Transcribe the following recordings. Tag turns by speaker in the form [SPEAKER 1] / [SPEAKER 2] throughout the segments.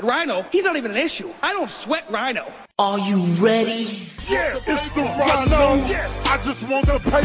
[SPEAKER 1] Rhino, he's not even an issue. I don't sweat Rhino.
[SPEAKER 2] Are you ready?
[SPEAKER 3] Yeah, it's the rhino. I just want the paper.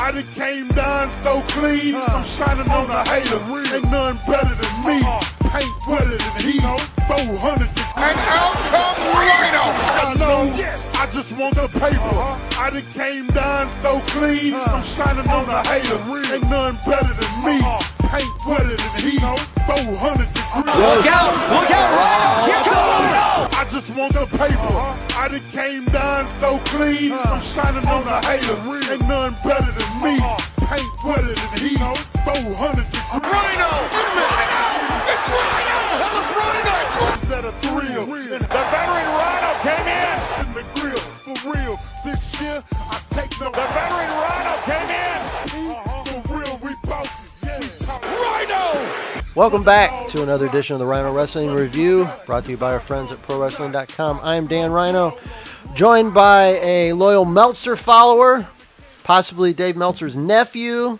[SPEAKER 3] I done came down so clean. I'm shining on the haters. Ain't none better than me. Paint wetter than he. 400 And out come Rhino. I just want the paper. I done came down so clean. I'm shining on the haters. Ain't none better than me. Paint wetter than he. 400 degrees.
[SPEAKER 4] Look out! Look out, Rhino! Here comes Rhino!
[SPEAKER 3] I just want the paper. I done came down so clean. I'm shining on the haters. Ain't none better than me. Paint wetter than he. 400 degrees. Rhino! It's Rhino! It's Rhino! That was Rhino! Better thrill. The veteran Rhino came in. In the grill, for real. This year, I take the... The veteran Rhino came in. For real, we both. Rhino!
[SPEAKER 4] Welcome back to another edition of the Rhino Wrestling Review, brought to you by our friends at ProWrestling.com. I'm Dan Rhino, joined by a loyal Meltzer follower, possibly Dave Meltzer's nephew.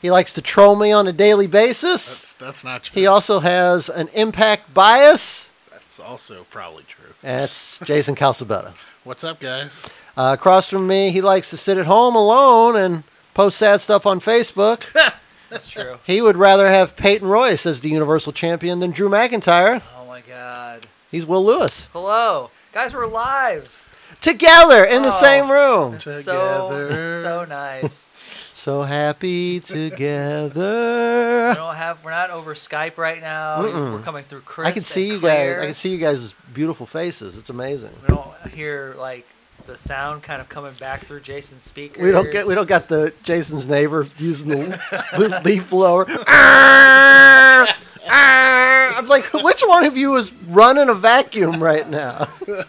[SPEAKER 4] He likes to troll me on a daily basis.
[SPEAKER 5] That's, that's not true.
[SPEAKER 4] He also has an impact bias.
[SPEAKER 5] that's also probably true.
[SPEAKER 4] That's Jason Calcebetta.
[SPEAKER 5] What's up, guys?
[SPEAKER 4] Uh, across from me, he likes to sit at home alone and post sad stuff on Facebook.
[SPEAKER 6] That's true.
[SPEAKER 4] He would rather have Peyton Royce as the Universal Champion than Drew McIntyre.
[SPEAKER 6] Oh my god.
[SPEAKER 4] He's Will Lewis.
[SPEAKER 6] Hello. Guys, we're live.
[SPEAKER 4] Together in the
[SPEAKER 6] Oh.
[SPEAKER 4] same room.
[SPEAKER 6] It's so,
[SPEAKER 5] Together.
[SPEAKER 6] so nice.
[SPEAKER 4] So happy
[SPEAKER 6] we
[SPEAKER 4] together.
[SPEAKER 6] don't have we're not over Skype right now.
[SPEAKER 4] Mm-mm.
[SPEAKER 6] We're coming through crisp
[SPEAKER 4] I can see
[SPEAKER 6] and
[SPEAKER 4] you guys.
[SPEAKER 6] clear.
[SPEAKER 4] I can see you guys' beautiful faces. It's amazing.
[SPEAKER 6] We don't hear like the sound kind of coming back through Jason's speakers.
[SPEAKER 4] We don't get. We don't got the Jason's neighbor using the the leaf blower. Arr! Arr! I'm like, which one of you is running a vacuum right now?
[SPEAKER 5] You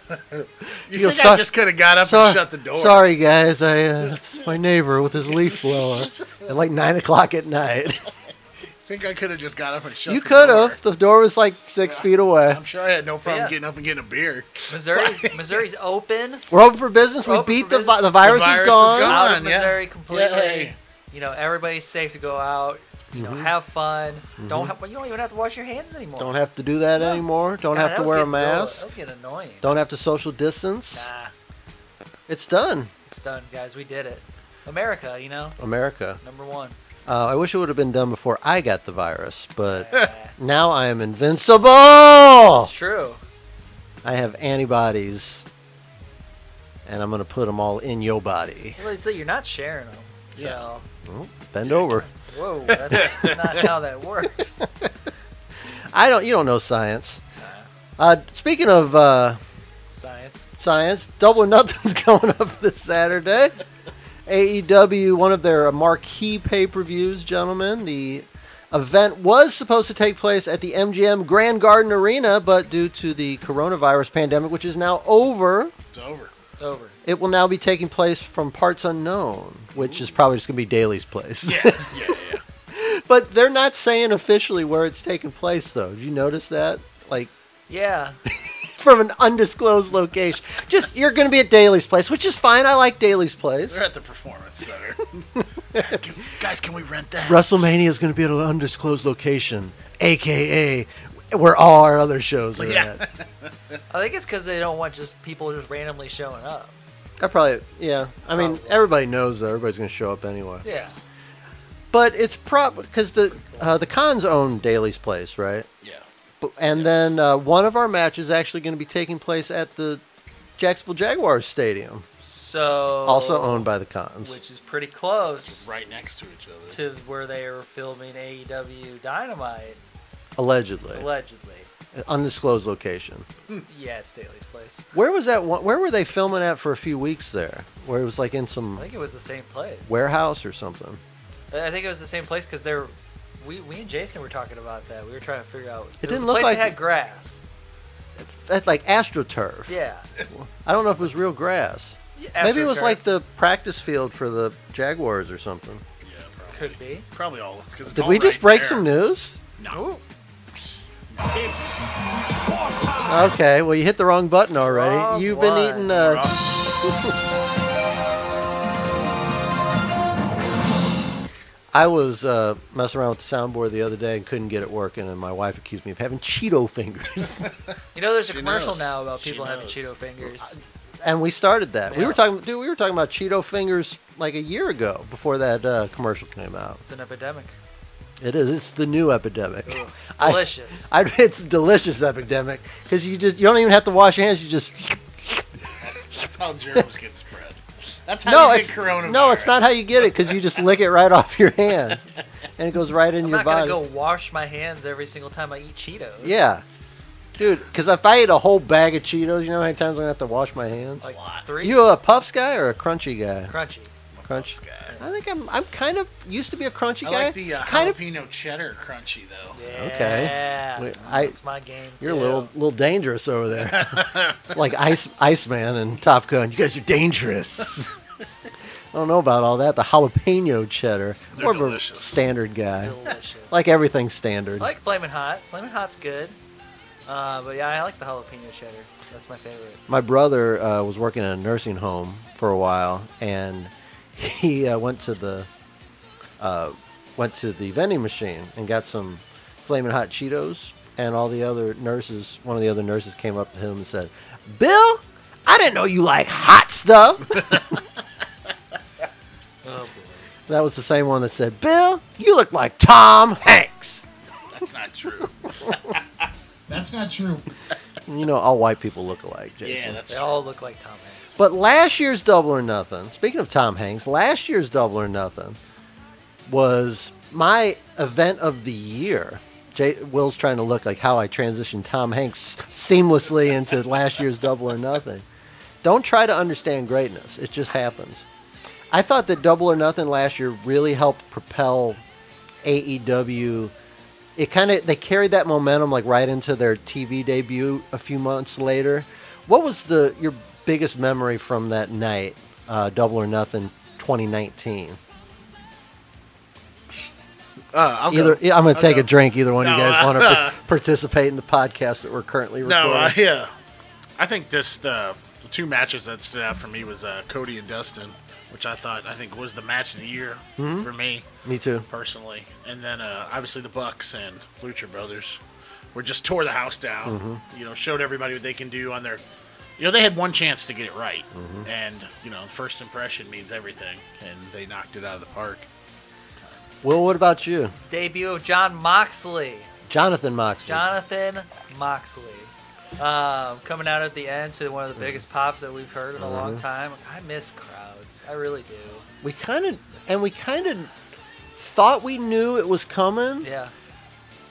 [SPEAKER 4] You'll
[SPEAKER 5] think
[SPEAKER 4] suck-
[SPEAKER 5] I just could have got up
[SPEAKER 4] Sorry-
[SPEAKER 5] and shut the door?
[SPEAKER 4] Sorry, guys. I uh, it's my neighbor with his leaf blower at like nine o'clock at night.
[SPEAKER 5] think I could have just got up and shut
[SPEAKER 4] You
[SPEAKER 5] the
[SPEAKER 4] could
[SPEAKER 5] door.
[SPEAKER 4] have. The door was like six feet away.
[SPEAKER 5] I'm sure I had no problem
[SPEAKER 6] Yeah.
[SPEAKER 5] getting up and getting a beer.
[SPEAKER 6] Missouri's Missouri's open.
[SPEAKER 4] We're open for business.
[SPEAKER 6] We're
[SPEAKER 4] We
[SPEAKER 6] open
[SPEAKER 4] beat
[SPEAKER 6] for
[SPEAKER 4] the
[SPEAKER 6] business.
[SPEAKER 4] vi- the virus,
[SPEAKER 5] virus
[SPEAKER 4] is
[SPEAKER 5] is
[SPEAKER 4] gone.
[SPEAKER 5] gone.
[SPEAKER 6] out of
[SPEAKER 5] yeah.
[SPEAKER 6] Missouri completely.
[SPEAKER 5] Yay.
[SPEAKER 6] You know, everybody's safe to go out. You know, have fun. Don't have, you don't even have to wash your hands anymore.
[SPEAKER 4] Mm-hmm. Don't have to do that anymore. Don't
[SPEAKER 6] God,
[SPEAKER 4] have
[SPEAKER 6] that
[SPEAKER 4] to
[SPEAKER 6] was
[SPEAKER 4] wear a
[SPEAKER 6] getting real-
[SPEAKER 4] mask.
[SPEAKER 6] That was getting annoying.
[SPEAKER 4] Don't have to social distance.
[SPEAKER 6] Nah,
[SPEAKER 4] It's done,
[SPEAKER 6] it's done, guys. We did it. America, you know,
[SPEAKER 4] America.
[SPEAKER 6] number one.
[SPEAKER 4] Uh, I wish it would have been done before I got the virus, but
[SPEAKER 6] Yeah,
[SPEAKER 4] now I am invincible. I Oh.
[SPEAKER 6] it's true.
[SPEAKER 4] have antibodies, and I'm gonna put them all in your body.
[SPEAKER 6] Well, so you're not sharing them. So,
[SPEAKER 5] Yeah.
[SPEAKER 4] Bend over.
[SPEAKER 6] whoa, that's not how that works.
[SPEAKER 4] I don't. You don't know science. Uh, speaking of uh,
[SPEAKER 6] Science.
[SPEAKER 4] science, double or nothing's going up this Saturday. AEW, one of their marquee pay per views, gentlemen. The event was supposed to take place at the MGM Grand Garden Arena, but due to the coronavirus pandemic, which is now over,
[SPEAKER 5] It's over.
[SPEAKER 6] It's over.
[SPEAKER 4] it will now be taking place from parts unknown, which is probably just going to be Daly's place.
[SPEAKER 5] Yeah, yeah, yeah.
[SPEAKER 4] but they're not saying officially where it's taking place, though. Did you notice that? Like,
[SPEAKER 6] Yeah.
[SPEAKER 4] from an undisclosed location. Just you're going to be at Daly's place, which is fine. I like Daly's place.
[SPEAKER 5] They're at the performance center. guys, can, guys, can we rent that?
[SPEAKER 4] WrestleMania is going to be at an undisclosed location, aka where all our other shows are
[SPEAKER 5] Yeah.
[SPEAKER 4] at.
[SPEAKER 6] I think it's because they don't want just people just randomly showing up.
[SPEAKER 4] I probably, yeah. I mean, Oh. everybody knows that everybody's going to show up anyway.
[SPEAKER 6] Yeah.
[SPEAKER 4] But it's prop because the uh, the cons own Daly's place, right?
[SPEAKER 5] Yeah.
[SPEAKER 4] But, and then uh, one of our matches is actually going to be taking place at the Jacksonville Jaguars Stadium,
[SPEAKER 6] So.
[SPEAKER 4] also
[SPEAKER 5] Oh.
[SPEAKER 4] um, owned by the cons.
[SPEAKER 6] Which is pretty close
[SPEAKER 5] Right next to each other.
[SPEAKER 6] to where they were filming AEW Dynamite,
[SPEAKER 4] allegedly,
[SPEAKER 6] allegedly.
[SPEAKER 4] undisclosed location.
[SPEAKER 6] Yeah, it's Daly's place.
[SPEAKER 4] Where was that? One, where were they filming at for a few weeks there? Where it was like in
[SPEAKER 6] I
[SPEAKER 4] some
[SPEAKER 6] think it was the same place.
[SPEAKER 4] warehouse or something.
[SPEAKER 6] I I think it was the same place because they're. We, we and Jason were talking about that. We were trying to figure out. It, was
[SPEAKER 4] didn't
[SPEAKER 6] a
[SPEAKER 4] look
[SPEAKER 6] place
[SPEAKER 4] like-
[SPEAKER 6] that had grass.
[SPEAKER 4] That's like astroturf.
[SPEAKER 6] Yeah.
[SPEAKER 4] I don't know if it was real grass.
[SPEAKER 6] Yeah,
[SPEAKER 4] Maybe it was
[SPEAKER 6] AstroTurf.
[SPEAKER 4] like the practice field for the Jaguars or something.
[SPEAKER 5] Yeah, probably.
[SPEAKER 6] Could be.
[SPEAKER 5] Probably all. 'cause it's
[SPEAKER 4] Did
[SPEAKER 5] all
[SPEAKER 4] we just
[SPEAKER 5] right
[SPEAKER 4] break
[SPEAKER 5] there.
[SPEAKER 4] some news?
[SPEAKER 5] No.
[SPEAKER 4] Okay, well you hit the wrong button already.
[SPEAKER 6] Wrong
[SPEAKER 4] You've
[SPEAKER 6] one.
[SPEAKER 4] been eating. Uh, I was uh, messing around with the soundboard the other day and couldn't get it working, and my wife accused me of having Cheeto fingers.
[SPEAKER 6] You know, there's a
[SPEAKER 5] She
[SPEAKER 6] commercial
[SPEAKER 5] knows.
[SPEAKER 6] now about
[SPEAKER 5] She
[SPEAKER 6] people having
[SPEAKER 5] knows.
[SPEAKER 6] Cheeto fingers.
[SPEAKER 4] and we started that. We
[SPEAKER 6] Yeah.
[SPEAKER 4] were talking, dude. We were talking about Cheeto fingers like a year ago before that uh, commercial came out.
[SPEAKER 6] It's an epidemic.
[SPEAKER 4] It is. It's the new epidemic. I-
[SPEAKER 6] Delicious.
[SPEAKER 4] I, it's a delicious epidemic because you just you don't even have to wash your hands. You just
[SPEAKER 5] That's, that's how germs get spread. That's how
[SPEAKER 4] no,
[SPEAKER 5] you
[SPEAKER 4] it's
[SPEAKER 5] get coronavirus.
[SPEAKER 4] no, it's not how you get it because you just lick it right off your hands and it goes right in
[SPEAKER 6] I'm
[SPEAKER 4] your
[SPEAKER 6] not
[SPEAKER 4] body.
[SPEAKER 6] gonna go wash my hands every single time I eat Cheetos.
[SPEAKER 4] Yeah, dude. Because if I eat a whole bag of Cheetos, you know how many times I'm gonna have to wash my hands.
[SPEAKER 6] like
[SPEAKER 5] lot.
[SPEAKER 6] three.
[SPEAKER 4] you a puffs guy or a crunchy guy?
[SPEAKER 6] crunchy.
[SPEAKER 4] Crunch.
[SPEAKER 5] guy.
[SPEAKER 4] I think I'm. I'm kind of used to be a crunchy
[SPEAKER 5] I
[SPEAKER 4] guy.
[SPEAKER 5] like the uh,
[SPEAKER 4] kind of.
[SPEAKER 5] jalapeno cheddar crunchy though.
[SPEAKER 6] Yeah.
[SPEAKER 4] Wait, I-
[SPEAKER 6] That's my game.
[SPEAKER 4] You're a
[SPEAKER 6] too.
[SPEAKER 4] little little dangerous over there, like Ice Iceman and Top Gun. You guys are dangerous. I don't know about all that. The jalapeno cheddar.
[SPEAKER 5] They're
[SPEAKER 4] More of a
[SPEAKER 5] delicious.
[SPEAKER 4] standard guy.
[SPEAKER 6] delicious.
[SPEAKER 4] Like everything's standard.
[SPEAKER 6] I like Flamin' Hot. Flamin' Hot's good. Uh, but yeah, I like the jalapeno cheddar. That's my favorite.
[SPEAKER 4] My brother uh, was working in a nursing home for a while, and he uh, went to the uh, went to the vending machine and got some flaming hot Cheetos. And all the other nurses, one of the other nurses came up to him and said, "Bill, I didn't know you like hot stuff."
[SPEAKER 6] Oh
[SPEAKER 4] that was the same one that said, "Bill, you look like Tom Hanks."
[SPEAKER 5] That's not true. that's not true.
[SPEAKER 4] You know, all white people look alike, Jason.
[SPEAKER 5] Yeah, that's
[SPEAKER 6] They
[SPEAKER 5] true.
[SPEAKER 6] all look like Tom Hanks.
[SPEAKER 4] But last year's Double or Nothing, speaking of Tom Hanks, last year's Double or Nothing was my event of the year. Jay, Will's trying to look like how I transitioned Tom Hanks seamlessly into last year's Double or Nothing. Don't try to understand greatness, it just happens. I thought that Double or Nothing last year really helped propel E AEW. It kind of they carried that momentum like right into their TV debut a few months later. What was the your biggest memory from that night, uh, Double or Nothing 2019?
[SPEAKER 5] Uh, I'll
[SPEAKER 4] Either yeah, I'm going to take a drink. Either one of you
[SPEAKER 5] No,
[SPEAKER 4] guys want to
[SPEAKER 5] uh,
[SPEAKER 4] participate in the podcast that we're currently recording.
[SPEAKER 5] No, I uh, I think this the, the two matches that stood out for me was uh, Cody and Dustin, which I thought I think was the match of the year
[SPEAKER 4] Mm-hmm.
[SPEAKER 5] for me
[SPEAKER 4] Me too.
[SPEAKER 5] personally. And then uh, obviously the Bucks and Lucha Brothers were just tore the house down.
[SPEAKER 4] Mm-hmm.
[SPEAKER 5] You know, showed everybody what they can do on their. You know, they had one chance to get it right,
[SPEAKER 4] Mm-hmm.
[SPEAKER 5] and you know, first impression means everything, and they knocked it out of the park.
[SPEAKER 4] Will, what about you?
[SPEAKER 6] Debut of John Moxley.
[SPEAKER 4] Jonathan Moxley.
[SPEAKER 6] Jonathan Moxley. Um, coming out at the end to one of the biggest pops that we've heard in a long time. I miss crowds. I really do.
[SPEAKER 4] we kind of and we kind of thought we knew it was coming.
[SPEAKER 6] Yeah.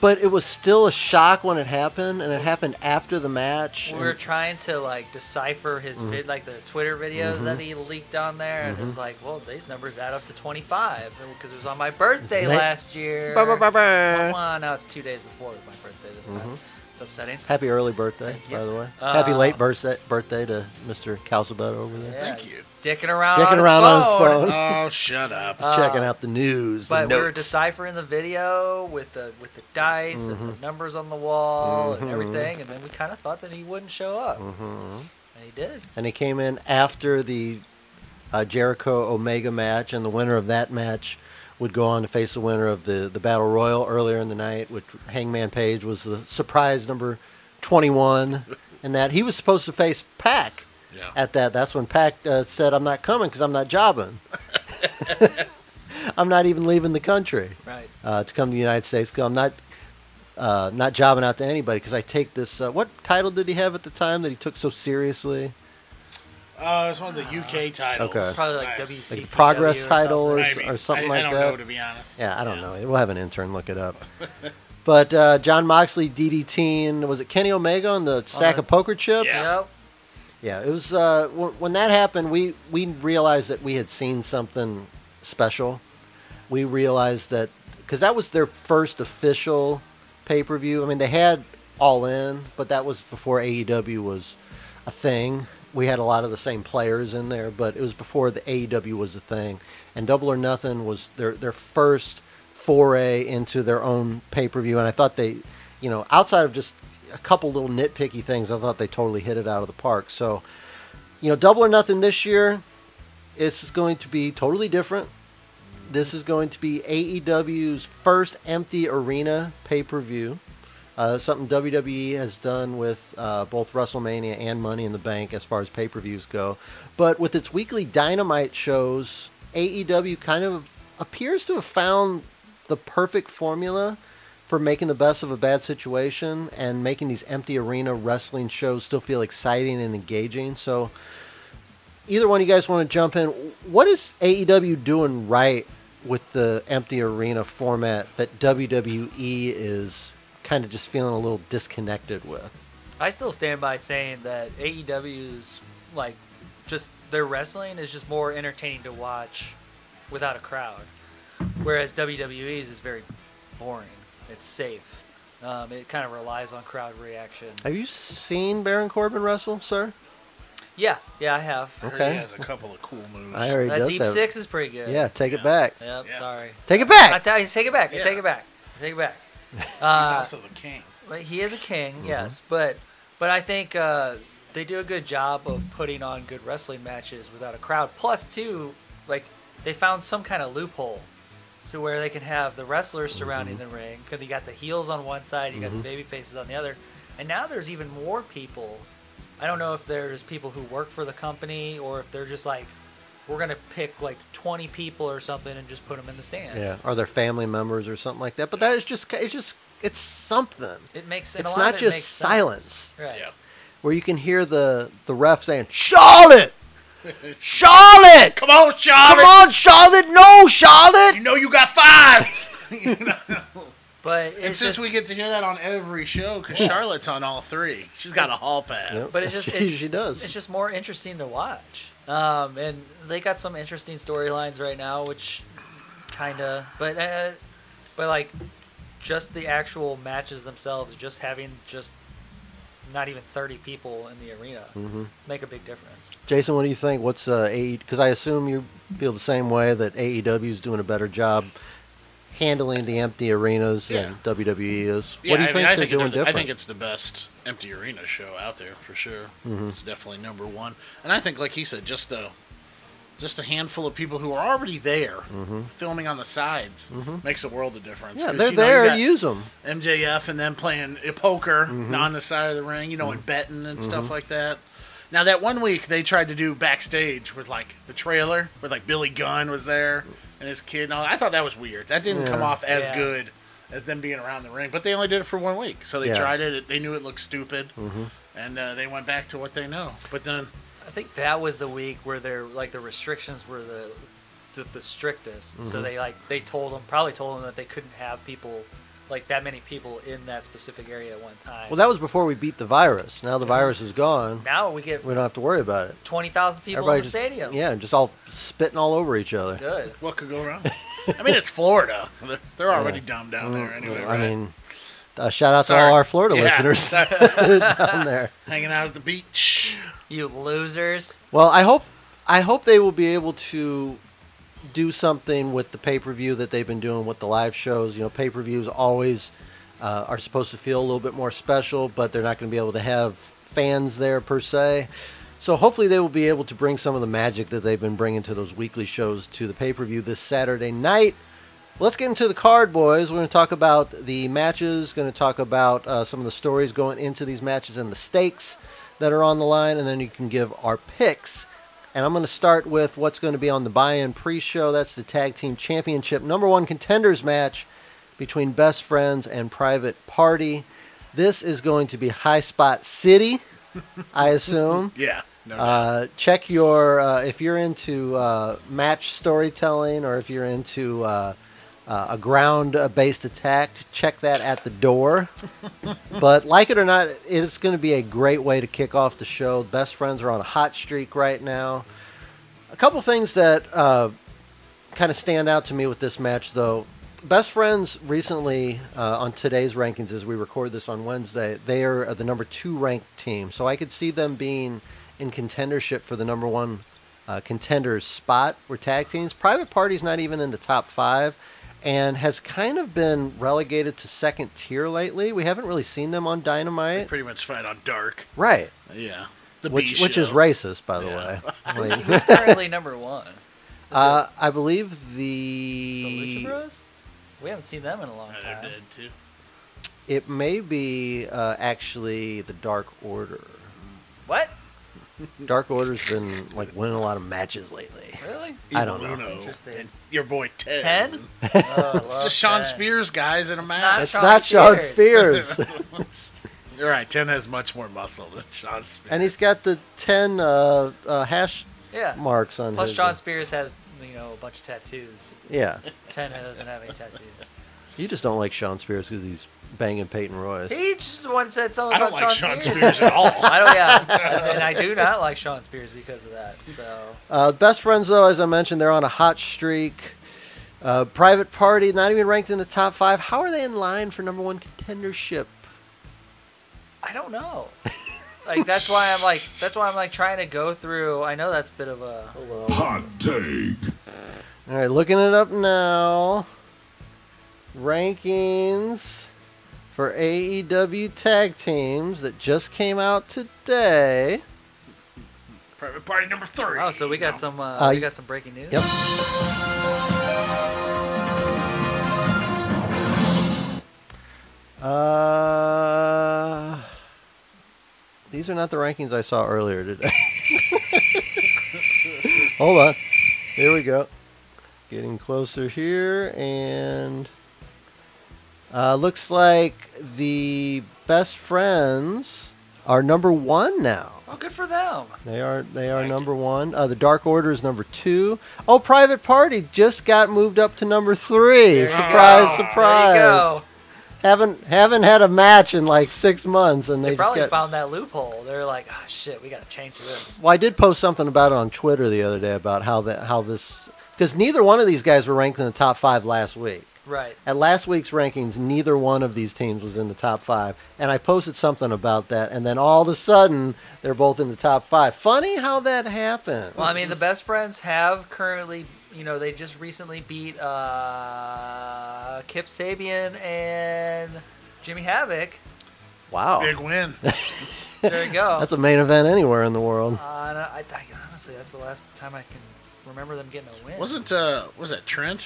[SPEAKER 4] But it was still a shock when it happened, and it happened after the match.
[SPEAKER 6] We were
[SPEAKER 4] and-
[SPEAKER 6] trying to like decipher his vid, like the Twitter videos that he leaked on there, and it was like, well, these numbers add up to 25 because it was on my birthday
[SPEAKER 4] Right.
[SPEAKER 6] last year.
[SPEAKER 4] Bah, bah, bah, bah.
[SPEAKER 6] Come on, now it's two days before my birthday this time. It's upsetting.
[SPEAKER 4] Happy early birthday,
[SPEAKER 6] Thank you.
[SPEAKER 4] by the way.
[SPEAKER 6] Uh,
[SPEAKER 4] Happy late birthday, birthday to Mr. Calzabet over there.
[SPEAKER 6] Yeah,
[SPEAKER 5] Thank you.
[SPEAKER 6] Dicking around,
[SPEAKER 4] Dicking
[SPEAKER 6] on, his
[SPEAKER 4] around on his
[SPEAKER 6] phone.
[SPEAKER 4] phone,
[SPEAKER 5] Oh, shut up!
[SPEAKER 6] Uh,
[SPEAKER 4] checking out the news. the
[SPEAKER 6] But we were
[SPEAKER 4] notes.
[SPEAKER 6] deciphering the video with the with the dice and the
[SPEAKER 4] Mm-hmm.
[SPEAKER 6] numbers on the wall and everything, and then we kind of thought that he wouldn't show up,
[SPEAKER 4] Mm-hmm.
[SPEAKER 6] and he did.
[SPEAKER 4] and he came in after the uh, Jericho Omega match, and the winner of that match would go on to face the winner of the, the Battle Royal earlier in the night, which Hangman Page was the surprise number 21. And that he was supposed to face Pac
[SPEAKER 5] Yeah.
[SPEAKER 4] at that. That's when Pac uh, said, I'm not coming because I'm not jobbing. I'm not even leaving the country
[SPEAKER 6] Right.
[SPEAKER 4] uh, to come to the United States. 'cause I'm not uh, not jobbing out to anybody because I take this. Uh, what title did he have at the time that he took so seriously?
[SPEAKER 5] Uh, it's one of the UK titles.
[SPEAKER 4] Okay.
[SPEAKER 6] Probably
[SPEAKER 5] Nice.
[SPEAKER 6] like WCPW.
[SPEAKER 4] Like progress
[SPEAKER 6] or
[SPEAKER 4] title
[SPEAKER 6] something.
[SPEAKER 4] or,
[SPEAKER 5] Maybe.
[SPEAKER 4] or something
[SPEAKER 5] I-
[SPEAKER 4] like
[SPEAKER 5] I don't
[SPEAKER 4] that.
[SPEAKER 5] know, to be honest.
[SPEAKER 4] Yeah, I don't know. We'll have an intern look it up. but uh, John Moxley, DDT, and was it Kenny Omega on the stack
[SPEAKER 6] the-
[SPEAKER 4] of poker chips?
[SPEAKER 5] Yeah.
[SPEAKER 6] Yep.
[SPEAKER 4] Yeah, it was. Uh, w- when that happened, we we realized that we had seen something special. We realized that because that was their first official pay per view. I mean, they had All In, but that was before AEW was a thing. We had a lot of the same players in there, but it was before the AEW was a thing. And Double or Nothing was their their first foray into their own pay per view. And I thought they, you know, outside of just a couple little nitpicky things, I thought they totally hit it out of the park. So, you know, Double or Nothing this year, it's just going to be totally different. This is going to be AEW's first empty arena pay per view. Uh, something WWE has done with uh, both WrestleMania and Money in the Bank as far as pay per views go. But with its weekly dynamite shows, AEW kind of appears to have found the perfect formula for making the best of a bad situation and making these empty arena wrestling shows still feel exciting and engaging. So, either one of you guys want to jump in, what is AEW doing right with the empty arena format that WWE is kind of just feeling a little disconnected with?
[SPEAKER 6] I still stand by saying that AEW's like just their wrestling is just more entertaining to watch without a crowd, whereas WWE's is very boring. It's safe. Um, it kind of relies on crowd reaction.
[SPEAKER 4] Have you seen Baron Corbin wrestle, sir?
[SPEAKER 6] Yeah, yeah, I have.
[SPEAKER 5] He
[SPEAKER 4] Okay.
[SPEAKER 5] has a couple of cool moves.
[SPEAKER 4] I already
[SPEAKER 6] That
[SPEAKER 4] does
[SPEAKER 6] deep
[SPEAKER 4] have-
[SPEAKER 6] six is pretty good.
[SPEAKER 4] Yeah, take it back.
[SPEAKER 6] Yep.
[SPEAKER 5] Yeah.
[SPEAKER 6] Sorry.
[SPEAKER 4] Take it
[SPEAKER 6] I
[SPEAKER 4] back.
[SPEAKER 6] tell you, take it back. I
[SPEAKER 5] Yeah.
[SPEAKER 6] Take it back. I Take it back.
[SPEAKER 5] He's
[SPEAKER 6] Uh,
[SPEAKER 5] also the king.
[SPEAKER 6] but he is a king,
[SPEAKER 4] Mm-hmm.
[SPEAKER 6] yes. But but I think uh, they do a good job of putting on good wrestling matches without a crowd. Plus, too, like they found some kind of loophole to where they can have the wrestlers surrounding
[SPEAKER 4] Mm-hmm.
[SPEAKER 6] the ring because you got the heels on one side, you got the baby faces on the other, and now there's even more people. I don't know if there's people who work for the company or if they're just like, we're gonna pick like 20 people or something and just put them in the stand.
[SPEAKER 4] Yeah, or their family members or something like that. But that is just, it's just, it's something
[SPEAKER 6] It makes and
[SPEAKER 4] It's
[SPEAKER 6] a lot
[SPEAKER 4] not
[SPEAKER 6] of it
[SPEAKER 4] just
[SPEAKER 6] makes sense.
[SPEAKER 4] silence.
[SPEAKER 6] Right.
[SPEAKER 5] Yeah.
[SPEAKER 4] where you can hear the the ref saying, "Charlotte, Charlotte,
[SPEAKER 5] Come on,
[SPEAKER 4] come
[SPEAKER 5] Charlotte.
[SPEAKER 4] on, Charlotte, no,
[SPEAKER 5] You
[SPEAKER 4] Charlotte."
[SPEAKER 5] know you got five. You know?
[SPEAKER 6] But it's
[SPEAKER 5] And since
[SPEAKER 6] just,
[SPEAKER 5] we get to hear that on every show, because Charlotte's on all three, she's got a hall pass.
[SPEAKER 4] Yep.
[SPEAKER 6] but it's just
[SPEAKER 4] She-
[SPEAKER 6] it's,
[SPEAKER 4] she Oh, does.
[SPEAKER 6] It's just more interesting to watch. Um, and they got some interesting storylines right now, which kind of, but uh, but like just the actual matches themselves, just having just not even 30 people in the arena
[SPEAKER 4] Mm-hmm.
[SPEAKER 6] make a big difference.
[SPEAKER 4] Jason, what do you think? What's uh, AE? Because I assume you feel the same way that AEW is doing a better job handling the empty arenas than WWE is.
[SPEAKER 5] Yeah,
[SPEAKER 4] what do you
[SPEAKER 5] I mean,
[SPEAKER 4] think
[SPEAKER 5] I
[SPEAKER 4] they're doing
[SPEAKER 5] it does-
[SPEAKER 4] different?
[SPEAKER 5] I think it's the best empty arena show out there for sure.
[SPEAKER 4] Mm-hmm.
[SPEAKER 5] It's definitely number one, and I think, like he said, just the just a handful of people who are already there filming on the sides makes a world of difference.
[SPEAKER 4] Mm-hmm. yeah, they're
[SPEAKER 5] 'Cause, you know,
[SPEAKER 4] there.
[SPEAKER 5] you got
[SPEAKER 4] use them.
[SPEAKER 5] MJF and then playing uh, poker
[SPEAKER 4] Mm-hmm.
[SPEAKER 5] on the side of the ring, you know, and betting and stuff like that. Now that one week they tried to do backstage with like the trailer, where like Billy Gunn was there and his kid and all. I thought that was weird. That didn't come
[SPEAKER 4] Yeah.
[SPEAKER 5] off as
[SPEAKER 6] Yeah.
[SPEAKER 5] good as them being around the ring. But they only did it for one week, so they
[SPEAKER 4] Yeah. Mm-hmm.
[SPEAKER 5] tried it. They knew it looked stupid, and uh, they went back to what they know. But then
[SPEAKER 6] I think that was the week where their like the restrictions were the the, the strictest.
[SPEAKER 4] Mm-hmm.
[SPEAKER 6] So they like they told them probably told them that they couldn't have people like that many people in that specific area at one time.
[SPEAKER 4] Well, that was before we beat the virus. Now the virus is gone.
[SPEAKER 6] now we get
[SPEAKER 4] We don't have to worry about it.
[SPEAKER 6] twenty thousand people
[SPEAKER 4] Everybody
[SPEAKER 6] in the
[SPEAKER 4] just
[SPEAKER 6] stadium.
[SPEAKER 4] yeah, just all spitting all over each other.
[SPEAKER 6] good.
[SPEAKER 5] what could go wrong? I mean, it's Florida. They're, they're already dumb down there anyway.
[SPEAKER 4] Mm, I
[SPEAKER 5] right?
[SPEAKER 4] mean, uh, shout out to
[SPEAKER 5] Sorry.
[SPEAKER 4] all our Florida
[SPEAKER 5] Yeah.
[SPEAKER 4] listeners down there.
[SPEAKER 5] hanging out at the beach.
[SPEAKER 6] You losers.
[SPEAKER 4] Well, I hope I hope they will be able to do something with the pay per view that they've been doing with the live shows. You know, pay per views always uh, are supposed to feel a little bit more special, but they're not going to be able to have fans there per se. So hopefully they will be able to bring some of the magic that they've been bringing to those weekly shows to the pay per view this Saturday night. Let's get into the card, boys. We're going to talk about the matches, going to talk about uh, some of the stories going into these matches and the stakes that are on the line, and then you can give our picks. And I'm going to start with what's going to be on the buy in pre show. That's the Tag Team Championship number one contenders match between Best Friends and Private Party. This is going to be High Spot City, I assume.
[SPEAKER 5] Yeah. No
[SPEAKER 4] Uh, check your uh, if you're into uh, match storytelling or if you're into uh, uh, a ground-based attack, check that at the door. but like it or not, it's going to be a great way to kick off the show. Best friends are on a hot streak right now. A couple things that uh, kind of stand out to me with this match, though. Best friends recently uh, on today's rankings, as we record this on Wednesday, they are uh, the number two ranked team. So I could see them being in contendership for the number one uh, contenders spot. Where tag teams, private party's not even in the top five, and has kind of been relegated to second tier lately. We haven't really seen them on Dynamite,
[SPEAKER 5] pretty much fight on dark.
[SPEAKER 4] right?
[SPEAKER 5] Yeah. The
[SPEAKER 4] Which
[SPEAKER 5] B
[SPEAKER 4] which is
[SPEAKER 5] show.
[SPEAKER 4] racist, by the
[SPEAKER 5] Yeah.
[SPEAKER 4] way. I mean,
[SPEAKER 6] Who's currently number one?
[SPEAKER 4] Uh, I believe the,
[SPEAKER 6] The Lucha Bros? We haven't seen them in a long
[SPEAKER 5] Uh, they're
[SPEAKER 6] time.
[SPEAKER 5] dead too.
[SPEAKER 4] it may be uh, actually the Dark Order.
[SPEAKER 6] What?
[SPEAKER 4] Dark Order's been like winning a lot of matches lately.
[SPEAKER 6] Really?
[SPEAKER 4] I don't
[SPEAKER 5] Evil
[SPEAKER 4] know.
[SPEAKER 5] Uno
[SPEAKER 6] Interesting.
[SPEAKER 5] And your boy Ted.
[SPEAKER 6] Ten? Oh,
[SPEAKER 5] It's just Sean Spears guys in a
[SPEAKER 6] not-
[SPEAKER 5] match.
[SPEAKER 4] It's
[SPEAKER 6] Sean
[SPEAKER 4] not Sean Spears,
[SPEAKER 5] You're right. Ten has much more muscle than Sean Spears.
[SPEAKER 4] and he's got the ten uh, uh, hash
[SPEAKER 6] Yeah.
[SPEAKER 4] marks on
[SPEAKER 6] Plus,
[SPEAKER 4] his.
[SPEAKER 6] Sean Spears has you know a bunch of tattoos.
[SPEAKER 4] yeah,
[SPEAKER 6] Ten doesn't have any tattoos.
[SPEAKER 4] you just don't like Sean Spears because he's banging Peyton Royce.
[SPEAKER 6] He just once said something
[SPEAKER 5] I don't
[SPEAKER 6] about
[SPEAKER 5] like
[SPEAKER 6] Sean
[SPEAKER 5] Sean
[SPEAKER 6] Spears.
[SPEAKER 5] Spears at all.
[SPEAKER 6] I don't. Yeah, and I do not like Sean Spears because of that. So
[SPEAKER 4] Uh, best friends, though, as I mentioned, they're on a hot streak. Uh, private party, not even ranked in the top five. How are they in line for number one contendership?
[SPEAKER 6] I don't know. Like that's why I'm like that's why I'm like trying to go through. I know that's a bit of a
[SPEAKER 3] Hot take.
[SPEAKER 4] All right, looking it up now. Rankings for AEW tag teams that just came out today.
[SPEAKER 5] Private Party number three.
[SPEAKER 6] oh, so we got
[SPEAKER 5] No.
[SPEAKER 6] some uh,
[SPEAKER 4] Uh,
[SPEAKER 6] we got some breaking news.
[SPEAKER 4] Yep. Uh, these are not the rankings I saw earlier today. Hold on. Here we go. Getting closer here, and uh, looks like the best friends are number one now.
[SPEAKER 6] Oh, good for them.
[SPEAKER 4] They are they are
[SPEAKER 5] Right.
[SPEAKER 4] number one. Uh, the Dark Order is number two. Oh, Private Party just got moved up to number three.
[SPEAKER 6] There you
[SPEAKER 4] surprise,
[SPEAKER 5] go.
[SPEAKER 4] surprise!
[SPEAKER 6] There you go.
[SPEAKER 4] Haven't haven't had a match in like six months, and
[SPEAKER 6] They,
[SPEAKER 4] they, just
[SPEAKER 6] probably
[SPEAKER 4] got.
[SPEAKER 6] found that loophole. They're like, oh shit, we gotta change this.
[SPEAKER 4] well, I did post something about it on Twitter the other day about how that how this because neither one of these guys were ranked in the top five last week.
[SPEAKER 6] Right.
[SPEAKER 4] At last week's rankings, neither one of these teams was in the top five, and I posted something about that, and then all of a sudden they're both in the top five. Funny how that happened.
[SPEAKER 6] Well, I mean, the best friends have currently, you know, they just recently beat uh, Kip Sabian and Jimmy Havoc.
[SPEAKER 4] wow.
[SPEAKER 5] Big win.
[SPEAKER 6] There you go.
[SPEAKER 4] That's a main event anywhere in the world.
[SPEAKER 6] uh, and I, I, honestly, that's the last time I can remember them getting a win.
[SPEAKER 5] Wasn't uh, was that Trent?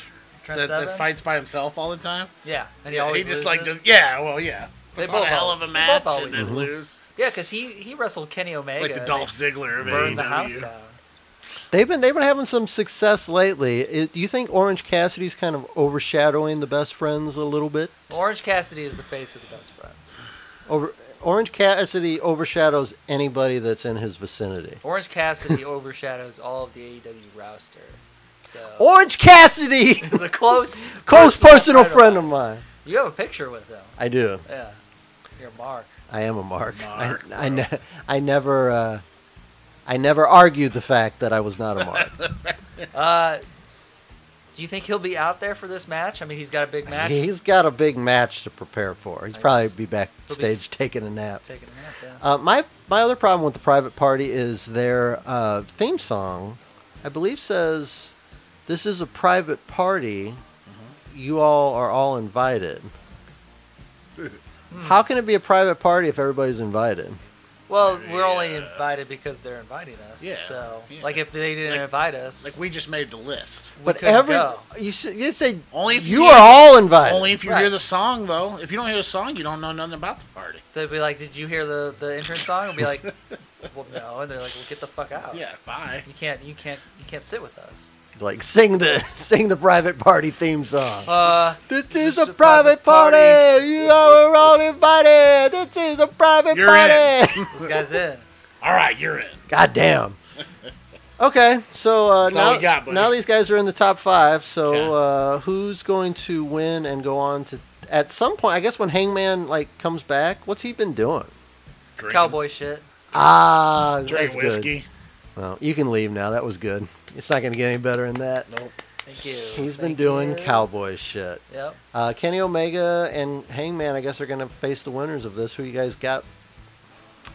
[SPEAKER 6] Trent
[SPEAKER 5] that, that
[SPEAKER 6] Seven?
[SPEAKER 5] fights by himself all the time.
[SPEAKER 6] Yeah, and he
[SPEAKER 5] Yeah,
[SPEAKER 6] always
[SPEAKER 5] he just like
[SPEAKER 6] loses.
[SPEAKER 5] does, yeah, well, yeah.
[SPEAKER 6] They
[SPEAKER 5] Puts
[SPEAKER 6] both
[SPEAKER 5] on a hell of a
[SPEAKER 6] always- they
[SPEAKER 5] match
[SPEAKER 6] both
[SPEAKER 5] and then lose.
[SPEAKER 6] yeah, because he he wrestled Kenny Omega.
[SPEAKER 5] It's like the
[SPEAKER 6] and
[SPEAKER 5] Dolph Ziggler of E
[SPEAKER 6] they burned the house
[SPEAKER 5] AEW.
[SPEAKER 6] down.
[SPEAKER 4] They've been they've been having some success lately. It, do you think Orange Cassidy's kind of overshadowing the best friends a little bit?
[SPEAKER 6] Orange Cassidy is the face of the best friends.
[SPEAKER 4] Over Orange Cassidy overshadows anybody that's in his vicinity.
[SPEAKER 6] Orange Cassidy overshadows all of the AEW roster. So
[SPEAKER 4] Orange Cassidy,
[SPEAKER 6] he's a close
[SPEAKER 4] Oh. close personal friend of mine.
[SPEAKER 6] You have a picture with him.
[SPEAKER 4] I do.
[SPEAKER 6] Yeah. You're Mark.
[SPEAKER 4] I am a mark.
[SPEAKER 5] Mark,
[SPEAKER 4] I, I, ne- I never. Uh, I never argued the fact that I was not a mark.
[SPEAKER 6] Uh, do you think he'll be out there for this match? I mean, he's got a big match.
[SPEAKER 4] He's got a big match to prepare for. He's
[SPEAKER 6] Nice.
[SPEAKER 4] probably be
[SPEAKER 6] He'll be s-
[SPEAKER 4] backstage taking a nap.
[SPEAKER 6] Taking a nap, yeah.
[SPEAKER 4] Uh, my my other problem with the private party is their uh, theme song, I believe says, "This is a private party. You all are all invited." How can it be a private party if everybody's invited?
[SPEAKER 6] Well, we're only invited because they're inviting us.
[SPEAKER 5] Yeah,
[SPEAKER 6] So,
[SPEAKER 5] yeah.
[SPEAKER 6] like, if they didn't
[SPEAKER 5] Like-
[SPEAKER 6] invite us,
[SPEAKER 5] Like we just made the list.
[SPEAKER 6] we
[SPEAKER 4] but
[SPEAKER 6] couldn't
[SPEAKER 4] every
[SPEAKER 6] go.
[SPEAKER 4] you s- you say
[SPEAKER 5] Only if
[SPEAKER 4] you
[SPEAKER 5] hear-
[SPEAKER 4] are all invited.
[SPEAKER 5] Only if you
[SPEAKER 6] Right.
[SPEAKER 5] hear the song though. If you don't hear the song, you don't know nothing about the party.
[SPEAKER 6] They'd be like, "Did you hear the the entrance song?" We'd be like, "Well, no," and they're like, "Well, get the fuck out.
[SPEAKER 5] Yeah, bye.
[SPEAKER 6] You can't, you can't, you can't sit with us."
[SPEAKER 4] like sing the sing the private party theme song.
[SPEAKER 6] Uh,
[SPEAKER 4] this is a private party. You are all invited. This is a private
[SPEAKER 5] You're
[SPEAKER 4] party.
[SPEAKER 5] in.
[SPEAKER 6] this guy's in.
[SPEAKER 5] All right, you're in.
[SPEAKER 4] God damn. Okay, so uh,
[SPEAKER 5] all
[SPEAKER 4] now,
[SPEAKER 5] we got, buddy.
[SPEAKER 4] now these guys are in the top five. So
[SPEAKER 5] Okay.
[SPEAKER 4] uh, who's going to win and go on to at some point? I guess when Hangman like comes back, what's he been doing?
[SPEAKER 5] Drink,
[SPEAKER 6] Cowboy shit.
[SPEAKER 4] Ah,
[SPEAKER 5] Drink
[SPEAKER 4] that's good.
[SPEAKER 5] whiskey.
[SPEAKER 4] Well, you can leave now. That was good. It's not going to get any better than that.
[SPEAKER 5] Nope.
[SPEAKER 6] Thank you.
[SPEAKER 4] He's been
[SPEAKER 6] Thank
[SPEAKER 4] doing
[SPEAKER 6] you.
[SPEAKER 4] cowboy shit.
[SPEAKER 6] Yep.
[SPEAKER 4] Uh, Kenny Omega and Hangman, I guess, are going to face the winners of this. Who you guys got?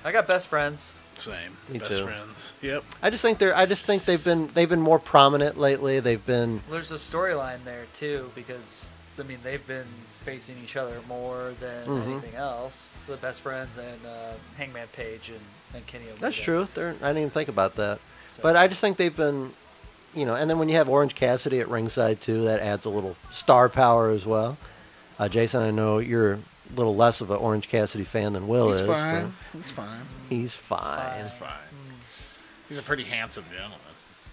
[SPEAKER 6] I got best friends.
[SPEAKER 5] Same.
[SPEAKER 4] Me
[SPEAKER 5] Best
[SPEAKER 4] too.
[SPEAKER 5] friends. Yep.
[SPEAKER 4] I just think they're. I just think they've been they've been more prominent lately. They've been
[SPEAKER 6] There's a storyline there too because I mean they've been facing each other more than
[SPEAKER 4] Mhm.
[SPEAKER 6] anything else. The best friends and uh, Hangman Page and, and Kenny Omega.
[SPEAKER 4] That's true. They're, I didn't even think about that.
[SPEAKER 6] So-
[SPEAKER 4] But I just think they've been you know, and then when you have Orange Cassidy at ringside too, that adds a little star power as well. Uh, Jason, I know you're a little less of an Orange Cassidy fan than Will
[SPEAKER 5] He's
[SPEAKER 4] is.
[SPEAKER 5] fine. He's fine.
[SPEAKER 4] but He's fine.
[SPEAKER 5] He's fine. He's a pretty handsome gentleman.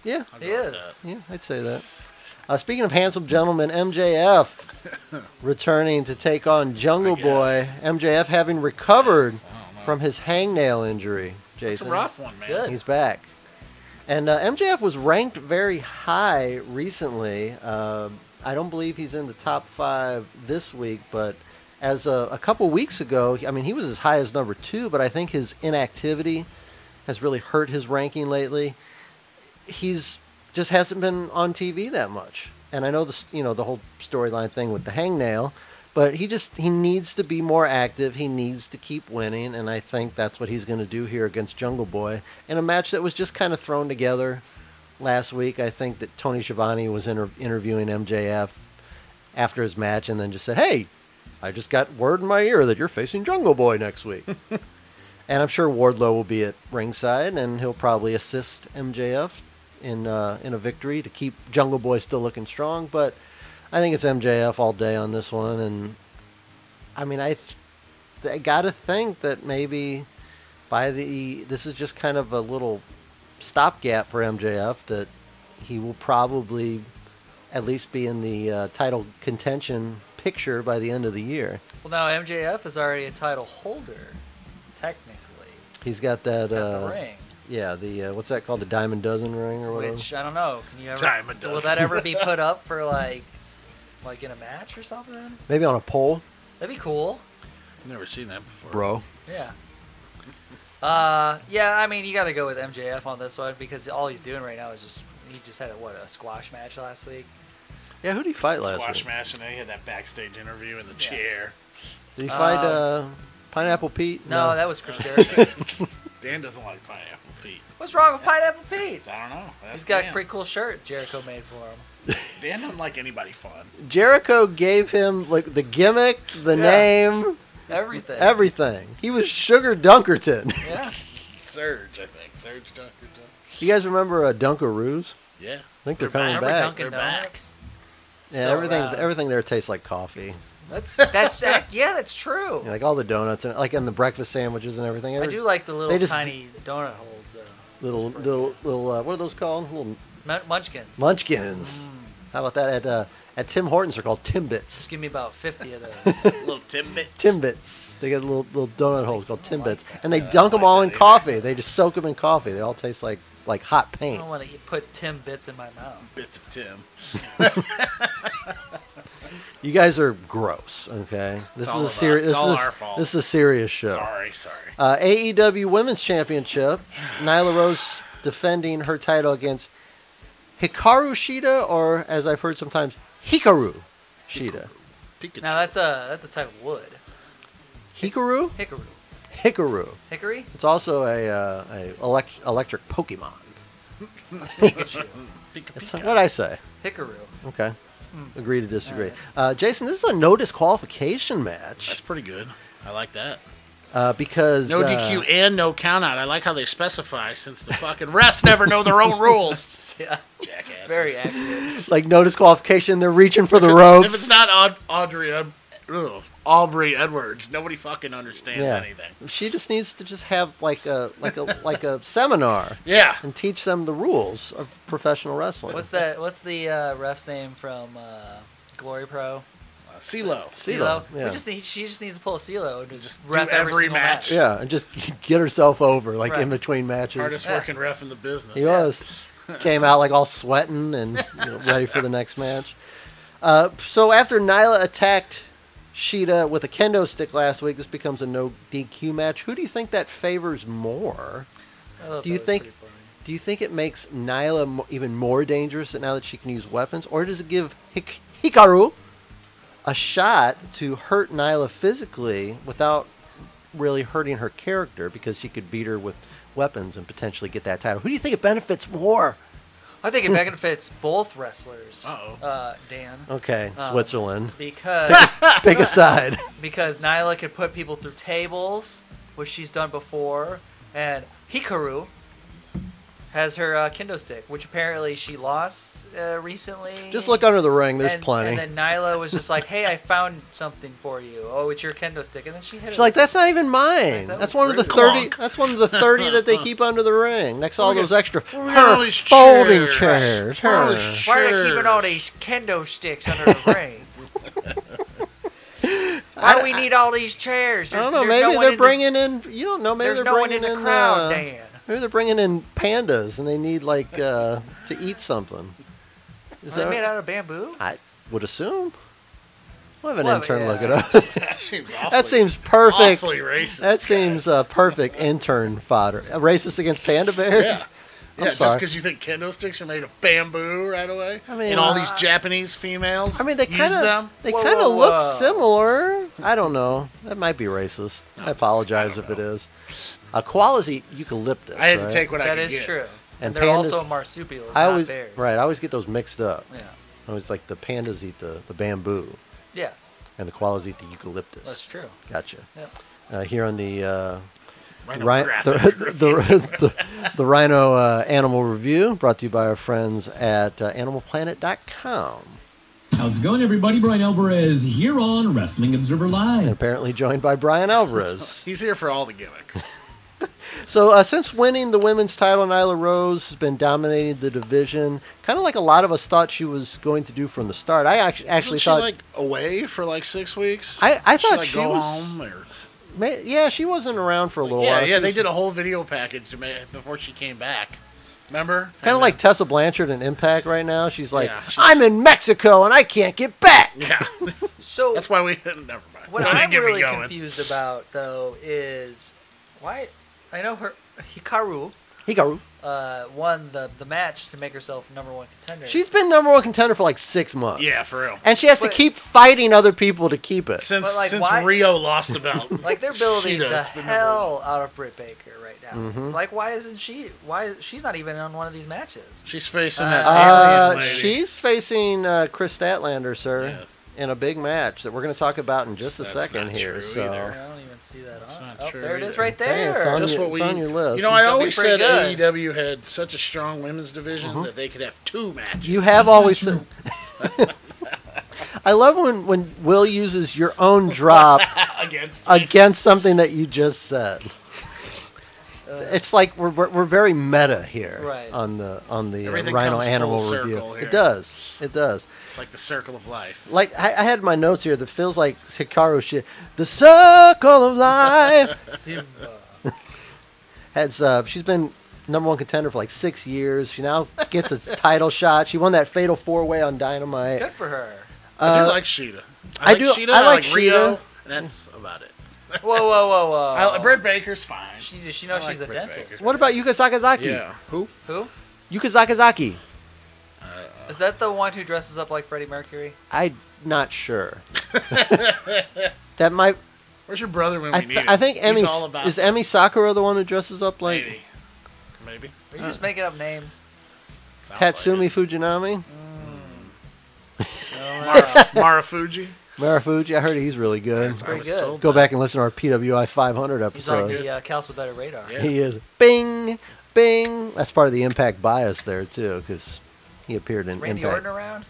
[SPEAKER 4] Yeah,
[SPEAKER 5] I'll
[SPEAKER 6] He
[SPEAKER 5] go with
[SPEAKER 6] is.
[SPEAKER 5] that.
[SPEAKER 4] yeah, I'd say that. Uh, speaking of handsome gentlemen, MJF returning to take on Jungle
[SPEAKER 5] I
[SPEAKER 4] Boy.
[SPEAKER 5] guess.
[SPEAKER 4] MJF having recovered
[SPEAKER 5] I don't know.
[SPEAKER 4] from his hangnail injury.
[SPEAKER 5] It's
[SPEAKER 4] Jason,
[SPEAKER 5] a rough one, man.
[SPEAKER 6] Good.
[SPEAKER 4] He's back. And uh, MJF was ranked very high recently. Uh, I don't believe he's in the top five this week, but as a, a couple weeks ago, I mean, he was as high as number two, but I think his inactivity has really hurt his ranking lately. He's just hasn't been on TV that much. And I know the s- you know the whole storyline thing with the hangnail, but he just he needs to be more active. He needs to keep winning, and I think that's what he's going to do here against Jungle Boy in a match that was just kind of thrown together last week. I think that Tony Schiavone was inter- interviewing MJF after his match, and then just said, "Hey, I just got word in my ear that you're facing Jungle Boy next week." And I'm sure Wardlow will be at ringside, and he'll probably assist MJF in uh, in a victory to keep Jungle Boy still looking strong. But I think it's MJF all day on this one, and I mean, I th- I gotta think that maybe by the this is just kind of a little stopgap for MJF that he will probably at least be in the uh, title contention picture by the end of the year.
[SPEAKER 6] Well, now MJF is already a title holder, technically.
[SPEAKER 4] He's got that.
[SPEAKER 6] He's got
[SPEAKER 4] uh,
[SPEAKER 6] the ring,
[SPEAKER 4] Yeah, the uh, what's that called? The diamond dozen ring or whatever.
[SPEAKER 6] which I don't know. Can you ever?
[SPEAKER 5] Diamond
[SPEAKER 6] will
[SPEAKER 5] does.
[SPEAKER 6] that ever be put up for like, like in a match or something?
[SPEAKER 4] Maybe on a pole,
[SPEAKER 6] That'd be cool.
[SPEAKER 5] I've never seen that before.
[SPEAKER 4] bro.
[SPEAKER 6] Yeah. Uh, yeah. I mean, you got to go with MJF on this one because all he's doing right now is just he just had a, what a squash match last week.
[SPEAKER 4] Yeah, who did he fight last
[SPEAKER 5] Squash
[SPEAKER 4] week?
[SPEAKER 5] match, and they had that backstage interview in the
[SPEAKER 6] Yeah.
[SPEAKER 5] chair.
[SPEAKER 4] Did he fight
[SPEAKER 6] Uh,
[SPEAKER 4] uh, Pineapple Pete?
[SPEAKER 6] No, that was Chris Jericho.
[SPEAKER 5] Dan doesn't like pineapple Pete.
[SPEAKER 6] What's wrong with Pineapple Pete?
[SPEAKER 5] I don't know. That's
[SPEAKER 6] He's got a
[SPEAKER 5] Dan.
[SPEAKER 6] pretty cool shirt Jericho made for him.
[SPEAKER 5] Dan doesn't like anybody fun.
[SPEAKER 4] Jericho gave him like the gimmick, the
[SPEAKER 6] Yeah.
[SPEAKER 4] name,
[SPEAKER 6] Everything.
[SPEAKER 4] everything. He was Sugar Dunkerton.
[SPEAKER 6] yeah.
[SPEAKER 5] Surge, I think. Surge Dunkerton.
[SPEAKER 4] you guys remember uh, Dunkaroos?
[SPEAKER 5] Yeah.
[SPEAKER 4] I think they're,
[SPEAKER 5] They're
[SPEAKER 4] coming
[SPEAKER 5] back.
[SPEAKER 6] Remember
[SPEAKER 4] back.
[SPEAKER 6] Dunkin'
[SPEAKER 5] They're back.
[SPEAKER 6] Donuts? Still
[SPEAKER 4] yeah, everything
[SPEAKER 6] around.
[SPEAKER 4] everything there tastes like coffee.
[SPEAKER 6] That's that's that, yeah, that's true.
[SPEAKER 4] You know, like all the donuts and like and the breakfast sandwiches and everything.
[SPEAKER 6] I
[SPEAKER 4] Every-
[SPEAKER 6] do like the little
[SPEAKER 4] just-
[SPEAKER 6] tiny donut holes though.
[SPEAKER 4] little little little uh, what are those called? Little
[SPEAKER 6] Mun- munchkins.
[SPEAKER 4] munchkins.
[SPEAKER 6] Mm.
[SPEAKER 4] How about that at uh, at Tim Hortons? They're called Timbits.
[SPEAKER 6] Just give me about fifty of those.
[SPEAKER 5] Little Timbit.
[SPEAKER 4] Timbits. They get little little donut holes called
[SPEAKER 6] I don't like
[SPEAKER 4] Timbits, and they dunk them all in
[SPEAKER 5] that either.
[SPEAKER 4] coffee. They just soak them in coffee. They all taste like like hot
[SPEAKER 6] I
[SPEAKER 4] paint.
[SPEAKER 6] don't want to put Tim bits in my mouth.
[SPEAKER 5] Bits of Tim.
[SPEAKER 4] You guys are gross. Okay, this is a
[SPEAKER 5] all of us.
[SPEAKER 4] serious.
[SPEAKER 5] It's
[SPEAKER 4] This
[SPEAKER 5] all
[SPEAKER 4] is
[SPEAKER 5] our fault.
[SPEAKER 4] this is a serious show.
[SPEAKER 5] Sorry, sorry.
[SPEAKER 4] Uh, AEW Women's Championship. Nyla Rose defending her title against Hikaru Shida, or as I've heard sometimes, Hikaru Shida.
[SPEAKER 5] Pikachu.
[SPEAKER 6] Now that's a that's a type of wood.
[SPEAKER 4] Hikaru,
[SPEAKER 6] Hickory.
[SPEAKER 4] Hikaru.
[SPEAKER 6] Hickory?
[SPEAKER 4] It's also a, uh, a elect- electric Pokemon.
[SPEAKER 6] Pikachu.
[SPEAKER 5] Pika
[SPEAKER 4] That's
[SPEAKER 5] Pika.
[SPEAKER 4] what I say.
[SPEAKER 6] Hickory.
[SPEAKER 4] Okay.
[SPEAKER 5] Hmm.
[SPEAKER 4] Agree to disagree. Uh, Jason, this is a no disqualification
[SPEAKER 5] That's
[SPEAKER 4] match
[SPEAKER 5] pretty good. I like that.
[SPEAKER 4] uh, because
[SPEAKER 5] No
[SPEAKER 4] uh,
[SPEAKER 5] DQ and no countout. I like how they specify since the fucking refs never know their own rules.
[SPEAKER 6] Yeah.
[SPEAKER 5] Jackasses.
[SPEAKER 6] Very accurate.
[SPEAKER 4] like no disqualification. They're reaching for the
[SPEAKER 5] If it's
[SPEAKER 4] ropes.
[SPEAKER 5] not Aud- Audrey, Ed- ugh, Aubrey Edwards, nobody fucking understands
[SPEAKER 4] Yeah.
[SPEAKER 5] anything.
[SPEAKER 4] She just needs to just have like a like a like a seminar
[SPEAKER 5] Yeah.
[SPEAKER 4] and teach them the rules of professional wrestling.
[SPEAKER 6] What's that what's the uh, ref's name from uh, Glory Pro? E
[SPEAKER 5] CeeLo.
[SPEAKER 4] CeeLo, yeah.
[SPEAKER 6] We just need, she just needs to pull a CeeLo and just,
[SPEAKER 5] Just do
[SPEAKER 6] ref
[SPEAKER 5] every
[SPEAKER 6] single
[SPEAKER 5] match.
[SPEAKER 4] Yeah, and just get herself over like
[SPEAKER 6] Right.
[SPEAKER 4] in between matches.
[SPEAKER 5] Hardest
[SPEAKER 6] Yeah.
[SPEAKER 5] working ref in the business.
[SPEAKER 4] He was. Came out like all sweating and you know, ready for the next match. Uh, so after Nyla attacked Sheeta with a kendo stick last week, this becomes a no DQ match. Who do you think that favors more?
[SPEAKER 6] I thought
[SPEAKER 4] Do you
[SPEAKER 6] that was
[SPEAKER 4] think-
[SPEAKER 6] pretty funny.
[SPEAKER 4] Do you think it makes Nyla mo- even more dangerous that now that she can use weapons, or does it give Hik- Hikaru a shot to hurt Nyla physically without really hurting her character because she could beat her with weapons and potentially get that title? Who do you think it benefits more?
[SPEAKER 6] I think it benefits both wrestlers,
[SPEAKER 5] Uh-oh.
[SPEAKER 6] uh, Dan,
[SPEAKER 4] Okay,
[SPEAKER 6] Um,
[SPEAKER 4] Switzerland.
[SPEAKER 6] because
[SPEAKER 4] Uh, Pick a side.
[SPEAKER 6] because Nyla could put people through tables, which she's done before, and Hikaru has her uh, kendo stick, which apparently she lost uh, recently.
[SPEAKER 4] Just look under the ring. There's
[SPEAKER 6] and,
[SPEAKER 4] plenty.
[SPEAKER 6] And then Nyla was just like, "Hey, I found something for you. Oh, it's your kendo stick." And then she hit
[SPEAKER 4] She's
[SPEAKER 6] her.
[SPEAKER 4] like, that's not even mine.
[SPEAKER 6] Like, that
[SPEAKER 4] that's
[SPEAKER 6] was
[SPEAKER 4] one of the
[SPEAKER 6] rude.
[SPEAKER 4] thirty. That's one of the thirty that they keep under the ring. Next to all
[SPEAKER 5] Look at-
[SPEAKER 4] those extra
[SPEAKER 5] look at all
[SPEAKER 4] her
[SPEAKER 5] these
[SPEAKER 4] folding
[SPEAKER 5] chairs.
[SPEAKER 4] chairs.
[SPEAKER 5] All
[SPEAKER 4] her.
[SPEAKER 5] these
[SPEAKER 6] Why are you
[SPEAKER 5] Sure.
[SPEAKER 6] keeping all these kendo sticks under the ring? Why do we need all these chairs?
[SPEAKER 4] I
[SPEAKER 6] There's-
[SPEAKER 4] don't know.
[SPEAKER 6] there's
[SPEAKER 4] Maybe
[SPEAKER 6] no
[SPEAKER 4] they're
[SPEAKER 6] one in the-
[SPEAKER 4] bringing in. You don't know. Maybe
[SPEAKER 6] there's
[SPEAKER 4] they're
[SPEAKER 6] no one
[SPEAKER 4] bringing
[SPEAKER 6] in the crowd,
[SPEAKER 4] uh,
[SPEAKER 6] Dan.
[SPEAKER 4] maybe they're bringing in pandas and they need like uh, to eat something. Is
[SPEAKER 6] Are they
[SPEAKER 4] that?
[SPEAKER 6] made out of bamboo?
[SPEAKER 4] I would assume. We'll have an
[SPEAKER 6] Well,
[SPEAKER 4] intern
[SPEAKER 6] yeah.
[SPEAKER 4] look it up.
[SPEAKER 5] That seems awfully,
[SPEAKER 4] that seems perfect.
[SPEAKER 5] awfully racist.
[SPEAKER 4] That seems uh, perfect intern fodder. Uh, Racist against panda bears.
[SPEAKER 5] Yeah.
[SPEAKER 4] I'm
[SPEAKER 5] yeah, just
[SPEAKER 4] sorry.
[SPEAKER 5] because you think kendo sticks are made of bamboo right away,
[SPEAKER 4] I mean,
[SPEAKER 5] and all
[SPEAKER 4] uh,
[SPEAKER 5] these Japanese females,
[SPEAKER 4] I mean, they
[SPEAKER 5] use
[SPEAKER 4] kind of
[SPEAKER 5] them.
[SPEAKER 4] they
[SPEAKER 6] Whoa,
[SPEAKER 4] kind of
[SPEAKER 6] whoa,
[SPEAKER 4] look
[SPEAKER 6] whoa.
[SPEAKER 4] similar. I don't know. That might be racist. I apologize if it is. A koala's eat eucalyptus.
[SPEAKER 5] I had
[SPEAKER 4] right?
[SPEAKER 5] to take what I
[SPEAKER 6] That
[SPEAKER 5] could
[SPEAKER 6] is
[SPEAKER 5] get.
[SPEAKER 6] true.
[SPEAKER 4] And
[SPEAKER 6] And, they're
[SPEAKER 4] pandas-
[SPEAKER 6] also marsupials,
[SPEAKER 4] I
[SPEAKER 6] not
[SPEAKER 4] always
[SPEAKER 6] bears.
[SPEAKER 4] right. I always get those mixed up.
[SPEAKER 6] Yeah.
[SPEAKER 4] I was like the pandas eat the, the bamboo,
[SPEAKER 6] Yeah.
[SPEAKER 4] and the koalas eat the eucalyptus.
[SPEAKER 6] That's true.
[SPEAKER 4] Gotcha.
[SPEAKER 6] Yep.
[SPEAKER 4] Uh, here on the uh,
[SPEAKER 5] Rhino
[SPEAKER 4] Rhi- the,
[SPEAKER 5] graphic.
[SPEAKER 4] the, the, the Rhino uh, Animal Review, brought to you by our friends at uh, AnimalPlanet.com,
[SPEAKER 7] How's it going, everybody? Brian Alvarez here on Wrestling Observer
[SPEAKER 4] and
[SPEAKER 7] Live.
[SPEAKER 4] apparently joined by Brian Alvarez.
[SPEAKER 5] He's here for all the gimmicks.
[SPEAKER 4] So uh, since winning the women's title, Nyla Rose has been dominating the division, kind of like a lot of us thought she was going to do from the start. I actually, actually
[SPEAKER 5] Wasn't she
[SPEAKER 4] thought,
[SPEAKER 5] like away for like six weeks?
[SPEAKER 4] I, I
[SPEAKER 5] Did she,
[SPEAKER 4] thought
[SPEAKER 5] like,
[SPEAKER 4] she
[SPEAKER 5] go
[SPEAKER 4] was,
[SPEAKER 5] home or
[SPEAKER 4] ma- yeah, she wasn't around for a little
[SPEAKER 5] yeah,
[SPEAKER 4] while.
[SPEAKER 5] yeah. They did a whole video package to ma- before she came back. Remember?
[SPEAKER 4] Kind
[SPEAKER 5] And
[SPEAKER 4] of like Tessa Blanchard in Impact right now. She's like,
[SPEAKER 5] Yeah, she's-
[SPEAKER 4] I'm in Mexico and I can't get back.
[SPEAKER 5] then- yeah,
[SPEAKER 6] So
[SPEAKER 5] that's why we never mind.
[SPEAKER 6] What
[SPEAKER 5] Don't
[SPEAKER 6] I'm
[SPEAKER 5] get me
[SPEAKER 6] really
[SPEAKER 5] going.
[SPEAKER 6] confused about, though, is why I know her Hikaru
[SPEAKER 4] Hikaru.
[SPEAKER 6] uh, won the the match to make herself number one contender.
[SPEAKER 4] She's been number one contender for like six months.
[SPEAKER 5] Yeah, for real.
[SPEAKER 4] And she has
[SPEAKER 6] But-
[SPEAKER 4] to keep fighting other people to keep it.
[SPEAKER 5] Since
[SPEAKER 6] But, like,
[SPEAKER 5] since
[SPEAKER 6] why-
[SPEAKER 5] Rio lost the belt,
[SPEAKER 6] like they're
[SPEAKER 5] She
[SPEAKER 6] building
[SPEAKER 5] does,
[SPEAKER 6] the
[SPEAKER 5] but never
[SPEAKER 6] hell out of Britt Baker right now.
[SPEAKER 4] Mm-hmm.
[SPEAKER 6] Like, why isn't she? Why she's not even on one of these matches?
[SPEAKER 5] she's facing that
[SPEAKER 4] Uh,
[SPEAKER 5] alien lady.
[SPEAKER 4] she's facing uh, Chris Statlander, sir, in a big match that we're going to talk about in just a
[SPEAKER 5] That's
[SPEAKER 4] second
[SPEAKER 5] not
[SPEAKER 4] here.
[SPEAKER 5] true
[SPEAKER 4] so,
[SPEAKER 6] I
[SPEAKER 5] either.
[SPEAKER 6] don't even see that on.
[SPEAKER 5] not
[SPEAKER 6] Oh,
[SPEAKER 5] true
[SPEAKER 6] there it is
[SPEAKER 5] either.
[SPEAKER 6] right
[SPEAKER 4] Hey, it's
[SPEAKER 6] there.
[SPEAKER 4] on
[SPEAKER 5] Just
[SPEAKER 4] your-
[SPEAKER 5] what we.
[SPEAKER 4] it's on your list.
[SPEAKER 5] You know,
[SPEAKER 4] It's
[SPEAKER 5] I
[SPEAKER 6] gonna be
[SPEAKER 5] always
[SPEAKER 6] pretty
[SPEAKER 5] said
[SPEAKER 6] good.
[SPEAKER 5] AEW had such a strong women's division that they could have two matches.
[SPEAKER 4] you have always said. I love when, when Will uses your own drop
[SPEAKER 5] against
[SPEAKER 4] Uh, against something that you just said.
[SPEAKER 5] Uh,
[SPEAKER 4] It's like we're, we're, we're very meta here
[SPEAKER 6] Right.
[SPEAKER 4] on the on the uh,
[SPEAKER 5] Everything
[SPEAKER 4] Rhino
[SPEAKER 5] comes full
[SPEAKER 4] Animal
[SPEAKER 5] circle
[SPEAKER 4] Review.
[SPEAKER 5] here.
[SPEAKER 4] It does. It does.
[SPEAKER 5] it's like the circle of life.
[SPEAKER 4] like I, I had my notes here that feels like Hikaru shit. The circle of life
[SPEAKER 6] Simba.
[SPEAKER 4] has uh, she's been number one contender for like six years. She now gets a title shot. She won that fatal four way on Dynamite.
[SPEAKER 6] Good for her.
[SPEAKER 5] I
[SPEAKER 4] Uh,
[SPEAKER 5] do like Sheeta.
[SPEAKER 4] I
[SPEAKER 5] I,
[SPEAKER 4] do-
[SPEAKER 5] like Sheeta.
[SPEAKER 4] I
[SPEAKER 5] I
[SPEAKER 4] like
[SPEAKER 5] like, Rio.
[SPEAKER 4] Shida.
[SPEAKER 5] And that's about it.
[SPEAKER 6] Whoa, whoa, whoa, whoa!
[SPEAKER 5] I, Britt Baker's fine.
[SPEAKER 6] She, does she know
[SPEAKER 5] I like
[SPEAKER 6] she's a
[SPEAKER 5] Britt
[SPEAKER 6] dentist?
[SPEAKER 5] Baker.
[SPEAKER 4] What about Yuka Sakazaki?
[SPEAKER 5] yeah. Who?
[SPEAKER 6] Who
[SPEAKER 4] Yuka Sakazaki.
[SPEAKER 6] is that? The one who dresses up like Freddie Mercury?
[SPEAKER 4] I'm not sure. that might.
[SPEAKER 5] Where's your brother when we
[SPEAKER 4] I,
[SPEAKER 5] need
[SPEAKER 4] th-
[SPEAKER 5] him?
[SPEAKER 4] I think
[SPEAKER 5] He's
[SPEAKER 4] Emmy
[SPEAKER 5] all about
[SPEAKER 4] is Emmy Sakura the one who dresses up like
[SPEAKER 5] maybe, maybe
[SPEAKER 6] Are you just making up names?
[SPEAKER 5] Sounds
[SPEAKER 4] Tatsumi
[SPEAKER 5] like
[SPEAKER 4] Fujinami?
[SPEAKER 5] it. Mara, Mara Fuji.
[SPEAKER 4] Marafuji. I heard he's really good.
[SPEAKER 5] I
[SPEAKER 6] pretty
[SPEAKER 5] was
[SPEAKER 6] good.
[SPEAKER 5] told
[SPEAKER 4] Go
[SPEAKER 5] that.
[SPEAKER 4] back and listen to our PWI 500 episode.
[SPEAKER 6] He's on the uh, Calcebetta radar.
[SPEAKER 5] Yeah.
[SPEAKER 4] He is bing, bing. That's part of the impact bias there too, because he appeared in
[SPEAKER 6] Randy
[SPEAKER 4] impact.
[SPEAKER 6] Orton around?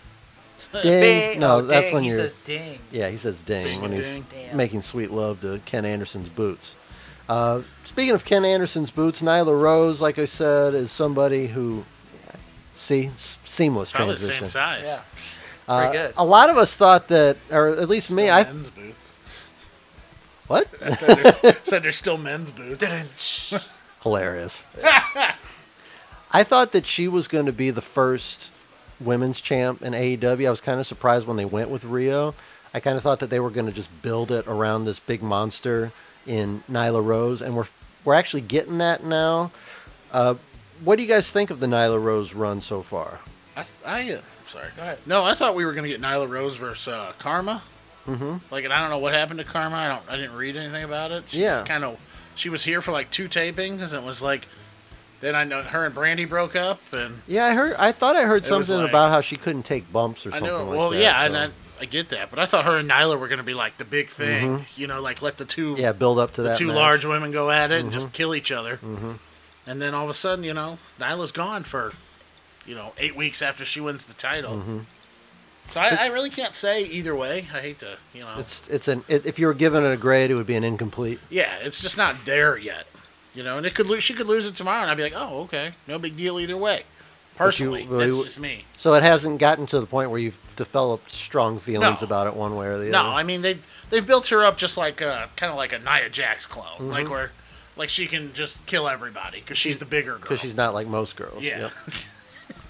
[SPEAKER 4] Ding.
[SPEAKER 6] Ding.
[SPEAKER 4] No,
[SPEAKER 6] Oh,
[SPEAKER 4] that's
[SPEAKER 6] ding.
[SPEAKER 4] when
[SPEAKER 6] he
[SPEAKER 4] you're.
[SPEAKER 6] says ding.
[SPEAKER 4] yeah, he says ding,
[SPEAKER 5] Bing
[SPEAKER 4] when
[SPEAKER 5] and
[SPEAKER 4] he's
[SPEAKER 5] ding.
[SPEAKER 6] Damn.
[SPEAKER 4] making sweet love to Ken Anderson's boots. Uh, speaking of Ken Anderson's boots, Nyla Rose, like I said, is somebody who. See, S- seamless
[SPEAKER 5] Probably the
[SPEAKER 4] transition.
[SPEAKER 5] same size.
[SPEAKER 6] Yeah.
[SPEAKER 4] Uh,
[SPEAKER 6] Pretty good.
[SPEAKER 4] A lot of us thought that, or at least me,
[SPEAKER 5] Still
[SPEAKER 4] I
[SPEAKER 5] men's boots.
[SPEAKER 4] what?
[SPEAKER 5] I said there's, said there's still men's boots.
[SPEAKER 4] Hilarious. I thought that she was going to be the first women's champ in AEW. I was kind of surprised when they went with Rio. I kind of thought that they were going to just build it around this big monster in Nyla Rose, and we're we're actually getting that now. Uh, what do you guys think of the Nyla Rose run so far?
[SPEAKER 5] I, I uh, sorry. Go
[SPEAKER 6] ahead.
[SPEAKER 5] No, I thought we were gonna get Nyla Rose versus uh, Karma. Mm-hmm. Like, and I don't know what happened to Karma. I don't. I didn't read anything about it. She
[SPEAKER 4] Yeah.
[SPEAKER 5] Kind of. She was here for like two tapings, and it was like. Then I know her and Brandy broke up, and
[SPEAKER 4] Yeah, I heard. I thought I heard
[SPEAKER 5] It was
[SPEAKER 4] something
[SPEAKER 5] like-
[SPEAKER 4] about how she couldn't take bumps or
[SPEAKER 5] I
[SPEAKER 4] something
[SPEAKER 5] know.
[SPEAKER 4] like
[SPEAKER 5] well,
[SPEAKER 4] that.
[SPEAKER 5] yeah, and
[SPEAKER 4] so- Mm-hmm.
[SPEAKER 5] I, I get that, but I thought her and Nyla were gonna be like the big thing. You know, like let the two
[SPEAKER 4] yeah, build up to
[SPEAKER 5] the
[SPEAKER 4] that.
[SPEAKER 5] two
[SPEAKER 4] match. Mm-hmm.
[SPEAKER 5] large women go at it and just kill each other. And then all of a sudden, you know, Nyla's gone for, you know, eight weeks after she wins the title.
[SPEAKER 4] Mm-hmm.
[SPEAKER 5] So I, I really can't say either way. I hate to, you know.
[SPEAKER 4] It's it's an it, if you were given it a grade, it would be an incomplete.
[SPEAKER 5] yeah, it's just not there yet. You know, and it could lose. She could lose it tomorrow, and I'd be like, oh, okay, no big deal either way. Personally,
[SPEAKER 4] well,
[SPEAKER 5] that's
[SPEAKER 4] you-
[SPEAKER 5] just me.
[SPEAKER 4] So it hasn't gotten to the point where you've developed strong feelings
[SPEAKER 5] No.
[SPEAKER 4] about it one way or the
[SPEAKER 5] No,
[SPEAKER 4] other.
[SPEAKER 5] I mean they they built her up just like uh kind of like a Nia Jax clone,
[SPEAKER 4] Mm-hmm.
[SPEAKER 5] like where like she can just kill everybody because she's the bigger girl.
[SPEAKER 4] Because she's not like most girls.
[SPEAKER 5] yeah. Uh.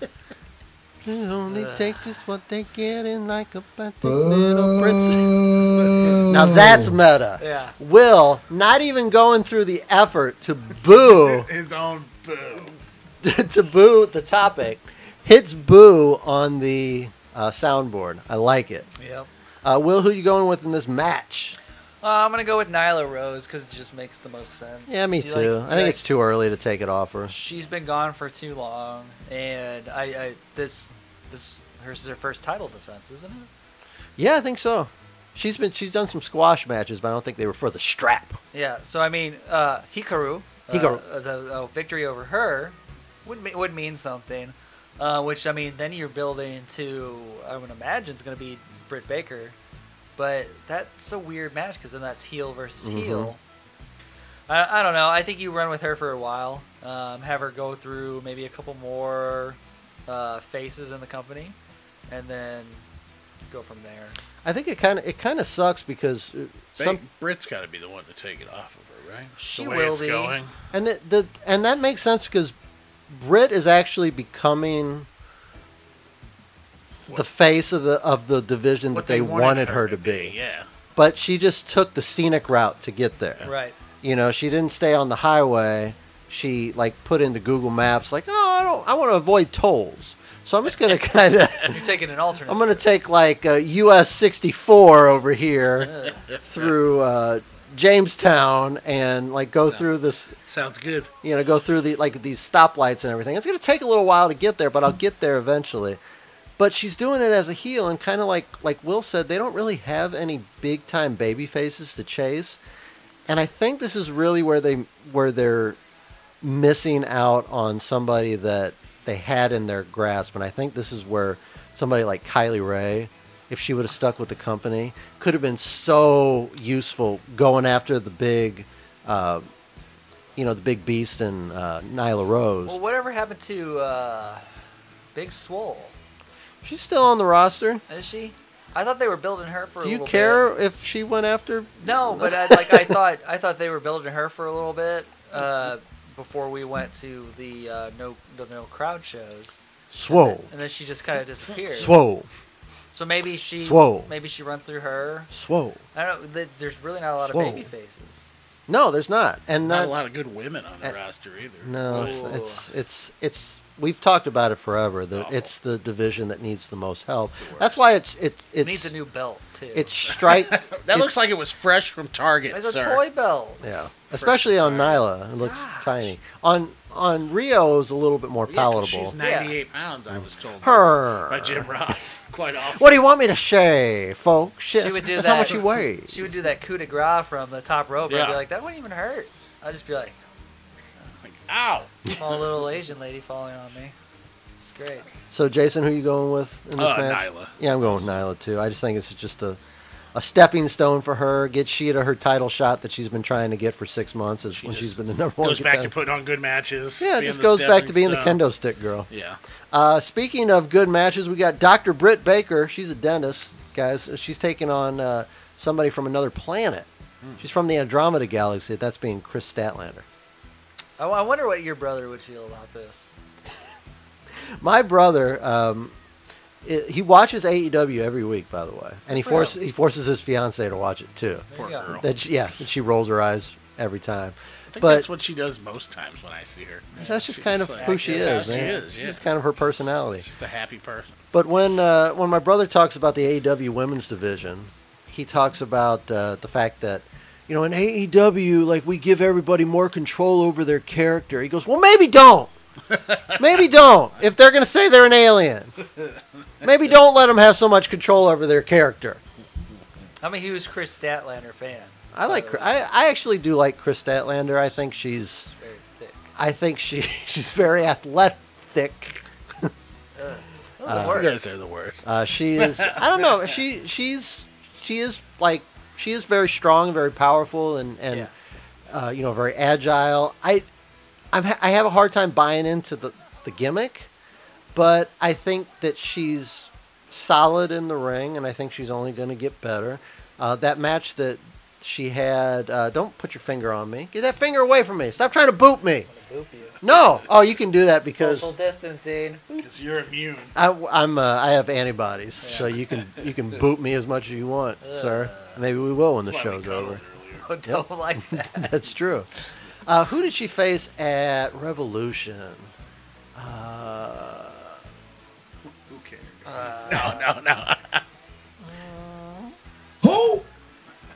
[SPEAKER 4] Yep. It only takes just what they get in like a pathetic little princess. Now that's meta.
[SPEAKER 6] Yeah.
[SPEAKER 4] Will not even going through the effort to boo
[SPEAKER 5] His own boo.
[SPEAKER 4] to boo the topic hits boo on the uh, soundboard. I like it.
[SPEAKER 6] Yep.
[SPEAKER 4] Uh, Will, who you going with in this match?
[SPEAKER 6] Uh, I'm gonna go with Nyla Rose because it just makes the most sense.
[SPEAKER 4] Yeah, me
[SPEAKER 6] You
[SPEAKER 4] too.
[SPEAKER 6] like- you
[SPEAKER 4] I think
[SPEAKER 6] like-
[SPEAKER 4] it's too early to take it off her.
[SPEAKER 6] she's been gone for too long, and I, I this this hers is her first title defense, isn't it?
[SPEAKER 4] Yeah, I think so. She's been she's done some squash matches, but I don't think they were for the strap.
[SPEAKER 6] Yeah. So I mean, uh, Hikaru, uh,
[SPEAKER 4] Hikaru.
[SPEAKER 6] uh, the uh, victory over her would me- would mean something. Uh, which I mean, then you're building to I would imagine it's gonna be Britt Baker, but that's a weird match because then that's heel versus
[SPEAKER 4] Mm-hmm.
[SPEAKER 6] heel. I, I don't know. I think you run with her for a while. Um, have her go through maybe a couple more uh, faces in the company, and then go from there.
[SPEAKER 4] I think it kind of it kind of sucks because uh, some
[SPEAKER 5] Brit's got to be the one to take it off of her, right?
[SPEAKER 6] She
[SPEAKER 5] the way
[SPEAKER 6] will
[SPEAKER 5] it's
[SPEAKER 6] be.
[SPEAKER 5] going.
[SPEAKER 4] and the, the and that makes sense because Britt is actually becoming the face of the of the division
[SPEAKER 5] What
[SPEAKER 4] that they, wanted, her to be.
[SPEAKER 5] Yeah.
[SPEAKER 4] But she just took the scenic route to get there.
[SPEAKER 6] Right.
[SPEAKER 4] You know, she didn't stay on the highway. She like put into Google Maps like, "Oh, I don't I want to avoid tolls." So I'm just going to kind of
[SPEAKER 6] You're taking an alternate.
[SPEAKER 4] I'm gonna take like uh, US 64 over here through uh, Jamestown and like go through this,
[SPEAKER 5] Sounds good.
[SPEAKER 4] you know, go through the like these stoplights and everything. It's gonna take a little while to get there, but I'll get there eventually. But she's doing it as a heel and kind of like like Will said, they don't really have any big time baby faces to chase, and I think this is really where they where they're missing out on somebody that they had in their grasp. And I think this is where somebody like Kylie Ray, if she would have stuck with the company, could have been so useful going after the big, uh, you know, the big beast and uh, Nyla Rose.
[SPEAKER 6] Well, whatever happened to uh, Big Swole?
[SPEAKER 4] She's still on the roster.
[SPEAKER 6] Is she? I thought they were building her for. a
[SPEAKER 4] Do you
[SPEAKER 6] little
[SPEAKER 4] care if she went after?
[SPEAKER 6] bit. No, but I, like I thought, I thought they were building her for a little bit uh, before we went to the uh, no the no crowd shows,
[SPEAKER 4] Swole,
[SPEAKER 6] and then she just kind of disappeared.
[SPEAKER 4] swole,
[SPEAKER 6] So maybe she
[SPEAKER 4] Swole.
[SPEAKER 6] maybe she runs through her.
[SPEAKER 4] swole.
[SPEAKER 6] I don't. know, th- There's really not a lot
[SPEAKER 4] Swole.
[SPEAKER 6] of baby faces.
[SPEAKER 4] No, there's not, and
[SPEAKER 5] Not,
[SPEAKER 4] that,
[SPEAKER 5] a lot of good women on the
[SPEAKER 4] Uh,
[SPEAKER 5] roster either.
[SPEAKER 4] No, it's,
[SPEAKER 6] Ooh.
[SPEAKER 4] it's it's it's we've talked about it forever. The,
[SPEAKER 5] Awful.
[SPEAKER 4] It's the division that needs the most help. That's why it's it
[SPEAKER 6] It
[SPEAKER 4] it's
[SPEAKER 6] needs a new belt too.
[SPEAKER 4] it's strike.
[SPEAKER 5] that looks like it was fresh from Target,
[SPEAKER 6] it's a
[SPEAKER 5] sir.
[SPEAKER 6] toy belt.
[SPEAKER 4] Yeah, especially on Nyla, it looks tiny. On on Rio is a little bit more
[SPEAKER 5] Yeah, 'cause
[SPEAKER 4] palatable.
[SPEAKER 5] She's 98 pounds, I was told.
[SPEAKER 4] Her.
[SPEAKER 5] By Jim Ross. Quite often.
[SPEAKER 4] What do you want me to say, folks? Shit,
[SPEAKER 6] She would do
[SPEAKER 4] that's
[SPEAKER 6] that.
[SPEAKER 4] how much she weighs.
[SPEAKER 6] She would do that coup de grace from the top rope. I'd
[SPEAKER 5] Yeah.
[SPEAKER 6] be like, that wouldn't even hurt. I'd just be like,
[SPEAKER 5] Like, ow.
[SPEAKER 6] small Oh, little Asian lady falling on me. It's great.
[SPEAKER 4] So, Jason, who you going with in this
[SPEAKER 5] Uh,
[SPEAKER 4] match?
[SPEAKER 5] Nyla.
[SPEAKER 4] Yeah, I'm going with Nyla too. I just think it's just a a stepping stone for her. Get Sheeta her title shot that she's been trying to get for six months is when
[SPEAKER 5] just
[SPEAKER 4] she's been the number one.
[SPEAKER 5] Goes back to
[SPEAKER 4] contender.
[SPEAKER 5] putting on good matches.
[SPEAKER 4] yeah, it
[SPEAKER 5] being
[SPEAKER 4] just
[SPEAKER 5] the
[SPEAKER 4] goes back to
[SPEAKER 5] stepping
[SPEAKER 4] being
[SPEAKER 5] stone.
[SPEAKER 4] the kendo stick girl.
[SPEAKER 5] Yeah.
[SPEAKER 4] Uh, speaking of good matches, we got Dr. Britt Baker. She's a dentist, guys. She's taking on uh, somebody from another planet.
[SPEAKER 5] Hmm.
[SPEAKER 4] She's from the Andromeda Galaxy. That's being Chris Statlander.
[SPEAKER 6] I, I wonder what your brother would feel about this.
[SPEAKER 4] My brother, um, i he watches AEW every week, by the way, and he
[SPEAKER 6] for
[SPEAKER 4] forces
[SPEAKER 6] him.
[SPEAKER 4] he forces his fiancee to watch it too.
[SPEAKER 6] There
[SPEAKER 5] Poor
[SPEAKER 6] you go.
[SPEAKER 5] girl.
[SPEAKER 4] That she, yeah, and she rolls her eyes every time.
[SPEAKER 5] I think
[SPEAKER 4] but-
[SPEAKER 5] that's what she does most times when I see her.
[SPEAKER 4] That's just
[SPEAKER 5] She's
[SPEAKER 4] kind of
[SPEAKER 5] like-
[SPEAKER 4] who she
[SPEAKER 5] that's
[SPEAKER 4] is,
[SPEAKER 5] how
[SPEAKER 4] man.
[SPEAKER 5] She is, yeah.
[SPEAKER 4] It's kind of her personality.
[SPEAKER 5] She's a happy person.
[SPEAKER 4] But when uh, when my brother talks about the AEW women's division, he talks about uh, the fact that you know in AEW like we give everybody more control over their character. He goes, well, maybe don't, maybe don't. If they're gonna say they're an alien, maybe don't let them have so much control over their character.
[SPEAKER 6] I'm a huge Chris Statlander fan.
[SPEAKER 4] I like.
[SPEAKER 6] By the way,
[SPEAKER 4] I, I actually do like Chris Statlander. I think she's.
[SPEAKER 6] she's very thick.
[SPEAKER 4] I think she she's very athletic.
[SPEAKER 6] That was a word.
[SPEAKER 5] You guys are the worst.
[SPEAKER 4] Uh, she is. I don't know. She she's she is like she is very strong, very powerful, and and uh, you know very agile. I I'm ha- I have a hard time buying into the the gimmick, but I think that she's solid in the ring, and I think she's only going to get better. Uh, that match that she had. Uh, don't put your finger on me. Get that finger away from me. Stop trying to boot me.
[SPEAKER 6] Boop you.
[SPEAKER 4] No. Oh, you can do that because
[SPEAKER 6] Social distancing.
[SPEAKER 5] Because you're immune.
[SPEAKER 4] I, am uh, I have antibodies, so you can you can boot me as much as you want, sir. Maybe we will when the
[SPEAKER 5] Uh. That's why we
[SPEAKER 4] show's
[SPEAKER 5] cuddled
[SPEAKER 4] over.
[SPEAKER 5] earlier.
[SPEAKER 6] Oh, don't like that.
[SPEAKER 4] That's true. Uh, who did she face at Revolution? Uh,
[SPEAKER 5] Who cares? no, no, no.
[SPEAKER 7] Who?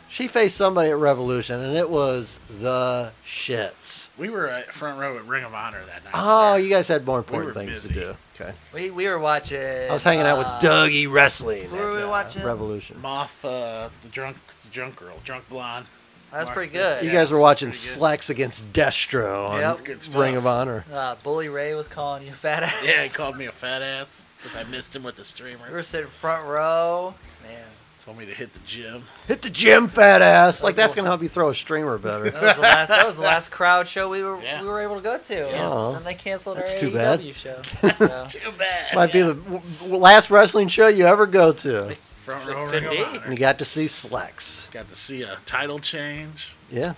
[SPEAKER 4] she faced somebody at Revolution, and it was the shits.
[SPEAKER 5] We were at front row at Ring of Honor that night.
[SPEAKER 4] Oh,
[SPEAKER 5] sir.
[SPEAKER 4] you guys had more
[SPEAKER 5] were
[SPEAKER 4] important things
[SPEAKER 5] busy.
[SPEAKER 4] to do. Okay,
[SPEAKER 6] We, we were watching.
[SPEAKER 4] I was hanging out with
[SPEAKER 6] uh,
[SPEAKER 4] Dougie Wrestling.
[SPEAKER 6] who were
[SPEAKER 4] at,
[SPEAKER 6] we
[SPEAKER 4] uh,
[SPEAKER 6] watching?
[SPEAKER 4] Revolution.
[SPEAKER 5] Moth, uh, the drunk, the drunk girl, drunk blonde.
[SPEAKER 6] That was
[SPEAKER 5] Mark.
[SPEAKER 6] pretty good.
[SPEAKER 4] You
[SPEAKER 5] Yeah,
[SPEAKER 4] guys were
[SPEAKER 5] that's
[SPEAKER 4] watching
[SPEAKER 5] pretty good.
[SPEAKER 4] Slex against Destro on
[SPEAKER 6] Yep.
[SPEAKER 5] Good stuff.
[SPEAKER 4] Ring of Honor.
[SPEAKER 6] Uh, Bully Ray was calling you fat ass.
[SPEAKER 5] Yeah, he called me a fat ass because I missed him with the streamer.
[SPEAKER 6] we were sitting front row. Man,
[SPEAKER 5] Told me to hit the gym.
[SPEAKER 4] Hit the gym, fat ass. Like that's gonna help you throw a streamer better.
[SPEAKER 6] that was the last. that was the last crowd show we were
[SPEAKER 5] Yeah.
[SPEAKER 6] we were able to go to.
[SPEAKER 4] Yeah.
[SPEAKER 6] And they canceled
[SPEAKER 4] That's
[SPEAKER 6] our
[SPEAKER 4] too bad.
[SPEAKER 6] AEW show. So,
[SPEAKER 5] Too bad.
[SPEAKER 4] Might
[SPEAKER 5] yeah.
[SPEAKER 4] be the w- w- last wrestling show you ever go to.
[SPEAKER 5] front row
[SPEAKER 6] Could
[SPEAKER 5] Ring
[SPEAKER 6] be.
[SPEAKER 5] of Honor.
[SPEAKER 4] And you got to see Slex.
[SPEAKER 5] Got to see a title change.
[SPEAKER 4] Yeah.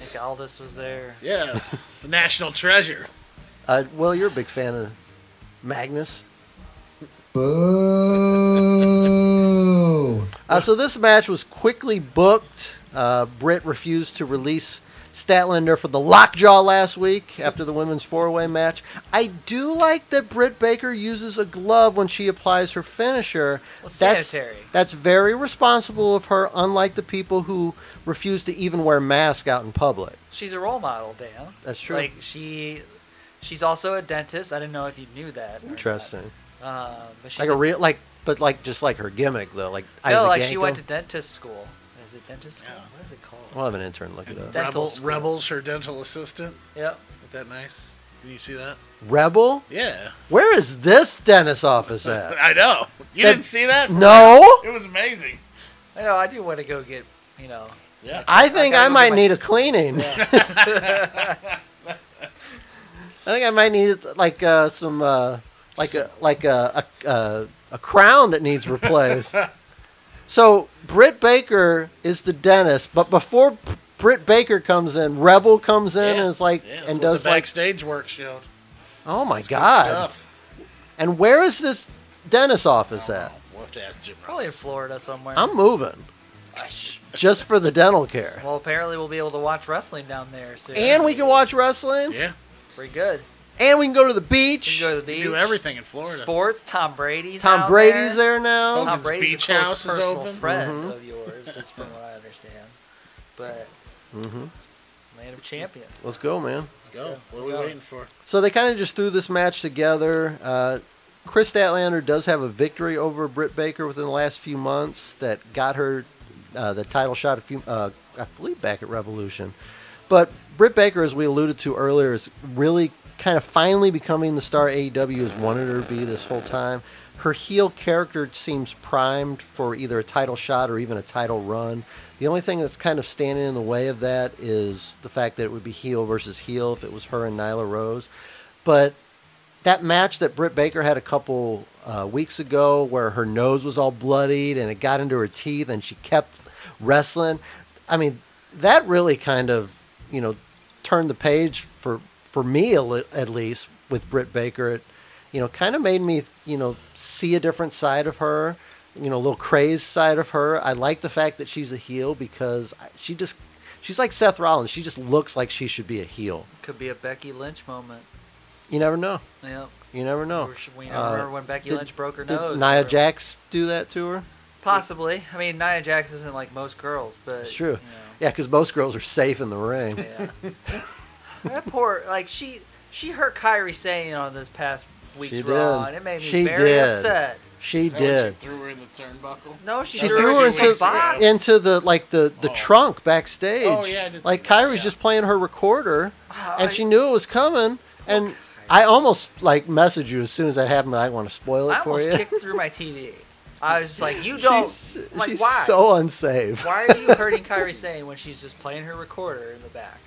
[SPEAKER 6] Nick Aldis was there.
[SPEAKER 5] Yeah, the national treasure.
[SPEAKER 4] Uh, well, you're a big fan of Magnus.
[SPEAKER 7] Boo.
[SPEAKER 4] Uh, so this match was quickly booked. Uh, Britt refused to release Statlander for the lockjaw last week after the women's four-way match. I do like that Britt Baker uses a glove when she applies her finisher.
[SPEAKER 6] Well,
[SPEAKER 4] That's-
[SPEAKER 6] sanitary.
[SPEAKER 4] That's very responsible of her, unlike the people who refuse to even wear masks out in public.
[SPEAKER 6] She's a role model, Dan.
[SPEAKER 4] That's true.
[SPEAKER 6] Like she, she's also a dentist. I didn't know if you knew that. or not.
[SPEAKER 4] Interesting.
[SPEAKER 6] Uh, but she's
[SPEAKER 4] Like a real, like, but like just like her gimmick though, like
[SPEAKER 6] no,
[SPEAKER 4] Isaac
[SPEAKER 6] like she
[SPEAKER 4] Yanko.
[SPEAKER 6] went to dentist school. Is it dentist school? What is it called?
[SPEAKER 4] We'll have an intern look it up.
[SPEAKER 6] Dental
[SPEAKER 5] Rebel,
[SPEAKER 6] school.
[SPEAKER 5] Rebels, her dental assistant.
[SPEAKER 6] Yep.
[SPEAKER 5] Isn't that nice? Can you see that?
[SPEAKER 4] Rebel,
[SPEAKER 5] Yeah,
[SPEAKER 4] where is this dentist office at?
[SPEAKER 5] I know. You
[SPEAKER 4] That-
[SPEAKER 5] didn't see that?
[SPEAKER 4] No,
[SPEAKER 5] It was amazing.
[SPEAKER 6] I know. I do want to go get you know
[SPEAKER 5] Yeah.
[SPEAKER 4] I think
[SPEAKER 6] gotta
[SPEAKER 4] I
[SPEAKER 6] go
[SPEAKER 4] might
[SPEAKER 6] get my-
[SPEAKER 4] need a cleaning. I think I might need like uh, some uh, like a like a a, a a crown that needs replaced. so Britt Baker is the dentist, but before Britt Baker comes in, Rebel comes in
[SPEAKER 5] Yeah.
[SPEAKER 4] and is like
[SPEAKER 5] Yeah, that's
[SPEAKER 4] and
[SPEAKER 5] what the
[SPEAKER 4] does like
[SPEAKER 5] backstage work showed.
[SPEAKER 4] oh my god.
[SPEAKER 5] Stuff.
[SPEAKER 4] And where is this dentist office at?
[SPEAKER 5] We'll have to ask Jim.
[SPEAKER 6] probably in
[SPEAKER 5] Ross.
[SPEAKER 6] Florida somewhere.
[SPEAKER 4] I'm moving just for the dental care.
[SPEAKER 6] well, apparently we'll be able to watch wrestling down there soon.
[SPEAKER 4] And we can watch wrestling.
[SPEAKER 5] Yeah,
[SPEAKER 6] pretty good.
[SPEAKER 4] And we can go to the
[SPEAKER 6] We can
[SPEAKER 4] beach.
[SPEAKER 6] go to the
[SPEAKER 5] they
[SPEAKER 6] beach.
[SPEAKER 5] do everything in Florida.
[SPEAKER 6] Sports. Tom Brady's.
[SPEAKER 4] Tom
[SPEAKER 6] down
[SPEAKER 4] Brady's there
[SPEAKER 6] there.
[SPEAKER 4] Mm-hmm. now.
[SPEAKER 6] Tom
[SPEAKER 5] Hogan's
[SPEAKER 6] Brady's
[SPEAKER 5] Beach
[SPEAKER 6] a close
[SPEAKER 5] House is
[SPEAKER 6] personal
[SPEAKER 5] open.
[SPEAKER 6] friend of yours, is from what I understand. But
[SPEAKER 4] Mm-hmm.
[SPEAKER 6] land of champions.
[SPEAKER 4] Let's go, man.
[SPEAKER 5] Let's go. What are we
[SPEAKER 6] Go.
[SPEAKER 5] waiting for?
[SPEAKER 4] So they kind of just threw this match together. Uh, Chris Statlander does have a victory over Britt Baker within the last few months that got her uh, the title shot a few, uh, I believe, back at Revolution. But Britt Baker, as we alluded to earlier, is really kind of finally becoming the star AEW has wanted her to be this whole time. Her heel character seems primed for either a title shot or even a title run. The only thing that's kind of standing in the way of that is the fact that it would be heel versus heel if it was her and Nyla Rose. But that match that Britt Baker had a couple uh, weeks ago, where her nose was all bloodied and it got into her teeth, and she kept wrestling. I mean, that really kind of you know turned the page for for me a li- at least with Britt Baker. It you know kind of made me you know see a different side of her, you know, a little crazed side of her. I like the fact that she's a heel because I- she just she's like Seth Rollins. She just looks like she should be a heel.
[SPEAKER 6] Could be a Becky Lynch moment.
[SPEAKER 4] You never know.
[SPEAKER 6] Yep.
[SPEAKER 4] You never know.
[SPEAKER 6] We should- we
[SPEAKER 4] Uh,
[SPEAKER 6] remember when Becky
[SPEAKER 4] did-
[SPEAKER 6] Lynch broke her
[SPEAKER 4] Did
[SPEAKER 6] nose.
[SPEAKER 4] Nia
[SPEAKER 6] or-
[SPEAKER 4] Jax do that to her?
[SPEAKER 6] Possibly. I mean, Nia Jax isn't like most girls, but
[SPEAKER 4] It's true.
[SPEAKER 6] you know,
[SPEAKER 4] Yeah, because most girls are safe in the ring.
[SPEAKER 6] yeah. that poor, like she she hurt Kyrie saying on this past week's
[SPEAKER 4] She
[SPEAKER 6] Raw,
[SPEAKER 4] did.
[SPEAKER 6] and it made me
[SPEAKER 4] She
[SPEAKER 6] very
[SPEAKER 4] did.
[SPEAKER 6] upset.
[SPEAKER 4] She
[SPEAKER 5] Is that when
[SPEAKER 4] did.
[SPEAKER 5] She threw her in the turnbuckle.
[SPEAKER 8] No, she,
[SPEAKER 4] She
[SPEAKER 5] threw
[SPEAKER 4] threw
[SPEAKER 5] her
[SPEAKER 4] her
[SPEAKER 5] into
[SPEAKER 4] into
[SPEAKER 5] the box.
[SPEAKER 4] into the like the the
[SPEAKER 5] Oh.
[SPEAKER 4] trunk backstage.
[SPEAKER 5] Oh, yeah, I did see
[SPEAKER 4] like
[SPEAKER 5] that,
[SPEAKER 4] Kyrie was
[SPEAKER 5] yeah.
[SPEAKER 4] just playing her recorder, and
[SPEAKER 8] I-
[SPEAKER 4] she knew it was coming. And I almost like messaged you as soon as that happened. I want to spoil it
[SPEAKER 6] I
[SPEAKER 4] for
[SPEAKER 6] almost
[SPEAKER 4] you.
[SPEAKER 6] kicked through my TV. I was just like, you don't.
[SPEAKER 4] She's,
[SPEAKER 6] I'm like,
[SPEAKER 4] she's
[SPEAKER 6] why?
[SPEAKER 4] so unsafe.
[SPEAKER 6] Why are you hurting Kyrie Sane when she's just playing her recorder in the back?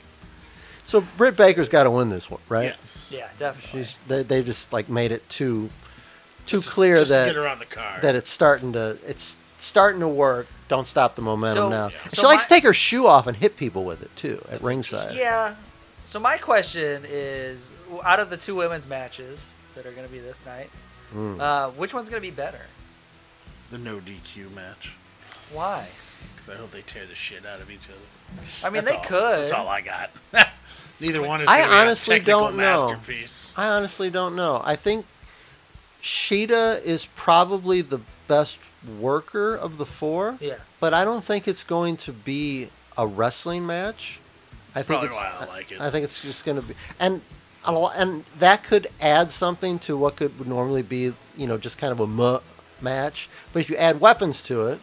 [SPEAKER 4] So Britt Baker's got to win this one, right?
[SPEAKER 5] Yes.
[SPEAKER 6] Yeah, definitely.
[SPEAKER 4] She's they, they just like made it too too
[SPEAKER 5] Just-
[SPEAKER 4] clear
[SPEAKER 5] just to
[SPEAKER 4] that
[SPEAKER 5] get her on the card.
[SPEAKER 4] that it's starting to it's starting to work. Don't stop the momentum
[SPEAKER 6] So-
[SPEAKER 4] now.
[SPEAKER 6] yeah.
[SPEAKER 4] And
[SPEAKER 6] so
[SPEAKER 4] she likes
[SPEAKER 6] my-
[SPEAKER 4] to take her shoe off and hit people with it too at ringside.
[SPEAKER 8] yeah.
[SPEAKER 6] So my question is, w- out of the two women's matches that are going to be this night,
[SPEAKER 4] Mm.
[SPEAKER 6] uh, which one's going to be better?
[SPEAKER 5] the no DQ match.
[SPEAKER 6] Why?
[SPEAKER 5] Because I hope they tear the shit out of each other.
[SPEAKER 6] I mean,
[SPEAKER 5] That's
[SPEAKER 6] they
[SPEAKER 5] all.
[SPEAKER 6] could.
[SPEAKER 5] That's all I got. Neither one is.
[SPEAKER 4] I
[SPEAKER 5] gonna be a
[SPEAKER 4] honestly
[SPEAKER 5] technical
[SPEAKER 4] don't know.
[SPEAKER 5] masterpiece.
[SPEAKER 4] I honestly don't know. I think Sheeta is probably the best worker of the four,
[SPEAKER 6] Yeah.
[SPEAKER 4] but I don't think it's going to be a wrestling match. I think
[SPEAKER 5] Probably
[SPEAKER 4] it's,
[SPEAKER 5] why I like it.
[SPEAKER 4] I think it's just going to be and a lo- and that could add something to what could normally be you know just kind of a muh match. But if you add weapons to it,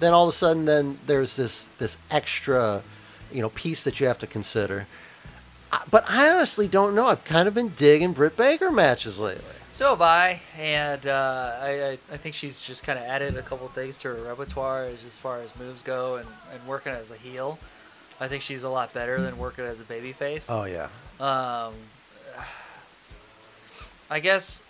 [SPEAKER 4] then all of a sudden then there's this this extra you know piece that you have to consider. I- But I honestly don't know. I've kind of been digging Britt Baker matches lately.
[SPEAKER 6] So have I, and uh, I, I, I think she's just kind of added a couple things to her repertoire as, as far as moves go and, and working as a heel. I think she's a lot better than working as a babyface.
[SPEAKER 4] yeah,
[SPEAKER 6] Um, I guess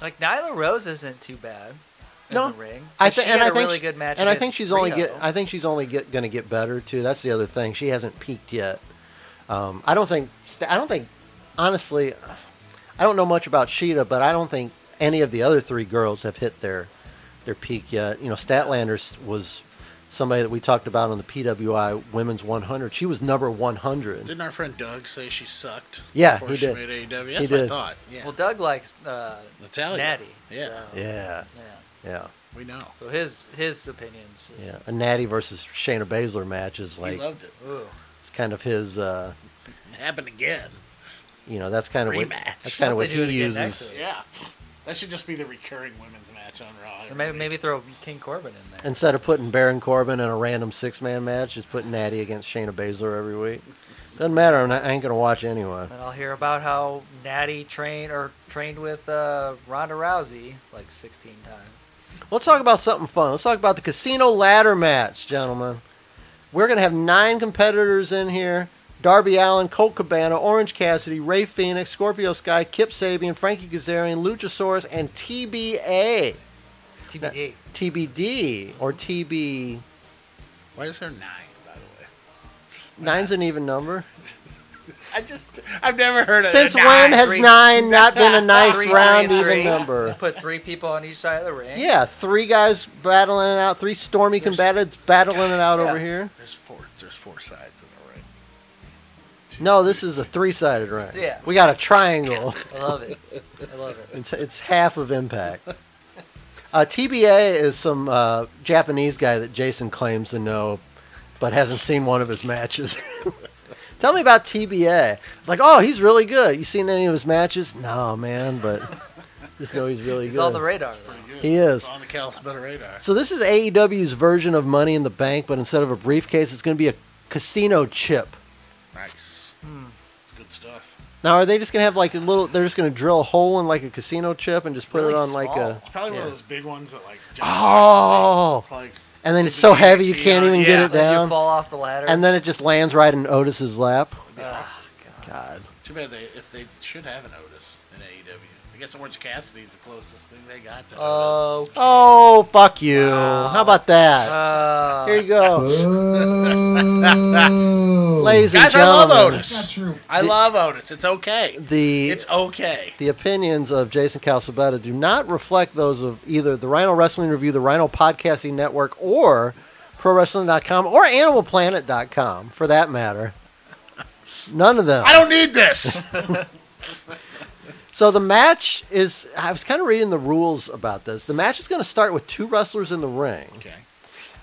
[SPEAKER 6] like Nyla Rose isn't too bad in
[SPEAKER 4] No,
[SPEAKER 6] the ring.
[SPEAKER 4] I
[SPEAKER 6] But
[SPEAKER 4] think
[SPEAKER 6] she
[SPEAKER 4] and
[SPEAKER 6] had
[SPEAKER 4] I
[SPEAKER 6] a
[SPEAKER 4] think
[SPEAKER 6] really
[SPEAKER 4] she-
[SPEAKER 6] good match.
[SPEAKER 4] and I
[SPEAKER 6] against
[SPEAKER 4] think she's only
[SPEAKER 6] Rio.
[SPEAKER 4] get I think she's only get, gonna get better too. That's the other thing. She hasn't peaked yet. Um, I don't think I don't think honestly, I don't know much about Sheeta, but I don't think any of the other three girls have hit their their peak yet. You know, Statlander was somebody that we talked about on the PWI Women's 100. She was number 100.
[SPEAKER 5] Didn't our friend Doug say she sucked?
[SPEAKER 4] Yeah,
[SPEAKER 5] before
[SPEAKER 4] he
[SPEAKER 5] she
[SPEAKER 4] did.
[SPEAKER 5] Made AEW? That's
[SPEAKER 4] He
[SPEAKER 5] what I
[SPEAKER 4] did.
[SPEAKER 5] thought. Yeah.
[SPEAKER 6] well, Doug likes uh,
[SPEAKER 5] Natalia.
[SPEAKER 6] Natty.
[SPEAKER 5] Yeah.
[SPEAKER 6] so,
[SPEAKER 4] Yeah,
[SPEAKER 6] yeah.
[SPEAKER 4] yeah,
[SPEAKER 5] We know.
[SPEAKER 6] So his his opinions. Is,
[SPEAKER 4] yeah. A Natty versus Shayna Baszler match is
[SPEAKER 5] he
[SPEAKER 4] like
[SPEAKER 5] loved it.
[SPEAKER 6] Ooh.
[SPEAKER 4] it's kind of his. Uh,
[SPEAKER 5] It happened again.
[SPEAKER 4] you know, that's kind of what
[SPEAKER 5] Rematch.
[SPEAKER 4] that's kind of what
[SPEAKER 6] Hope they do
[SPEAKER 4] he
[SPEAKER 6] it again next
[SPEAKER 4] uses.
[SPEAKER 6] week.
[SPEAKER 5] Yeah. That should just be the recurring women's match on Raw.
[SPEAKER 6] And maybe maybe throw King Corbin in there.
[SPEAKER 4] Instead of putting Baron Corbin in a random six man match, just put Natty against Shayna Baszler every week. Doesn't matter. I'm not, I ain't gonna watch anyway.
[SPEAKER 6] And I'll hear about how Natty trained or trained with uh, Ronda Rousey like 16 times.
[SPEAKER 4] Let's talk about something fun. Let's talk about the casino ladder match, gentlemen. We're gonna have nine competitors in here. Darby Allen, Colt Cabana, Orange Cassidy, Ray Phoenix, Scorpio Sky, Kip Sabian, Frankie Kazarian, Luchasaurus, and TBA.
[SPEAKER 6] TBD.
[SPEAKER 4] TBD or TB.
[SPEAKER 5] Why is there nine, by the way?
[SPEAKER 4] Nine's an even number.
[SPEAKER 5] I just, I've never heard of
[SPEAKER 4] Since
[SPEAKER 5] it.
[SPEAKER 4] when has
[SPEAKER 6] three-
[SPEAKER 4] nine not been a nice
[SPEAKER 6] Three,
[SPEAKER 4] round
[SPEAKER 6] three,
[SPEAKER 4] even
[SPEAKER 6] three. You
[SPEAKER 4] number?
[SPEAKER 6] put three people on each side of the ring.
[SPEAKER 4] Yeah, three guys battling it out, three stormy combatants battling it out
[SPEAKER 6] yeah.
[SPEAKER 4] over here.
[SPEAKER 5] There's four. There's four sides in the ring.
[SPEAKER 4] No, this is a three-sided ring.
[SPEAKER 6] Yeah.
[SPEAKER 4] We got a triangle.
[SPEAKER 6] I love it. I love it.
[SPEAKER 4] It's, it's half of impact. Uh, TBA is some uh, Japanese guy that Jason claims to know, but hasn't seen one of his matches. Tell me about TBA. It's like, oh, he's really good. You seen any of his matches? No, man, but just know he's really
[SPEAKER 6] He's
[SPEAKER 4] good.
[SPEAKER 6] on the radar. Though.
[SPEAKER 5] Pretty good.
[SPEAKER 4] He is.
[SPEAKER 5] It's on the Kalispell radar.
[SPEAKER 4] So this is AEW's version of Money in the Bank, but instead of a briefcase, it's going to be a casino chip.
[SPEAKER 5] Nice. It's good stuff.
[SPEAKER 4] Now, are they just going to have like a little? They're just going to drill a hole in like a casino chip and just put
[SPEAKER 6] really
[SPEAKER 4] it on like a.
[SPEAKER 5] It's probably one
[SPEAKER 4] yeah.
[SPEAKER 5] of those big ones that like.
[SPEAKER 4] Oh,
[SPEAKER 5] Like,
[SPEAKER 4] and then it's so heavy you can't even get
[SPEAKER 5] Yeah.
[SPEAKER 4] it
[SPEAKER 6] Like you
[SPEAKER 4] down,
[SPEAKER 6] fall off the ladder.
[SPEAKER 4] and then it just lands right in Otis's lap.
[SPEAKER 5] Oh,
[SPEAKER 6] Ugh.
[SPEAKER 4] God,
[SPEAKER 5] too bad they if they should have an Otis in AEW. I guess Orange Cassidy's the closest thing they got to Otis.
[SPEAKER 6] oh.
[SPEAKER 4] oh fuck you!
[SPEAKER 6] Wow.
[SPEAKER 4] How about that?
[SPEAKER 6] uh,
[SPEAKER 4] Here you go,
[SPEAKER 7] Oh.
[SPEAKER 4] ladies and
[SPEAKER 5] Guys, I love
[SPEAKER 4] gentlemen.
[SPEAKER 5] Otis.
[SPEAKER 7] Not true.
[SPEAKER 5] I love Otis. It's okay.
[SPEAKER 4] The
[SPEAKER 5] It's okay.
[SPEAKER 4] The opinions of Jason Calzabetta do not reflect those of either the Rhino Wrestling Review, the Rhino Podcasting Network, or ProWrestling.com or AnimalPlanet.com for that matter. None of them.
[SPEAKER 5] I don't need this.
[SPEAKER 4] So the match is, I was kind of reading the rules about this. The match is going to start with two wrestlers in the ring,
[SPEAKER 5] okay.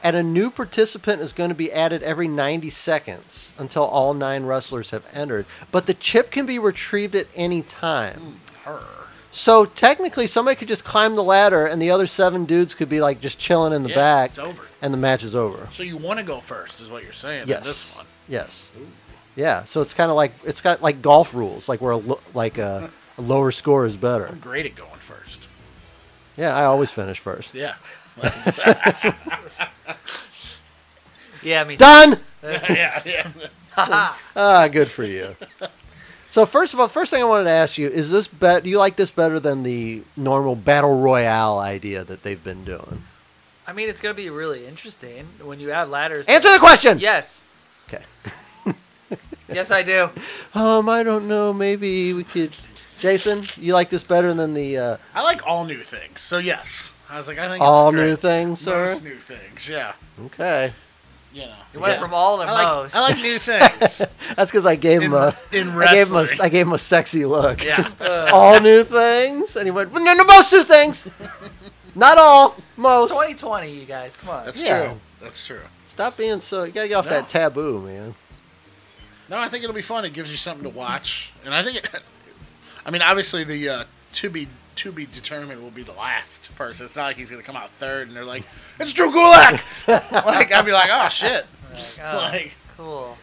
[SPEAKER 4] and a new participant is going to be added every 90 seconds until all nine wrestlers have entered. But the chip can be retrieved at any time.
[SPEAKER 5] Her.
[SPEAKER 4] So technically, somebody could just climb the ladder, and the other seven dudes could be like just chilling in the
[SPEAKER 5] Yeah,
[SPEAKER 4] back,
[SPEAKER 5] it's over.
[SPEAKER 4] and the match is over.
[SPEAKER 5] So you want to go first, is what you're saying? in
[SPEAKER 4] yes.
[SPEAKER 5] This one.
[SPEAKER 4] Yes. Yeah. So it's kind of like it's got like golf rules, like where a lo- like a, a lower score is better.
[SPEAKER 5] I'm great at going first.
[SPEAKER 4] Yeah, I always finish first.
[SPEAKER 5] Yeah.
[SPEAKER 6] Yeah, I mean,
[SPEAKER 4] Done.
[SPEAKER 5] yeah, yeah.
[SPEAKER 4] Ah, good for you. so first of all, first thing I wanted to ask you is this bet? Do you like this better than the normal battle royale idea that they've been doing?
[SPEAKER 6] I mean, it's gonna be really interesting when you add ladders.
[SPEAKER 4] Answer the question.
[SPEAKER 6] Yes.
[SPEAKER 4] Okay.
[SPEAKER 6] Yes, I do.
[SPEAKER 4] Um, I don't know. Maybe we could. Jason, you like this better than the uh,
[SPEAKER 5] I like all new things. So yes, I was like, I think this
[SPEAKER 4] all
[SPEAKER 5] is great.
[SPEAKER 4] new things, sir?
[SPEAKER 5] Most new things. Yeah.
[SPEAKER 4] Okay,
[SPEAKER 5] You know.
[SPEAKER 6] You went
[SPEAKER 5] Yeah.
[SPEAKER 6] from all to
[SPEAKER 5] I like,
[SPEAKER 6] most.
[SPEAKER 5] I like new things.
[SPEAKER 4] that's because I gave him
[SPEAKER 5] in,
[SPEAKER 4] a,
[SPEAKER 5] in
[SPEAKER 4] I gave him
[SPEAKER 5] wrestling.
[SPEAKER 4] a, I gave him a sexy look.
[SPEAKER 5] yeah.
[SPEAKER 4] all new things, and he went, no, no, most new things, not all, most.
[SPEAKER 6] It's 2020, you guys. Come on.
[SPEAKER 5] That's
[SPEAKER 4] Yeah.
[SPEAKER 5] true. That's true.
[SPEAKER 4] Stop being so. You gotta get off
[SPEAKER 5] No.
[SPEAKER 4] that taboo, man.
[SPEAKER 5] No, I think it'll be fun. It gives you something to watch, and I think, it, I mean, obviously the uh, to be to be determined will be the last person. It's not like he's gonna come out third, and they're like, "It's Drew Gulak." like I'd be like, "Oh shit!"
[SPEAKER 6] Like, oh,
[SPEAKER 5] Like,
[SPEAKER 6] cool.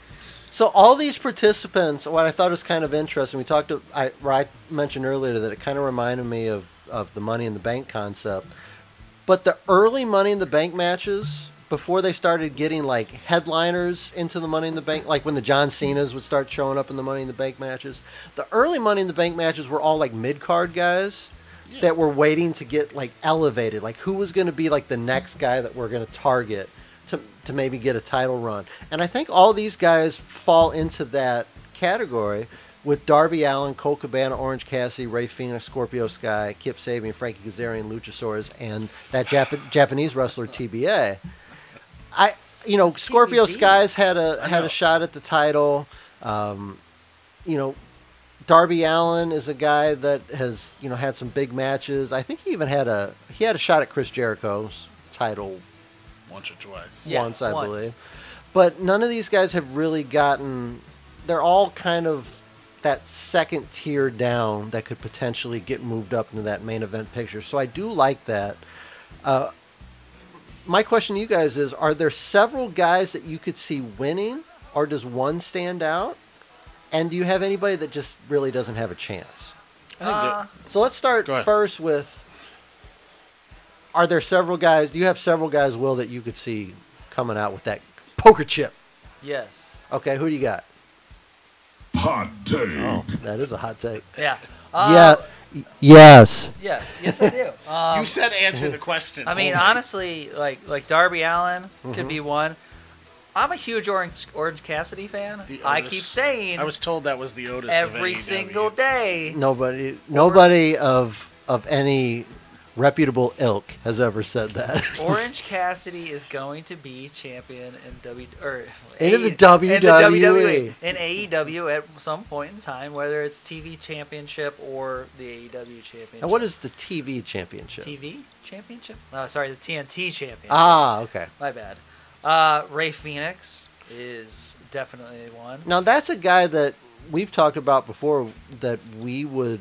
[SPEAKER 4] So all these participants, what I thought was kind of interesting, we talked. To, I, I mentioned earlier that it kind of reminded me of of the Money in the Bank concept, but the early Money in the Bank matches before they started getting like headliners into the Money in the Bank, like when the John Cena's would start showing up in the Money in the Bank matches. The early Money in the Bank matches were all like mid card guys. That were waiting to get like elevated, like who was going to be like the next guy that we're going to target to, to maybe get a title run. And I think all these guys fall into that category with Darby Allen, Cole Cabana, Orange Cassidy, Ray Phoenix, Scorpio Sky, Kip Sabian, Frankie Kazarian, Luchasaurus, and that Jap- Japanese wrestler TBA. I, you know, Scorpio
[SPEAKER 6] TBB?
[SPEAKER 4] Sky's had a
[SPEAKER 5] I
[SPEAKER 4] had
[SPEAKER 5] know.
[SPEAKER 4] a shot at the title. Um, you know, Darby Allen is a guy that has you know had some big matches. I think he even had a he had a shot at Chris Jericho's title
[SPEAKER 5] once or twice.
[SPEAKER 6] Yeah,
[SPEAKER 4] once, I
[SPEAKER 6] once.
[SPEAKER 4] believe. But none of these guys have really gotten. They're all kind of that second tier down that could potentially get moved up into that main event picture. So I do like that. Uh, my question to you guys is: Are there several guys that you could see winning, or does one stand out? And do you have anybody that just really doesn't have a chance?
[SPEAKER 5] I think
[SPEAKER 6] Uh,
[SPEAKER 5] that-
[SPEAKER 4] So let's start
[SPEAKER 5] Go ahead.
[SPEAKER 4] first with Are there several guys? Do you have several guys, Will, that you could see coming out with that poker chip?
[SPEAKER 6] Yes.
[SPEAKER 4] Okay, who do you got?
[SPEAKER 3] Hot take.
[SPEAKER 5] Oh.
[SPEAKER 4] That is a hot take.
[SPEAKER 6] Yeah. Uh,
[SPEAKER 4] yeah. Yes.
[SPEAKER 6] Yes. Yes, I do. Um,
[SPEAKER 5] you said answer the question.
[SPEAKER 6] I mean,
[SPEAKER 5] only.
[SPEAKER 6] honestly, like like Darby Allen
[SPEAKER 4] Mm-hmm.
[SPEAKER 6] could be one. I'm a huge Orange Orange Cassidy fan.
[SPEAKER 5] The
[SPEAKER 6] I
[SPEAKER 5] Otis.
[SPEAKER 6] keep saying
[SPEAKER 5] I was told that was the Otis. of
[SPEAKER 6] every
[SPEAKER 5] AEW.
[SPEAKER 6] single day.
[SPEAKER 4] Nobody nobody of of any reputable ilk has ever said that.
[SPEAKER 6] Orange Cassidy is going to be champion in W or
[SPEAKER 4] Into the E.
[SPEAKER 6] in WWE
[SPEAKER 4] WWE.
[SPEAKER 6] E, in AEW at some point in time, whether it's TV championship or the AEW championship.
[SPEAKER 4] and what is the TV championship?
[SPEAKER 6] TV championship? No, sorry, the TNT championship.
[SPEAKER 4] Ah, okay.
[SPEAKER 6] My bad. Uh, Ray Phoenix is definitely one.
[SPEAKER 4] Now that's a guy that we've talked about before that we would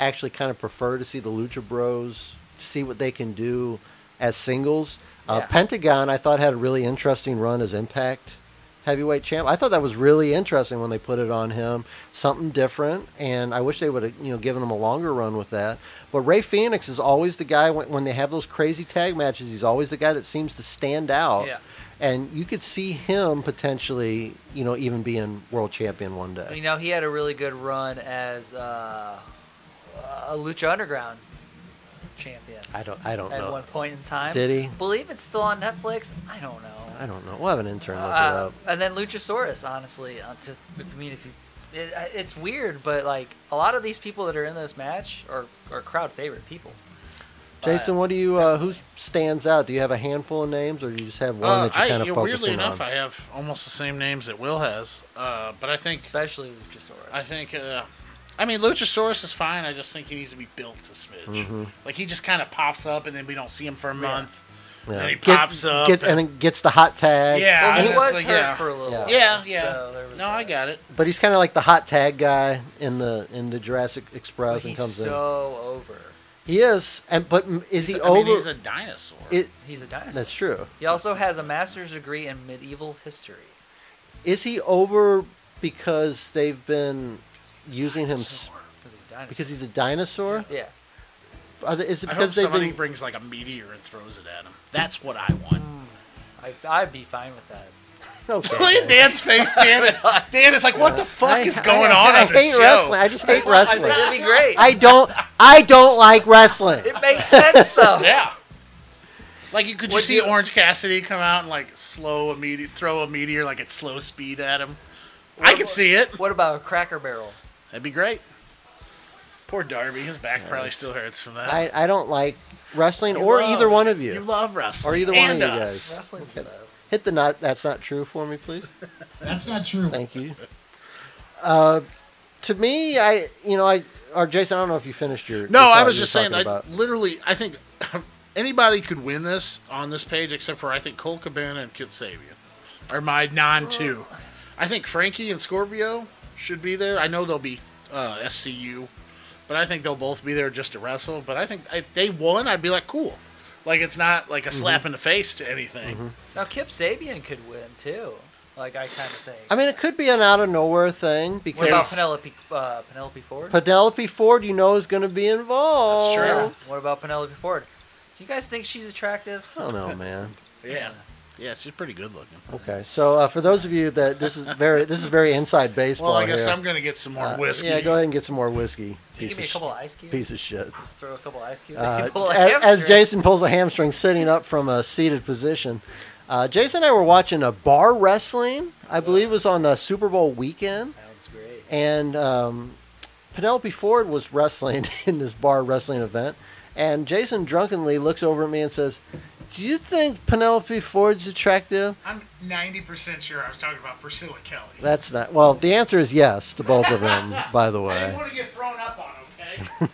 [SPEAKER 4] actually kind of prefer to see the Lucha Bros see what they can do as singles. Uh,
[SPEAKER 6] Yeah.
[SPEAKER 4] Pentagon, I thought had a really interesting run as Impact heavyweight champ. I thought that was really interesting when they put it on him, something different, and I wish they would have you know given him a longer run with that. But Ray Phoenix is always the guy when, when they have those crazy tag matches. He's always the guy that seems to stand out
[SPEAKER 6] Yeah.
[SPEAKER 4] and you could see him potentially, you know, even being world champion one day.
[SPEAKER 6] You know, he had a really good run as uh, a Lucha Underground champion
[SPEAKER 4] I don't, I don't
[SPEAKER 6] at
[SPEAKER 4] know.
[SPEAKER 6] one point in time.
[SPEAKER 4] Did he?
[SPEAKER 6] Believe it's still on Netflix. I don't know.
[SPEAKER 4] I don't know. We'll have an intern look it
[SPEAKER 6] Uh,
[SPEAKER 4] up.
[SPEAKER 6] and then Luchasaurus, honestly, uh, to, I mean, if you, it, it's weird, but like a lot of these people that are in this match are, are crowd favorite people.
[SPEAKER 4] Jason, what do you? Uh, who stands out? Do you have a handful of names, or do you just have one
[SPEAKER 5] Uh,
[SPEAKER 4] that you're
[SPEAKER 5] I-
[SPEAKER 4] kind of
[SPEAKER 5] yeah,
[SPEAKER 4] focusing
[SPEAKER 5] weirdly enough,
[SPEAKER 4] on?
[SPEAKER 5] I have almost the same names that Will has, uh, but I think
[SPEAKER 6] especially Luchasaurus.
[SPEAKER 5] I think, uh, I mean, Luchasaurus is fine.
[SPEAKER 4] Mm-hmm.
[SPEAKER 5] I just think he needs to be built a smidge. Like he just kind of pops up, and then we don't see him for a month, And he
[SPEAKER 4] Get-
[SPEAKER 5] pops up.
[SPEAKER 4] get- and then gets the hot tag.
[SPEAKER 5] Yeah,
[SPEAKER 6] Well,
[SPEAKER 5] I
[SPEAKER 6] he
[SPEAKER 5] mean,
[SPEAKER 6] was
[SPEAKER 5] it's like,
[SPEAKER 6] hurt
[SPEAKER 5] yeah.
[SPEAKER 6] for a little
[SPEAKER 4] Yeah.
[SPEAKER 6] while.
[SPEAKER 5] yeah, yeah.
[SPEAKER 6] So there was
[SPEAKER 5] no, I got it.
[SPEAKER 4] but he's kind of like the hot tag guy in the in the Jurassic Express and
[SPEAKER 6] But he's
[SPEAKER 4] comes in.
[SPEAKER 6] so over.
[SPEAKER 4] He is, and but m- is he
[SPEAKER 5] I
[SPEAKER 4] over?
[SPEAKER 5] mean, he's a dinosaur.
[SPEAKER 4] it,
[SPEAKER 6] He's a dinosaur.
[SPEAKER 4] that's true.
[SPEAKER 6] He also has a master's degree in medieval history.
[SPEAKER 4] Is he over because they've been using him s-
[SPEAKER 6] Because he's a dinosaur.
[SPEAKER 4] because he's a dinosaur?
[SPEAKER 6] yeah.
[SPEAKER 4] Are they, is it
[SPEAKER 5] I hope
[SPEAKER 4] because they've
[SPEAKER 5] somebody
[SPEAKER 4] been?
[SPEAKER 5] brings like a meteor and throws it at him. That's what I want.
[SPEAKER 4] Mm.
[SPEAKER 6] I, I'd be fine with that.
[SPEAKER 4] Okay.
[SPEAKER 5] Look at Dan's face. Dan is, Dan is like, what the fuck is going on
[SPEAKER 4] I
[SPEAKER 5] on this
[SPEAKER 4] hate
[SPEAKER 5] show?
[SPEAKER 4] wrestling. I just hate wrestling.
[SPEAKER 6] It'd be great.
[SPEAKER 4] I don't. I don't like wrestling.
[SPEAKER 6] it makes sense though.
[SPEAKER 5] Yeah. Like, you could you
[SPEAKER 6] Would
[SPEAKER 5] see
[SPEAKER 6] you-
[SPEAKER 5] Orange Cassidy come out and like slow a meteor, throw a meteor like at slow speed at him? I could see it.
[SPEAKER 6] What about a Cracker Barrel?
[SPEAKER 5] That'd be great. Poor Darby, his back probably still hurts from that.
[SPEAKER 4] I, I don't like wrestling
[SPEAKER 5] You
[SPEAKER 4] or
[SPEAKER 5] love-
[SPEAKER 4] either one of you.
[SPEAKER 5] You love
[SPEAKER 4] or
[SPEAKER 5] wrestling.
[SPEAKER 4] either one of
[SPEAKER 5] and
[SPEAKER 4] you
[SPEAKER 5] us.
[SPEAKER 4] guys.
[SPEAKER 6] Wrestling for those.
[SPEAKER 4] Hit the not. That's not true for me, please.
[SPEAKER 7] That's not true.
[SPEAKER 4] Thank you. Uh, to me, I you know I or Jason, I don't know if you finished your.
[SPEAKER 5] No,
[SPEAKER 4] your
[SPEAKER 5] I
[SPEAKER 4] thought
[SPEAKER 5] was
[SPEAKER 4] you were
[SPEAKER 5] just saying.
[SPEAKER 4] talking
[SPEAKER 5] I,
[SPEAKER 4] about.
[SPEAKER 5] literally, I think anybody could win this on this page, except for I think Cole Cabana and Kit Sabian are my non-two. I think Frankie and Scorpio should be there. I know they'll be uh, SCU, but I think they'll both be there just to wrestle. But I think if they won, I'd be like, cool. Like it's not like
[SPEAKER 4] Mm-hmm.
[SPEAKER 5] a slap in the face to anything.
[SPEAKER 6] Now Kip Sabian could win too. Like I kind of think.
[SPEAKER 4] I mean, it could be an out of nowhere thing
[SPEAKER 6] what about
[SPEAKER 4] because
[SPEAKER 6] Penelope? Uh, Penelope Ford.
[SPEAKER 4] Penelope Ford, you know, is going to be involved.
[SPEAKER 5] true.
[SPEAKER 6] Yeah. What about Penelope Ford? Do you guys think she's attractive?
[SPEAKER 4] I don't know, man.
[SPEAKER 5] Yeah, yeah, she's pretty good looking.
[SPEAKER 4] Okay, so uh, for those of you that this is very this is very inside baseball
[SPEAKER 5] Well, I guess
[SPEAKER 4] here.
[SPEAKER 5] I'm gonna get some more
[SPEAKER 4] Uh,
[SPEAKER 5] whiskey.
[SPEAKER 4] yeah, go ahead and get some more whiskey. Piece
[SPEAKER 6] Can you give me a
[SPEAKER 4] of, sh-
[SPEAKER 6] couple of ice cubes.
[SPEAKER 4] piece of shit.
[SPEAKER 6] Just throw a couple ice cubes.
[SPEAKER 4] Uh,
[SPEAKER 6] and pull a
[SPEAKER 4] as, as
[SPEAKER 6] hamstring.
[SPEAKER 4] Jason pulls a hamstring sitting up from a seated position. Uh, Jason and I were watching a bar wrestling, I believe it was on the Super Bowl weekend,
[SPEAKER 6] Sounds great.
[SPEAKER 4] and um, Penelope Ford was wrestling in this bar wrestling event. And Jason drunkenly looks over at me and says, Do you think Penelope Ford's attractive?
[SPEAKER 5] I'm 90% sure I was talking about Priscilla Kelly.
[SPEAKER 4] That's not. Well, the answer is yes to both of them, by the
[SPEAKER 5] I didn't
[SPEAKER 4] way.
[SPEAKER 5] want to get thrown up on, okay?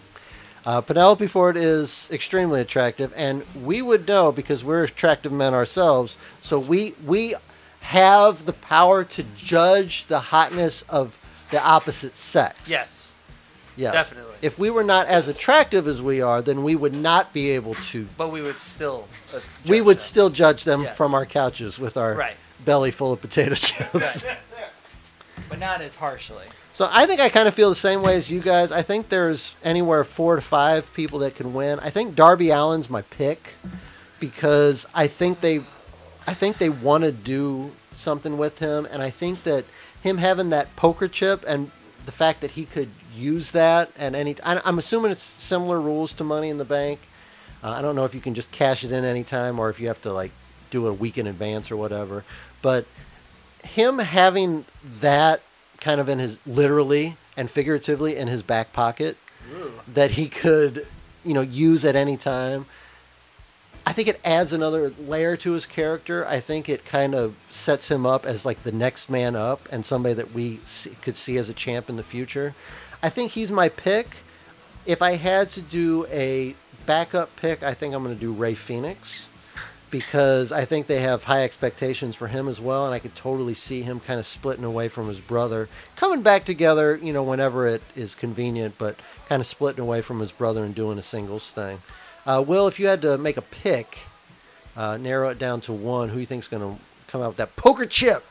[SPEAKER 4] Uh, Penelope Ford is extremely attractive, and we would know because we're attractive men ourselves. So we we have the power to judge the hotness of the opposite sex.
[SPEAKER 6] Yes.
[SPEAKER 4] yes,
[SPEAKER 6] definitely.
[SPEAKER 4] If we were not as attractive as we are, then we would not be able to.
[SPEAKER 6] But we would still. uh,
[SPEAKER 4] we
[SPEAKER 6] judge
[SPEAKER 4] would
[SPEAKER 6] them.
[SPEAKER 4] still judge them
[SPEAKER 6] Yes.
[SPEAKER 4] from our couches with our
[SPEAKER 6] Right.
[SPEAKER 4] belly full of potato chips.
[SPEAKER 6] Right. but not as harshly.
[SPEAKER 4] So I think I kind of feel the same way as you guys. I think there's anywhere four to five people that can win. I think Darby Allen's my pick because I think they, I think they want to do something with him, and I think that him having that poker chip and the fact that he could use that and any, I, I'm assuming it's similar rules to Money in the Bank. Uh, I don't know if you can just cash it in anytime or if you have to like do it a week in advance or whatever, but him having that kind of in his literally and figuratively in his back pocket that he could you know use at any time i think it adds another layer to his character i think it kind of sets him up as like the next man up and somebody that we see, could see as a champ in the future i think he's my pick if i had to do a backup pick i think i'm going to do ray phoenix because I think they have high expectations for him as well, and I could totally see him kind of splitting away from his brother, coming back together, you know, whenever it is convenient, but kind of splitting away from his brother and doing a singles thing. Uh, Will, if you had to make a pick, uh, narrow it down to one, who you think's going to come out with that poker chip?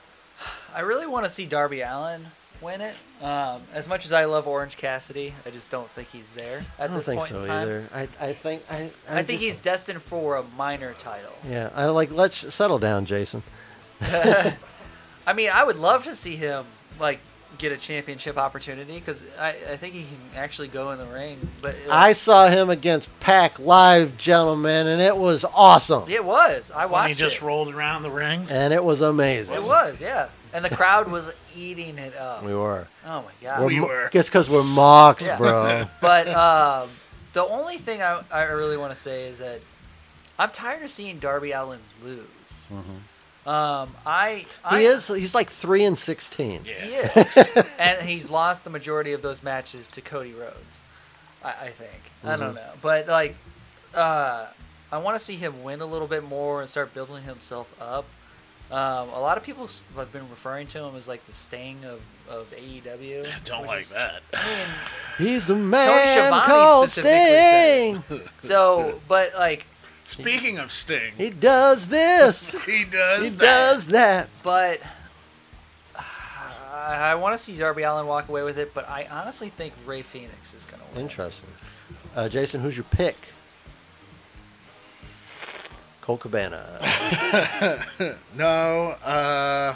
[SPEAKER 6] I really want to see Darby Allen win it. Um, as much as I love Orange Cassidy, I just don't think he's there at
[SPEAKER 4] I don't
[SPEAKER 6] this
[SPEAKER 4] think
[SPEAKER 6] point
[SPEAKER 4] so
[SPEAKER 6] in time.
[SPEAKER 4] either. I, I think I,
[SPEAKER 6] I think he's
[SPEAKER 4] just-
[SPEAKER 6] destined for a minor title.
[SPEAKER 4] yeah. I like let's settle down, Jason.
[SPEAKER 6] I mean, I would love to see him like get a championship opportunity because I, I think he can actually go in the ring. But
[SPEAKER 4] I
[SPEAKER 6] like,
[SPEAKER 4] saw him against Pack live, gentlemen, and it was awesome,
[SPEAKER 6] it was I
[SPEAKER 5] When he
[SPEAKER 6] watched
[SPEAKER 5] just
[SPEAKER 6] it.
[SPEAKER 5] rolled around the ring.
[SPEAKER 4] and it was amazing.
[SPEAKER 6] It was yeah, and the crowd was eating it up.
[SPEAKER 4] We were.
[SPEAKER 6] Oh my god!
[SPEAKER 4] We're
[SPEAKER 5] We
[SPEAKER 4] mo-
[SPEAKER 5] were.
[SPEAKER 4] It's because we're mocks,
[SPEAKER 6] Yeah.
[SPEAKER 4] bro.
[SPEAKER 6] But um, the only thing I, I really want to say is that I'm tired of seeing Darby Allen lose. Um, I,
[SPEAKER 4] Mm-hmm.
[SPEAKER 6] I
[SPEAKER 4] he is. He's like three and sixteen.
[SPEAKER 5] Yeah.
[SPEAKER 6] he is, and he's lost the majority of those
[SPEAKER 5] Mm-hmm.
[SPEAKER 6] matches to Cody Rhodes. I, I think I don't know, but like, uh, I want to see him win a little bit more and start building himself up. Um, a lot of people s- have been referring to him as like the Sting of, of AEW.
[SPEAKER 5] Don't
[SPEAKER 6] which
[SPEAKER 5] like
[SPEAKER 6] is-
[SPEAKER 5] that.
[SPEAKER 4] He's the man
[SPEAKER 6] Schiavone
[SPEAKER 4] called
[SPEAKER 6] specifically said
[SPEAKER 4] Sting.
[SPEAKER 6] So, but like,
[SPEAKER 5] Speaking of Sting,
[SPEAKER 4] He does this.
[SPEAKER 5] he does.
[SPEAKER 4] he
[SPEAKER 5] that.
[SPEAKER 4] does that.
[SPEAKER 6] but I, I want to see Darby Allen walk away with it. But I honestly think Ray Phoenix is gonna win.
[SPEAKER 4] Interesting. Uh, Jason, who's your pick? Cole Cabana.
[SPEAKER 5] No, uh, I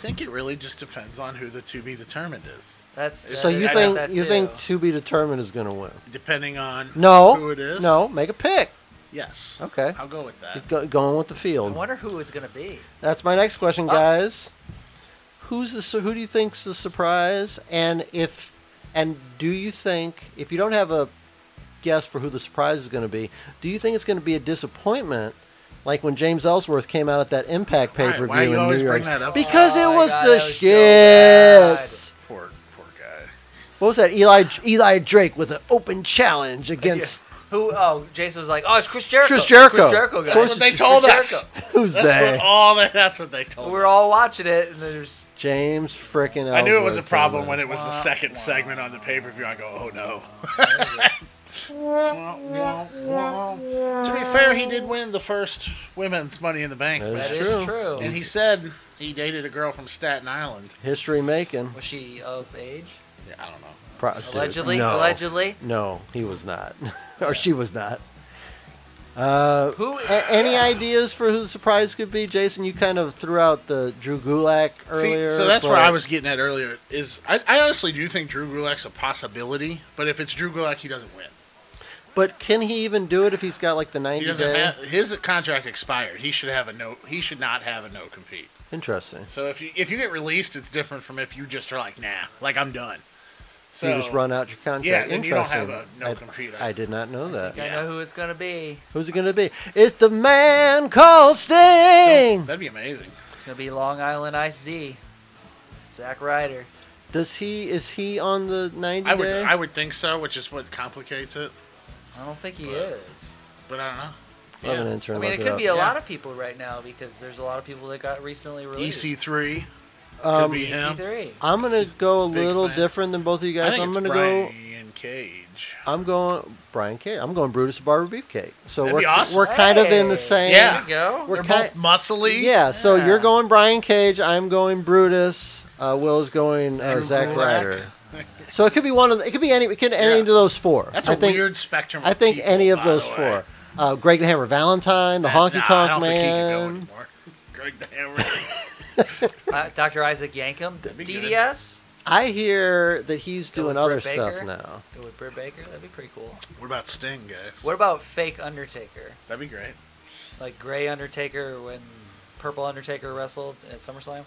[SPEAKER 5] think it really just depends on who the to be determined is.
[SPEAKER 6] That's
[SPEAKER 4] so
[SPEAKER 6] that-
[SPEAKER 4] you
[SPEAKER 6] I got
[SPEAKER 4] think
[SPEAKER 6] that
[SPEAKER 4] you
[SPEAKER 6] too.
[SPEAKER 4] think to be determined is going to win?
[SPEAKER 5] Depending on
[SPEAKER 4] No.
[SPEAKER 5] who it is.
[SPEAKER 4] No, make a pick.
[SPEAKER 5] Yes.
[SPEAKER 4] Okay.
[SPEAKER 5] I'll go with that.
[SPEAKER 4] He's go- going with the
[SPEAKER 6] I
[SPEAKER 4] field.
[SPEAKER 6] wonder who it's gonna be.
[SPEAKER 4] That's my next question,
[SPEAKER 5] Oh.
[SPEAKER 6] Uh,
[SPEAKER 4] guys. Who's the su- who do you think's the surprise? And if and do you think if you don't have a guess for who the surprise is going to be, do you think it's going to be a disappointment? Like when James Ellsworth came out at that Impact
[SPEAKER 5] Why-
[SPEAKER 4] pay per
[SPEAKER 5] why you
[SPEAKER 4] view in
[SPEAKER 5] always
[SPEAKER 4] New York,
[SPEAKER 5] bring that up?
[SPEAKER 4] because
[SPEAKER 6] Oh
[SPEAKER 4] it
[SPEAKER 6] my
[SPEAKER 4] was
[SPEAKER 6] God,
[SPEAKER 4] the
[SPEAKER 6] that was so
[SPEAKER 4] shit.
[SPEAKER 6] bad.
[SPEAKER 5] Poor, poor guy.
[SPEAKER 4] what was that? Eli Eli Drake with an open challenge against
[SPEAKER 6] Who? Oh, Jason was like, oh, it's Chris Jericho.
[SPEAKER 4] Chris Jericho.
[SPEAKER 6] Chris Jericho.
[SPEAKER 4] Of
[SPEAKER 6] Guys.
[SPEAKER 4] course
[SPEAKER 5] That's what they told
[SPEAKER 6] Chris
[SPEAKER 5] us.
[SPEAKER 6] Jericho.
[SPEAKER 4] who's
[SPEAKER 5] That's
[SPEAKER 4] they?
[SPEAKER 5] what all. They, that's what they told.
[SPEAKER 6] We're
[SPEAKER 5] us.
[SPEAKER 6] all watching it, and there's
[SPEAKER 4] James freaking.
[SPEAKER 5] I knew it was a
[SPEAKER 4] Ellsworth.
[SPEAKER 5] problem when it was the second segment on the pay per view. I go, oh no. to be fair, he did win the first women's Money in the Bank,
[SPEAKER 4] That
[SPEAKER 6] that
[SPEAKER 5] match.
[SPEAKER 4] It's
[SPEAKER 6] is
[SPEAKER 4] true.
[SPEAKER 6] true.
[SPEAKER 5] and he said he dated a girl from Staten Island.
[SPEAKER 4] history making.
[SPEAKER 6] Was she of age?
[SPEAKER 5] Yeah, I don't know.
[SPEAKER 4] Pro- dude,
[SPEAKER 6] Allegedly.
[SPEAKER 4] no.
[SPEAKER 6] Allegedly.
[SPEAKER 4] No, he was not, or she was not. Uh,
[SPEAKER 6] Who?
[SPEAKER 4] a- any ideas for who the surprise could be, Jason? You kind of threw out the Drew Gulak earlier.
[SPEAKER 5] See, so that's
[SPEAKER 4] but-
[SPEAKER 5] where I was getting at earlier. Is I, I honestly do think Drew Gulak's a possibility, but if it's Drew Gulak, he doesn't win.
[SPEAKER 4] But can he even do it if he's got like the
[SPEAKER 5] He
[SPEAKER 4] ninety
[SPEAKER 5] doesn't.
[SPEAKER 4] day?
[SPEAKER 5] Have, his contract expired. He should have a no. He should not have a no compete.
[SPEAKER 4] Interesting.
[SPEAKER 5] So if you if you get released, it's different from if you just are like, nah, like I'm done. So
[SPEAKER 4] So you just run out your contract.
[SPEAKER 5] Yeah, then you don't
[SPEAKER 4] Interesting.
[SPEAKER 5] have a no
[SPEAKER 4] I-
[SPEAKER 5] compete.
[SPEAKER 4] I, did not know that.
[SPEAKER 6] I know who it's gonna be.
[SPEAKER 4] Who's it going to be? It's the man called Sting.
[SPEAKER 5] That'd be amazing.
[SPEAKER 6] It's gonna be Long Island Ice Z. Zack Ryder.
[SPEAKER 4] Does he? Is he on the ninety
[SPEAKER 5] I would
[SPEAKER 4] day?
[SPEAKER 5] I would think so, which is what complicates it.
[SPEAKER 6] I don't think he
[SPEAKER 5] Right.
[SPEAKER 6] is.
[SPEAKER 5] But I don't know.
[SPEAKER 4] I'll have an
[SPEAKER 5] Yeah.
[SPEAKER 4] intern
[SPEAKER 6] I mean,
[SPEAKER 4] look
[SPEAKER 6] it could
[SPEAKER 4] up.
[SPEAKER 6] be a
[SPEAKER 5] Yeah.
[SPEAKER 6] lot of people right now because there's a lot of people that got recently
[SPEAKER 5] E
[SPEAKER 6] released.
[SPEAKER 5] EC3
[SPEAKER 4] Um,
[SPEAKER 5] could be him.
[SPEAKER 6] EC3.
[SPEAKER 4] I'm gonna go a
[SPEAKER 5] Big
[SPEAKER 4] little
[SPEAKER 5] fan.
[SPEAKER 4] different than both of you
[SPEAKER 5] I
[SPEAKER 4] guys.
[SPEAKER 5] think
[SPEAKER 4] I'm
[SPEAKER 5] it's
[SPEAKER 4] gonna go.
[SPEAKER 5] Brian Cage.
[SPEAKER 4] I'm going Brian Cage. I'm going Brutus the Barber Beefcake. So
[SPEAKER 5] That'd
[SPEAKER 4] we're
[SPEAKER 5] be awesome.
[SPEAKER 4] we're kind of in the
[SPEAKER 6] Hey,
[SPEAKER 4] same.
[SPEAKER 5] Yeah.
[SPEAKER 6] There we go.
[SPEAKER 4] We're
[SPEAKER 5] They're both
[SPEAKER 4] ki-
[SPEAKER 5] muscly.
[SPEAKER 4] Yeah. So
[SPEAKER 6] Yeah.
[SPEAKER 4] you're going Brian Cage. I'm going Brutus. Uh, Will's going uh,
[SPEAKER 5] Drew
[SPEAKER 4] Zack
[SPEAKER 5] Gulak.
[SPEAKER 4] Ryder. So it could be one of. The, it could be any. It could any
[SPEAKER 5] Yeah.
[SPEAKER 4] of those four.
[SPEAKER 5] That's
[SPEAKER 4] I
[SPEAKER 5] a
[SPEAKER 4] think.
[SPEAKER 5] weird spectrum.
[SPEAKER 4] I think
[SPEAKER 5] people,
[SPEAKER 4] any of
[SPEAKER 5] by
[SPEAKER 4] those
[SPEAKER 5] the way.
[SPEAKER 4] four. Uh, Greg the Hammer Valentine, the
[SPEAKER 5] Uh,
[SPEAKER 4] Honky
[SPEAKER 5] nah,
[SPEAKER 4] Tonk
[SPEAKER 5] I don't think he can go
[SPEAKER 4] Man.
[SPEAKER 5] anymore. Greg the Hammer.
[SPEAKER 6] Uh, Dr. Isaac Yankum.
[SPEAKER 5] be good.
[SPEAKER 6] DDS.
[SPEAKER 4] I hear that he's
[SPEAKER 6] Go
[SPEAKER 4] doing
[SPEAKER 6] with
[SPEAKER 4] other
[SPEAKER 6] Britt
[SPEAKER 4] stuff
[SPEAKER 6] Baker.
[SPEAKER 4] now.
[SPEAKER 6] Go with Britt Baker. That'd be pretty cool.
[SPEAKER 5] what about Sting, guys?
[SPEAKER 6] What about fake Undertaker?
[SPEAKER 5] That'd be great.
[SPEAKER 6] Like Gray Undertaker when Purple Undertaker wrestled at SummerSlam?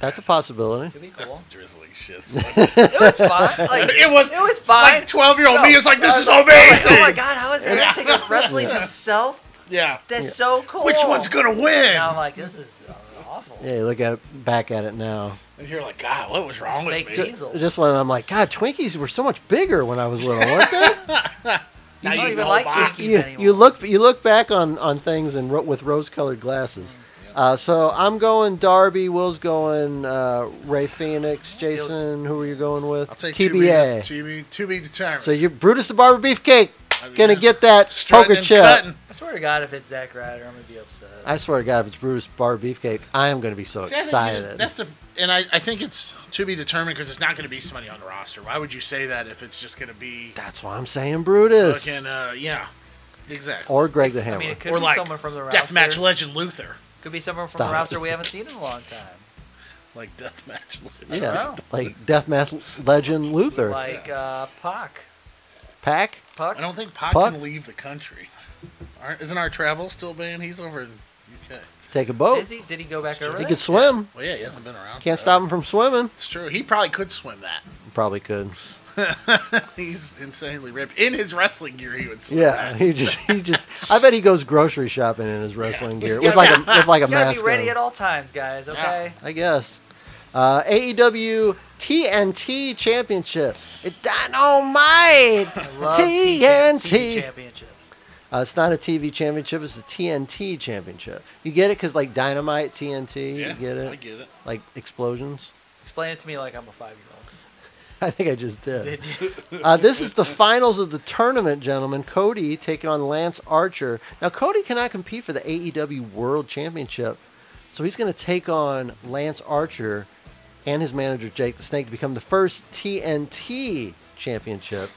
[SPEAKER 4] That's a possibility.
[SPEAKER 6] Could be cool.
[SPEAKER 5] That's drizzling shit.
[SPEAKER 6] it was fine. Like,
[SPEAKER 5] it was.
[SPEAKER 6] it was fine.
[SPEAKER 5] Like twelve year old
[SPEAKER 6] No.
[SPEAKER 5] me is like, this
[SPEAKER 6] I
[SPEAKER 5] is
[SPEAKER 6] was- I was like,
[SPEAKER 5] amazing.
[SPEAKER 6] oh my god, how is Undertaker wrestling himself?
[SPEAKER 5] Yeah.
[SPEAKER 6] That's so cool.
[SPEAKER 5] Which one's gonna win?
[SPEAKER 6] And I'm like, this is uh, awful.
[SPEAKER 4] Yeah, you look at it, back at it now.
[SPEAKER 5] And you're like, God, what was wrong with
[SPEAKER 6] Fake
[SPEAKER 5] me?
[SPEAKER 6] Ju- Diesel.
[SPEAKER 4] Just when I'm like, God, Twinkies were so much bigger when I was little, weren't they?
[SPEAKER 5] Now
[SPEAKER 6] I
[SPEAKER 5] you
[SPEAKER 6] don't even
[SPEAKER 5] know
[SPEAKER 6] like
[SPEAKER 5] why.
[SPEAKER 6] Twinkies
[SPEAKER 4] you,
[SPEAKER 6] anymore.
[SPEAKER 4] you look you look back on on things and ro- with rose-colored
[SPEAKER 5] Mm,
[SPEAKER 4] glasses. Uh, so I'm going Darby. Will's going uh, Ray Phoenix. Jason, who are you going with?
[SPEAKER 5] I'll take
[SPEAKER 4] TBA.
[SPEAKER 5] To be, to be determined.
[SPEAKER 4] So you're Brutus the Barber Beefcake.
[SPEAKER 5] I mean,
[SPEAKER 4] Gonna
[SPEAKER 5] yeah.
[SPEAKER 4] get that
[SPEAKER 5] Strutting
[SPEAKER 4] poker
[SPEAKER 5] and
[SPEAKER 4] chip.
[SPEAKER 5] cutting.
[SPEAKER 6] I swear to God, if it's Zack Ryder, I'm gonna be upset.
[SPEAKER 4] I swear to God, if it's Brutus the Barber Beefcake, I am gonna be so
[SPEAKER 5] See, I think you-
[SPEAKER 4] excited.
[SPEAKER 5] that's the, and I, I think it's to be determined because it's not going to be somebody on the roster. Why would you say that if it's just going to be
[SPEAKER 4] That's why I'm saying Brutus
[SPEAKER 5] fucking, uh, yeah, exactly.
[SPEAKER 4] or Greg the
[SPEAKER 6] I
[SPEAKER 4] Hammer.
[SPEAKER 6] mean, it could
[SPEAKER 5] or
[SPEAKER 6] be
[SPEAKER 5] like
[SPEAKER 6] someone from the roster.
[SPEAKER 5] Deathmatch Legend Luther.
[SPEAKER 6] Could be someone from
[SPEAKER 4] Stop.
[SPEAKER 6] the roster we haven't seen in a long time.
[SPEAKER 5] Like Deathmatch Legend.
[SPEAKER 4] yeah,
[SPEAKER 6] wow.
[SPEAKER 4] like deathmatch legend Luther.
[SPEAKER 6] Like uh, Pac.
[SPEAKER 4] Pack.
[SPEAKER 6] Puck.
[SPEAKER 5] I don't think Pac,
[SPEAKER 4] Pac?
[SPEAKER 5] can leave the country. Aren't, isn't our travel still banned? He's over in UK.
[SPEAKER 4] Take a boat.
[SPEAKER 6] Is he? Did he go back over?
[SPEAKER 4] He
[SPEAKER 6] there?
[SPEAKER 4] could swim.
[SPEAKER 5] Well, yeah, he hasn't been around.
[SPEAKER 4] Can't
[SPEAKER 5] for
[SPEAKER 4] stop him from swimming.
[SPEAKER 5] that. It's true. He probably could swim that.
[SPEAKER 4] Probably could.
[SPEAKER 5] He's insanely ripped. In his wrestling gear, he would swim
[SPEAKER 4] Yeah,
[SPEAKER 5] that.
[SPEAKER 4] he just he just. I bet he goes grocery shopping in his wrestling gear with
[SPEAKER 6] gotta
[SPEAKER 4] like a with like a
[SPEAKER 6] You gotta
[SPEAKER 4] mask.
[SPEAKER 6] be ready
[SPEAKER 4] on.
[SPEAKER 6] at all times, guys. Okay.
[SPEAKER 4] I guess. Uh, AEW TNT Championship. It dynamite.
[SPEAKER 6] I love
[SPEAKER 4] TNT.
[SPEAKER 6] championships.
[SPEAKER 4] Uh, it's not a TV championship; it's a TNT championship. You get it because like dynamite TNT.
[SPEAKER 5] Yeah,
[SPEAKER 4] you get it.
[SPEAKER 5] I get it.
[SPEAKER 4] Like explosions.
[SPEAKER 6] Explain it to me like I'm a five year
[SPEAKER 4] I think I just did.
[SPEAKER 6] old. Did you?
[SPEAKER 4] Uh, this is the finals of the tournament, gentlemen. Cody taking on Lance Archer. Now, Cody cannot compete for the AEW World Championship, so he's going to take on Lance Archer and his manager, Jake the Snake, to become the first TNT Championship.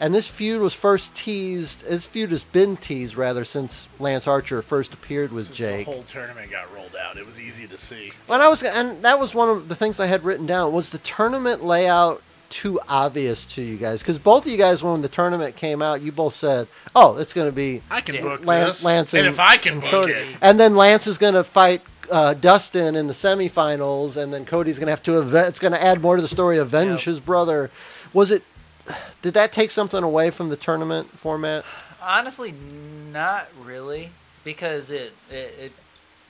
[SPEAKER 4] And this feud was first teased, this feud has been teased, rather, since Lance Archer first appeared with
[SPEAKER 5] The
[SPEAKER 4] Jake.
[SPEAKER 5] whole tournament got rolled out. It was easy to see.
[SPEAKER 4] Well, I was, and that was one of the things I had written down was the tournament layout too obvious to you guys because both of you guys when the tournament came out, you both said, "Oh, it's going to be,"
[SPEAKER 5] I can
[SPEAKER 6] Yeah.
[SPEAKER 5] book
[SPEAKER 4] Lan-
[SPEAKER 5] this,
[SPEAKER 4] Lance
[SPEAKER 5] and
[SPEAKER 4] and-
[SPEAKER 5] if I can book
[SPEAKER 4] Cody.
[SPEAKER 5] it,
[SPEAKER 4] and then Lance is going to fight uh, Dustin in the semifinals, and then Cody's going to have to. Ave- it's going to add more to the story, avenge
[SPEAKER 6] Yep.
[SPEAKER 4] his brother. Was it? Did that take something away from the tournament format?
[SPEAKER 6] Honestly, not really, because it, it it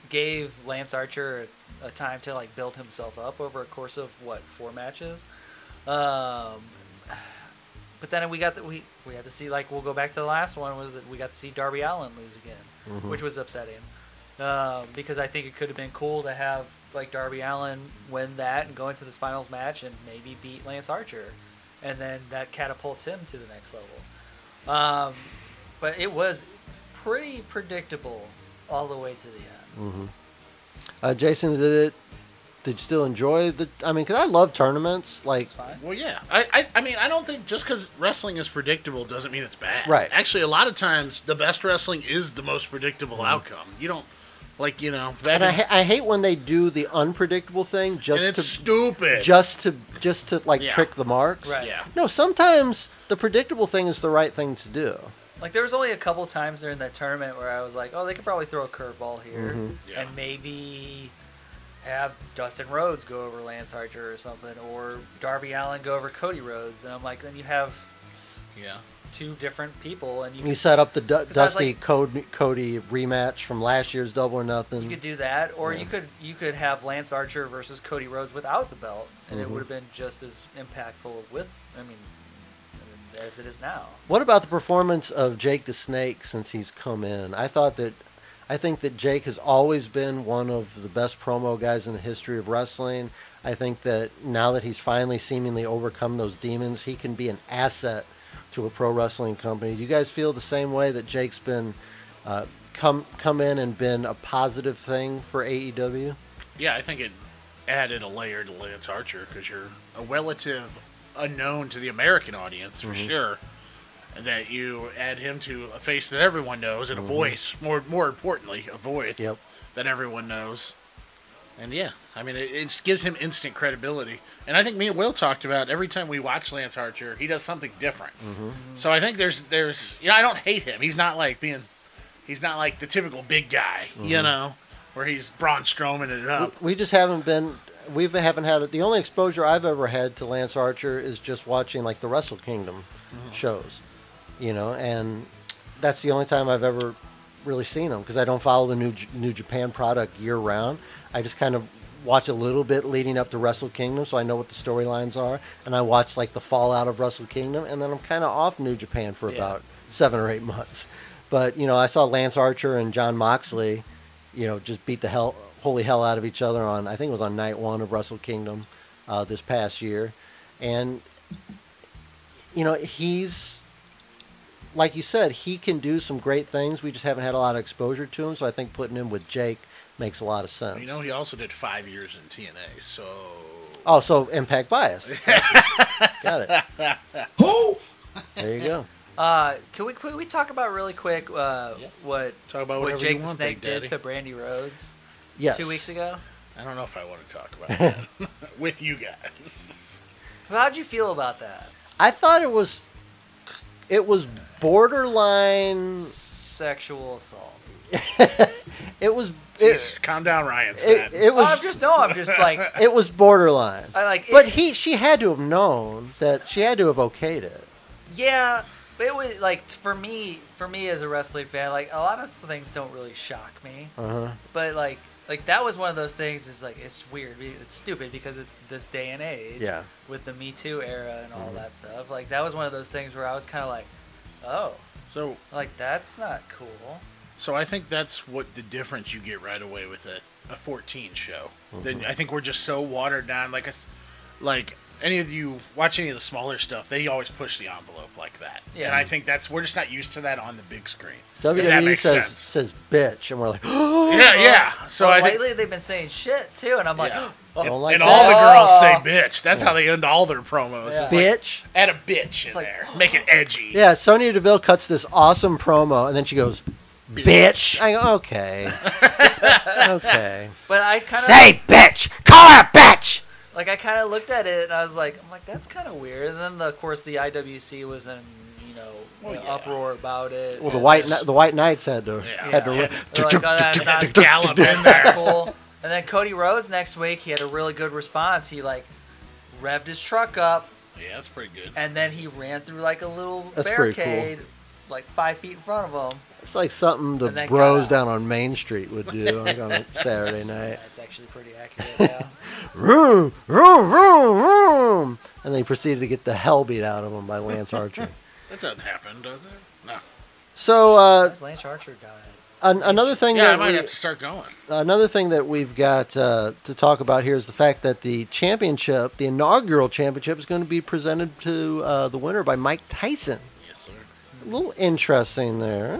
[SPEAKER 6] gave Lance Archer a time to like build himself up over a course of what four matches. Um, but then we got the, we we had to see like we'll go back to the last one was that we got to see Darby Allen lose again, which was upsetting. Um, because I think it could have been cool to have like Darby Allen win that and go into this finals match and maybe beat Lance Archer, and then that catapults him to the next level. Um, but it was pretty predictable all the way to the end.
[SPEAKER 4] Uh, Jason, did it? Did you still enjoy the? I mean, because I love tournaments. Like,
[SPEAKER 5] Well, yeah. I, I, I mean, I don't think just because wrestling is predictable doesn't mean it's bad.
[SPEAKER 4] Right.
[SPEAKER 5] Actually, a lot of times the best wrestling is the most predictable outcome. You don't, like, you know, back
[SPEAKER 4] Mm. and I,
[SPEAKER 5] in-
[SPEAKER 4] ha- I hate when they do the unpredictable thing just
[SPEAKER 5] and it's
[SPEAKER 4] to
[SPEAKER 5] stupid.
[SPEAKER 4] just to just to like
[SPEAKER 5] Yeah.
[SPEAKER 4] trick the marks.
[SPEAKER 6] Right.
[SPEAKER 5] yeah.
[SPEAKER 4] No, sometimes the predictable thing is the right thing to do.
[SPEAKER 6] Like there was only a couple times during that tournament where I was like, oh, they could probably throw a curveball here
[SPEAKER 5] Mm-hmm. Yeah.
[SPEAKER 6] and maybe have Dustin Rhodes go over Lance Archer or something, or Darby Allen go over Cody Rhodes, and I'm like, then you have
[SPEAKER 5] Yeah.
[SPEAKER 6] two different people, and you
[SPEAKER 4] You
[SPEAKER 6] could,
[SPEAKER 4] set up the du-
[SPEAKER 6] I was
[SPEAKER 4] Dusty
[SPEAKER 6] like-
[SPEAKER 4] Cody, Cody rematch from last year's Double or Nothing.
[SPEAKER 6] you could do that, or you could you could have Lance Archer versus Cody Rhodes without the belt, and
[SPEAKER 5] Mm-hmm.
[SPEAKER 6] it would have been just as impactful with, I mean, as it is now.
[SPEAKER 4] What about the performance of Jake the Snake since he's come in? I thought that I think that Jake has always been one of the best promo guys in the history of wrestling. I think that now that he's finally seemingly overcome those demons, he can be an asset to a pro wrestling company. Do you guys feel the same way that Jake's been uh, come come in and been a positive thing for E AEW?
[SPEAKER 5] Yeah, I think it added a layer to Lance Archer because you're a relative unknown to the American audience for sure. And that you add him to a face that everyone knows and a voice, more more importantly, a voice
[SPEAKER 4] Yep.
[SPEAKER 5] that everyone knows. And yeah, I mean, it, it gives him instant credibility. And I think me and Will talked about every time we watch Lance Archer, he does something different. So I think there's there's you know I don't hate him. He's not like being he's not like the typical big guy, you know, where he's Braun Strowman it up.
[SPEAKER 4] We just haven't been. We haven't had it. The only exposure I've ever had to Lance Archer is just watching like the Wrestle Kingdom shows, you know, and that's the only time I've ever really seen him because I don't follow the new J- New Japan product year round. I just kind of watch a little bit leading up to Wrestle Kingdom, so I know what the storylines are, and I watch like the fallout of Wrestle Kingdom, and then I'm kind of off New Japan for
[SPEAKER 6] Yeah.
[SPEAKER 4] about seven or eight months. But you know, I saw Lance Archer and John Moxley, you know, just beat the hell, holy hell out of each other on I think it was on night one of Wrestle Kingdom uh, this past year, and you know he's like you said he can do some great things. We just haven't had a lot of exposure to him, so I think putting him with Jake makes a lot of sense.
[SPEAKER 5] You know, he also did five years in TNA, so
[SPEAKER 4] Oh, so impact bias. Got it. There you go.
[SPEAKER 6] Uh, can we can we talk about really quick uh, what
[SPEAKER 5] talk about
[SPEAKER 6] what
[SPEAKER 5] whatever
[SPEAKER 6] Jake
[SPEAKER 5] you
[SPEAKER 6] the
[SPEAKER 5] want,
[SPEAKER 6] Snake
[SPEAKER 5] Big Daddy.
[SPEAKER 6] did to Brandy Rhodes
[SPEAKER 4] Yes.
[SPEAKER 6] two weeks ago?
[SPEAKER 5] I don't know if I want to talk about that with you guys.
[SPEAKER 6] How'd you feel about that?
[SPEAKER 4] I thought it was, it was borderline.
[SPEAKER 6] Sexual assault.
[SPEAKER 4] It was.
[SPEAKER 5] Jeez,
[SPEAKER 4] It,
[SPEAKER 5] calm down, Ryan.
[SPEAKER 4] it,
[SPEAKER 5] Satin.
[SPEAKER 4] it
[SPEAKER 6] Oh, I'm
[SPEAKER 4] was.
[SPEAKER 6] just no. I'm just like
[SPEAKER 4] It was borderline.
[SPEAKER 6] I like.
[SPEAKER 4] But
[SPEAKER 6] it-
[SPEAKER 4] he, she had to have known that she had to have okayed it.
[SPEAKER 6] yeah, but it was like t- for me, for me as a wrestling fan, like a lot of things don't really shock me.
[SPEAKER 4] Uh-huh.
[SPEAKER 6] But like, like that was one of those things. Is like it's weird. It's stupid because it's this day and age.
[SPEAKER 4] Yeah. Mm-hmm.
[SPEAKER 6] With the Me Too era and all that stuff, like that was one of those things where I was kind of like, oh,
[SPEAKER 5] So
[SPEAKER 6] Like that's not cool.
[SPEAKER 5] So I think that's what the difference you get right away with a, a 14 show. Then I think we're just so watered down. Like, us, like any of you watch any of the smaller stuff, they always push the envelope like that.
[SPEAKER 6] Yeah.
[SPEAKER 5] And I think that's we're just not used to that on the big screen. If that
[SPEAKER 4] WWE
[SPEAKER 5] makes
[SPEAKER 4] E says
[SPEAKER 5] sense.
[SPEAKER 4] says bitch, and we're like, oh,
[SPEAKER 5] Yeah, yeah. So
[SPEAKER 6] Well,
[SPEAKER 5] I think.
[SPEAKER 6] lately they've been saying shit too, and I'm like,
[SPEAKER 5] Yeah.
[SPEAKER 4] I
[SPEAKER 5] And,
[SPEAKER 4] don't like
[SPEAKER 5] and all the girls say
[SPEAKER 6] Oh.
[SPEAKER 5] bitch. That's how they end all their promos.
[SPEAKER 6] Yeah.
[SPEAKER 5] It's like,
[SPEAKER 4] bitch.
[SPEAKER 5] add a bitch in
[SPEAKER 6] like,
[SPEAKER 5] there. Make it edgy.
[SPEAKER 4] Yeah, Sonya Deville cuts this awesome promo, and then she goes, bitch. I go, okay, okay.
[SPEAKER 6] but I kind of
[SPEAKER 4] Say bitch. Call her bitch.
[SPEAKER 6] like I kind of looked at it and I was like, I'm like that's kind of weird. And then the, of course the IWC was in you know an
[SPEAKER 5] yeah.
[SPEAKER 6] uproar about it.
[SPEAKER 4] Well, the
[SPEAKER 6] and
[SPEAKER 4] white
[SPEAKER 6] just-
[SPEAKER 4] kni- the white knights had to
[SPEAKER 5] Yeah.
[SPEAKER 4] had to.
[SPEAKER 5] Yeah.
[SPEAKER 6] they're like, oh, that's not
[SPEAKER 5] Gallop in there.
[SPEAKER 6] cool. And then Cody Rhodes next week, he had a really good response. He like revved his truck up
[SPEAKER 5] Yeah, that's pretty good.
[SPEAKER 6] and then he ran through like a little
[SPEAKER 4] That's pretty cool.
[SPEAKER 6] barricade, like five feet in front of him.
[SPEAKER 4] It's like something the
[SPEAKER 6] And they
[SPEAKER 4] bros
[SPEAKER 6] got out.
[SPEAKER 4] down on Main Street would do like on a Saturday night.
[SPEAKER 6] That's actually pretty accurate. Yeah.
[SPEAKER 4] Vroom, vroom, vroom, vroom. And they proceeded to get the hell beat out of them by Lance Archer.
[SPEAKER 5] That doesn't happen, does it? No.
[SPEAKER 4] So uh,
[SPEAKER 6] That's Lance Archer died.
[SPEAKER 4] an- another thing
[SPEAKER 5] Yeah, I
[SPEAKER 4] that
[SPEAKER 5] might
[SPEAKER 4] we-
[SPEAKER 5] have to start going.
[SPEAKER 4] another thing that we've got uh, to talk about here is the fact that the championship, the inaugural championship, is going to be presented to uh, the winner by Mike Tyson.
[SPEAKER 5] Yes, sir.
[SPEAKER 4] A little interesting there.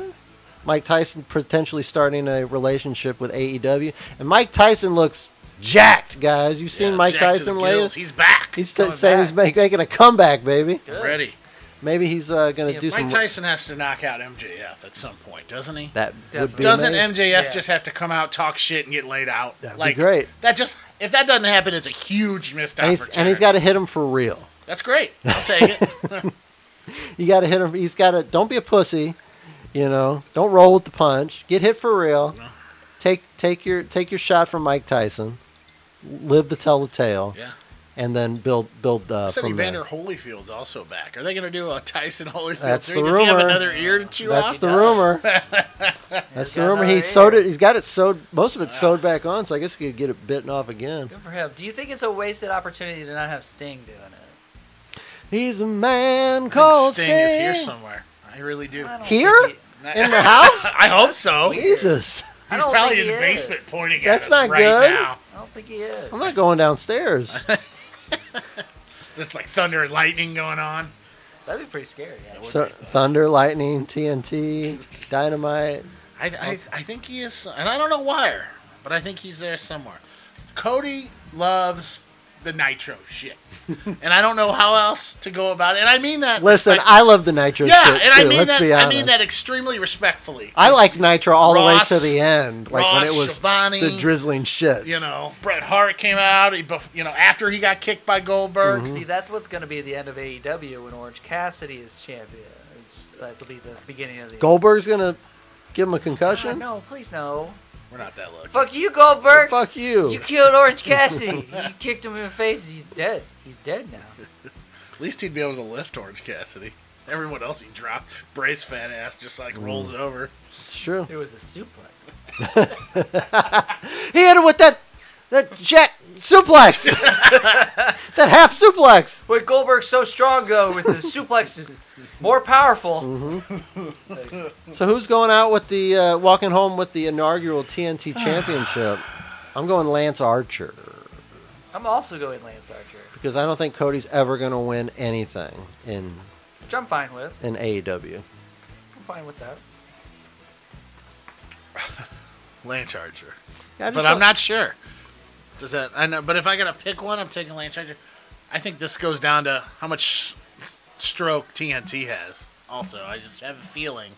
[SPEAKER 4] Mike Tyson potentially starting a relationship with AEW, and Mike Tyson looks jacked, guys. You've seen
[SPEAKER 5] Yeah,
[SPEAKER 4] Mike
[SPEAKER 5] Jack to the
[SPEAKER 4] Tyson
[SPEAKER 5] gills.
[SPEAKER 4] lately.
[SPEAKER 5] He's back.
[SPEAKER 4] He's
[SPEAKER 6] coming
[SPEAKER 4] saying he's make, making a comeback, baby.
[SPEAKER 6] Good.
[SPEAKER 5] ready.
[SPEAKER 4] Maybe he's uh, going
[SPEAKER 6] See,
[SPEAKER 4] to do
[SPEAKER 5] Mike
[SPEAKER 4] some.
[SPEAKER 5] Tyson has to knock out MJF at some point, doesn't he?
[SPEAKER 4] That would
[SPEAKER 6] Definitely.
[SPEAKER 4] be
[SPEAKER 5] doesn't
[SPEAKER 4] amazing.
[SPEAKER 5] MJF
[SPEAKER 6] Yeah.
[SPEAKER 5] just have to come out, talk shit, and get laid out?
[SPEAKER 4] That'd be
[SPEAKER 5] like
[SPEAKER 4] great.
[SPEAKER 5] That just if that doesn't happen, it's a huge missed
[SPEAKER 4] and he's,
[SPEAKER 5] opportunity.
[SPEAKER 4] and he's got to hit him for real.
[SPEAKER 5] That's great. I'll take it.
[SPEAKER 4] You got to hit him. He's got to. Don't be a pussy. You know. Don't roll with the punch. Get hit for real. Take take your take your shot from Mike Tyson. Live to tell the tale,
[SPEAKER 5] yeah.
[SPEAKER 4] and then build build uh,
[SPEAKER 5] Said
[SPEAKER 4] from
[SPEAKER 5] Evander
[SPEAKER 4] there.
[SPEAKER 5] Holyfield's also back. Are they going to do a Tyson Holyfield?
[SPEAKER 4] That's
[SPEAKER 5] three?
[SPEAKER 4] the
[SPEAKER 5] Does he have
[SPEAKER 4] rumor.
[SPEAKER 5] another ear to chew
[SPEAKER 4] That's
[SPEAKER 5] off?
[SPEAKER 4] the rumor. That's
[SPEAKER 6] He's
[SPEAKER 4] the
[SPEAKER 6] got
[SPEAKER 4] rumor.
[SPEAKER 6] another
[SPEAKER 4] He sewed
[SPEAKER 6] ear.
[SPEAKER 4] it. He's got it sewed. Most of it sewed back on, so I guess we could get it bitten off again.
[SPEAKER 6] Good for him. Do you think it's a wasted opportunity to not have Sting doing it?
[SPEAKER 4] He's a man
[SPEAKER 5] I think
[SPEAKER 4] called
[SPEAKER 5] Sting
[SPEAKER 4] Sting.
[SPEAKER 5] is here somewhere. I really do.
[SPEAKER 6] I don't
[SPEAKER 4] Here?
[SPEAKER 6] think
[SPEAKER 4] In the house?
[SPEAKER 5] I hope so. He's
[SPEAKER 4] Jesus.
[SPEAKER 6] I don't
[SPEAKER 5] probably in
[SPEAKER 6] think
[SPEAKER 5] the
[SPEAKER 6] he
[SPEAKER 5] basement
[SPEAKER 6] is.
[SPEAKER 5] pointing at
[SPEAKER 4] That's
[SPEAKER 5] us
[SPEAKER 4] not
[SPEAKER 5] right
[SPEAKER 4] good.
[SPEAKER 5] now.
[SPEAKER 6] he- I don't think he is.
[SPEAKER 4] I'm not going downstairs.
[SPEAKER 5] There's like thunder and lightning going on.
[SPEAKER 6] That'd be pretty scary. Actually.
[SPEAKER 4] So, thunder, lightning, TNT, dynamite.
[SPEAKER 5] I,
[SPEAKER 4] Oh.
[SPEAKER 5] I, I think he is, and I don't know where, but I think he's there somewhere. Cody loves the nitro shit, and I don't know how else to go about it. And I mean that.
[SPEAKER 4] Listen,
[SPEAKER 5] respect-
[SPEAKER 4] I love the Nitro
[SPEAKER 5] yeah,
[SPEAKER 4] shit
[SPEAKER 5] and I
[SPEAKER 4] too,
[SPEAKER 5] mean
[SPEAKER 4] let's
[SPEAKER 5] that.
[SPEAKER 4] be
[SPEAKER 5] I
[SPEAKER 4] honest.
[SPEAKER 5] mean that extremely respectfully.
[SPEAKER 4] I like Nitro all
[SPEAKER 5] Ross-
[SPEAKER 4] the way to the end, like
[SPEAKER 5] Ross,
[SPEAKER 4] when it was
[SPEAKER 5] Schiavone,
[SPEAKER 4] the drizzling shit.
[SPEAKER 5] You know, Bret Hart came out. He, bef- you know, after he got kicked by Goldberg.
[SPEAKER 4] mm-hmm.
[SPEAKER 6] See, that's what's going to be the end of AEW when Orange Cassidy is champion. It's, that'll be the beginning of the
[SPEAKER 4] Goldberg's gonna give him a
[SPEAKER 6] Ah,
[SPEAKER 4] concussion.
[SPEAKER 6] no, please no.
[SPEAKER 5] We're not that lucky.
[SPEAKER 6] Fuck you, Goldberg.
[SPEAKER 4] Fuck you.
[SPEAKER 6] You killed Orange Cassidy. you kicked him in the face. He's dead. He's dead now.
[SPEAKER 5] At least he'd be able to lift Orange Cassidy. Everyone else he dropped, brace fat ass, just like rolls over.
[SPEAKER 4] It's true.
[SPEAKER 6] It was a suplex.
[SPEAKER 4] He hit him with that that jet suplex. that half suplex.
[SPEAKER 6] Wait, Goldberg's so strong though with the suplex is more powerful.
[SPEAKER 4] Mm-hmm. So who's going out with the uh, walking home with the inaugural TNT championship? I'm going Lance Archer
[SPEAKER 6] I'm also going Lance Archer,
[SPEAKER 4] because I don't think Cody's ever gonna win anything in
[SPEAKER 6] which I'm fine with.
[SPEAKER 4] in E AEW.
[SPEAKER 6] I'm fine with that.
[SPEAKER 5] Lance Archer.
[SPEAKER 4] Yeah, I just
[SPEAKER 5] but I'm
[SPEAKER 4] don't-
[SPEAKER 5] not sure. Does that? I know, but if I gotta pick one, I'm taking Lance Archer. I think this goes down to how much s- stroke TNT has. Also, I just have a feeling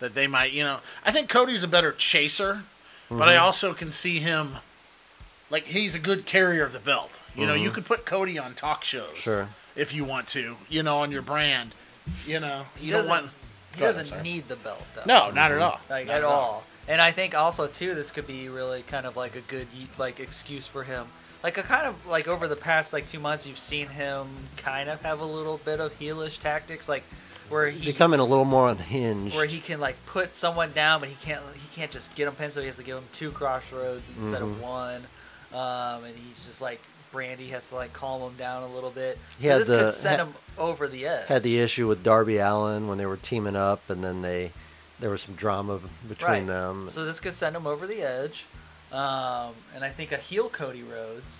[SPEAKER 5] that they might. You know, I think Cody's a better chaser, but I
[SPEAKER 4] Mm-hmm.
[SPEAKER 5] also can see him like he's a good carrier of the belt. You know, you could put Cody on talk shows
[SPEAKER 4] Mm-hmm. Sure.
[SPEAKER 5] if you want to. You know, on your brand. You know, you don't
[SPEAKER 6] doesn't-
[SPEAKER 5] want.
[SPEAKER 6] He
[SPEAKER 5] Go ahead, I'm
[SPEAKER 6] doesn't
[SPEAKER 5] sorry.
[SPEAKER 6] need the belt though.
[SPEAKER 5] No, not
[SPEAKER 4] Mm-hmm.
[SPEAKER 5] at all.
[SPEAKER 6] like
[SPEAKER 5] Not
[SPEAKER 6] at all. And I think also too, this could be really kind of like a good like excuse for him. Like a kind of like over the past like two months, you've seen him kind of have a little bit of heelish tactics, like where he
[SPEAKER 4] becoming a little more unhinged.
[SPEAKER 6] where he can like put someone down, but he can't he can't
[SPEAKER 5] Mm-hmm.
[SPEAKER 6] just get him pinned, so he has to give him two crossroads instead of one. Um, and he's just like Brandy has to like calm him down a little bit.
[SPEAKER 4] He
[SPEAKER 6] So
[SPEAKER 4] had
[SPEAKER 6] this
[SPEAKER 4] the-
[SPEAKER 6] could send
[SPEAKER 4] had-
[SPEAKER 6] him over the edge.
[SPEAKER 4] Had the issue with Darby Allen when they were teaming up, and then they there was some drama between
[SPEAKER 6] Right.
[SPEAKER 4] them.
[SPEAKER 6] So this could send him over the edge, um, and I think a heel Cody Rhodes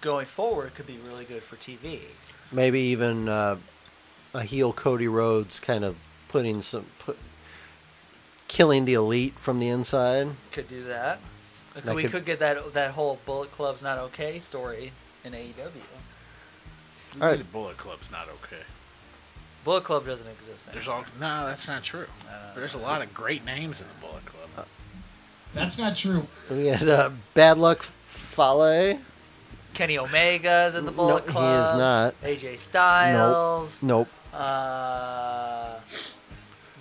[SPEAKER 6] going forward could be really good for TV.
[SPEAKER 4] Maybe even uh, a heel Cody Rhodes kind of putting some put, killing the elite from the inside.
[SPEAKER 6] Could do that.
[SPEAKER 4] That
[SPEAKER 6] we
[SPEAKER 4] could-
[SPEAKER 6] could, get that that whole Bullet Club's not okay story in E AEW.
[SPEAKER 4] All right.
[SPEAKER 5] The Bullet Club's not okay.
[SPEAKER 6] Bullet Club doesn't exist now.
[SPEAKER 5] There's all no, that's not true.
[SPEAKER 4] Uh,
[SPEAKER 5] There's a lot of great names in the Bullet Club.
[SPEAKER 7] That's not true.
[SPEAKER 4] We had uh, Bad Luck Fale.
[SPEAKER 6] Kenny Omega's in the Bullet
[SPEAKER 4] he is
[SPEAKER 6] Club.
[SPEAKER 4] not.
[SPEAKER 6] AJ Styles.
[SPEAKER 4] Nope.
[SPEAKER 6] Uh,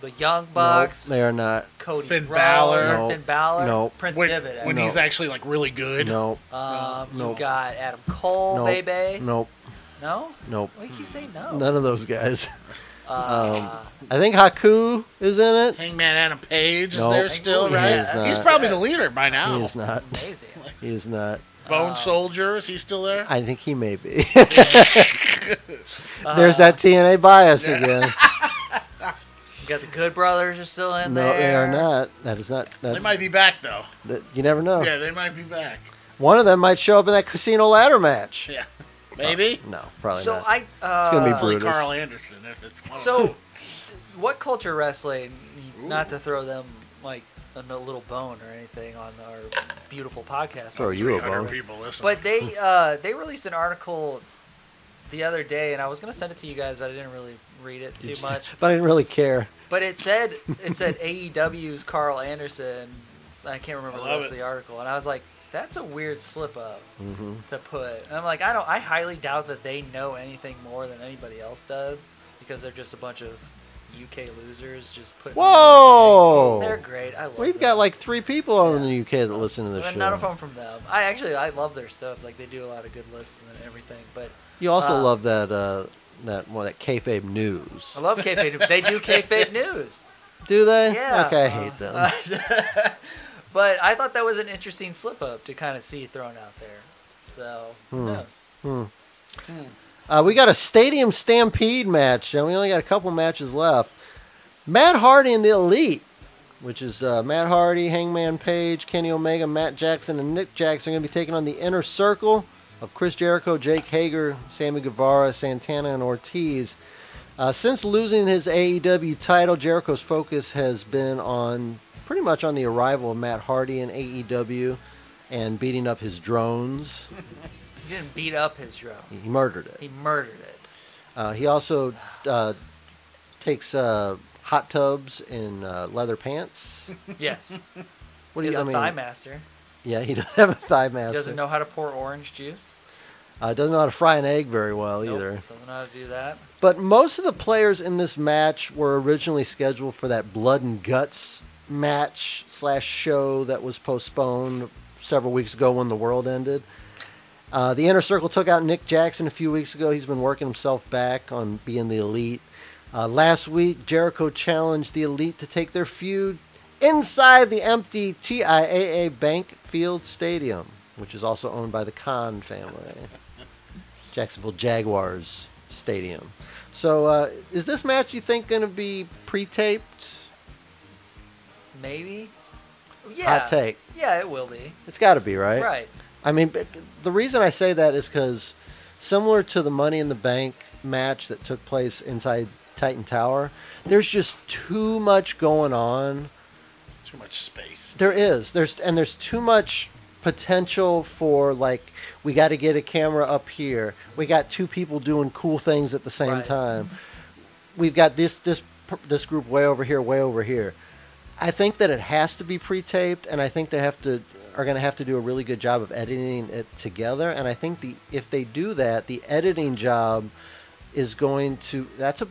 [SPEAKER 6] the Young Bucks.
[SPEAKER 4] Nope, they are not.
[SPEAKER 6] Cody
[SPEAKER 5] Finn
[SPEAKER 6] Rollins,
[SPEAKER 5] Balor.
[SPEAKER 4] Nope.
[SPEAKER 6] Finn Balor.
[SPEAKER 4] Nope.
[SPEAKER 6] Prince
[SPEAKER 5] When,
[SPEAKER 6] Devitt.
[SPEAKER 5] when
[SPEAKER 6] actually.
[SPEAKER 5] he's actually like really good.
[SPEAKER 4] Nope.
[SPEAKER 6] Um,
[SPEAKER 4] Nope.
[SPEAKER 6] You got Adam Cole,
[SPEAKER 4] Nope.
[SPEAKER 6] baby.
[SPEAKER 4] Nope.
[SPEAKER 6] No?
[SPEAKER 4] Nope.
[SPEAKER 6] Why do you keep saying no?
[SPEAKER 4] None of those guys.
[SPEAKER 6] Uh,
[SPEAKER 4] I think Haku is in it.
[SPEAKER 5] Hangman Adam Page
[SPEAKER 4] Nope.
[SPEAKER 5] is there still,
[SPEAKER 4] He
[SPEAKER 5] right?
[SPEAKER 4] is not.
[SPEAKER 5] He's probably the leader by now.
[SPEAKER 4] He is not.
[SPEAKER 6] amazing.
[SPEAKER 4] He is not.
[SPEAKER 5] Bone Soldier is he still there?
[SPEAKER 4] I think he may be. There's that TNA bias again.
[SPEAKER 6] You got the Good Brothers are still in
[SPEAKER 4] No,
[SPEAKER 6] there.
[SPEAKER 4] they are not. That is not.
[SPEAKER 5] They
[SPEAKER 4] That's,
[SPEAKER 5] might be back though.
[SPEAKER 4] that, you never know.
[SPEAKER 5] Yeah, they might be back.
[SPEAKER 4] One of them might show up in that casino ladder match.
[SPEAKER 5] Yeah, maybe.
[SPEAKER 4] No, probably
[SPEAKER 6] So
[SPEAKER 4] not.
[SPEAKER 6] I. Uh,
[SPEAKER 4] gonna be
[SPEAKER 5] Probably
[SPEAKER 4] Brutus.
[SPEAKER 5] Carl Anderson if it's one of them.
[SPEAKER 6] So, what culture wrestling? Not to throw them like a n- little bone or anything on our beautiful podcast.
[SPEAKER 4] Throw you a
[SPEAKER 5] 300
[SPEAKER 4] bone.
[SPEAKER 5] people listen.
[SPEAKER 6] But they uh, they released an article the other day, and I was gonna send it to you guys, but I didn't really read it too much.
[SPEAKER 4] But I didn't really care.
[SPEAKER 6] But it said it said AEW's Carl Anderson. I can't remember
[SPEAKER 5] I
[SPEAKER 6] the
[SPEAKER 5] love
[SPEAKER 6] rest of
[SPEAKER 5] it.
[SPEAKER 6] the article, and I was like, "That's a weird slip up
[SPEAKER 4] Mm-hmm.
[SPEAKER 6] to put." And I'm like, "I don't. I highly doubt that they know anything more than anybody else does, because they're just a bunch of UK losers just putting." their
[SPEAKER 4] Whoa!
[SPEAKER 6] own thing. They're great. I love.
[SPEAKER 4] We've
[SPEAKER 6] them.
[SPEAKER 4] got like three people over in the UK that listen to this
[SPEAKER 6] But
[SPEAKER 4] show.
[SPEAKER 6] none of them from them. I actually I love their stuff. Like they do a lot of good lists and everything. But
[SPEAKER 4] You also
[SPEAKER 6] Uh,
[SPEAKER 4] love that uh, that well, that kayfabe news.
[SPEAKER 6] I love kayfabe. they do kayfabe news.
[SPEAKER 4] Do they?
[SPEAKER 6] Yeah.
[SPEAKER 4] Okay, I
[SPEAKER 6] Uh,
[SPEAKER 4] hate them.
[SPEAKER 6] Uh, but I thought that was an interesting slip up to kind of see thrown out there. So
[SPEAKER 4] Hmm.
[SPEAKER 6] who knows?
[SPEAKER 4] Uh, we got a stadium stampede match, and we only got a couple matches left. Matt Hardy and the Elite, which is uh, Matt Hardy, Hangman Page, Kenny Omega, Matt Jackson, and Nick Jackson, are going to be taking on the inner circle of Chris Jericho, Jake Hager, Sammy Guevara, Santana, and Ortiz. Uh, since losing his AEW title, Jericho's focus has been on pretty much on the arrival of Matt Hardy in AEW and beating up his drones.
[SPEAKER 6] He didn't beat up his drone.
[SPEAKER 4] He murdered it.
[SPEAKER 6] He murdered it.
[SPEAKER 4] Uh, he also uh, takes uh, hot tubs in uh, leather pants.
[SPEAKER 6] Yes.
[SPEAKER 4] What do
[SPEAKER 6] He's
[SPEAKER 4] you I
[SPEAKER 6] a
[SPEAKER 4] mean?
[SPEAKER 6] thigh master.
[SPEAKER 4] Yeah, he doesn't have a thigh master.
[SPEAKER 6] Doesn't know how to pour orange juice.
[SPEAKER 4] Uh, doesn't know how to fry an egg very well
[SPEAKER 6] Nope,
[SPEAKER 4] either.
[SPEAKER 6] Doesn't know how to do that.
[SPEAKER 4] But most of the players in this match were originally scheduled for that blood and guts match slash show that was postponed several weeks ago when the world ended. Uh, the inner circle took out Nick Jackson a few weeks ago. He's been working himself back on being the elite. Uh, last week, Jericho challenged the elite to take their feud inside the empty TIAA Bank Field Stadium, which is also owned by the Khan family. Jacksonville Jaguars Stadium. So, uh, is this match you think going to be pre-taped?
[SPEAKER 6] Maybe. Yeah.
[SPEAKER 4] take.
[SPEAKER 6] Yeah, it will be.
[SPEAKER 4] It's got to be, right?
[SPEAKER 6] Right.
[SPEAKER 4] I mean, but the reason I say that is because similar to the Money in the Bank match that took place inside Titan Tower, there's just too much going on
[SPEAKER 5] Too much space.
[SPEAKER 4] There is. There's and there's too much potential for like we got to get a camera up here. We got two people doing cool things at the same
[SPEAKER 6] Right.
[SPEAKER 4] time. We've got this this per- this group way over here, way over here. I think that it has to be pre-taped and I think they have to are going to have to do a really good job of editing it together and I think the if they do that, the editing job is going to that's a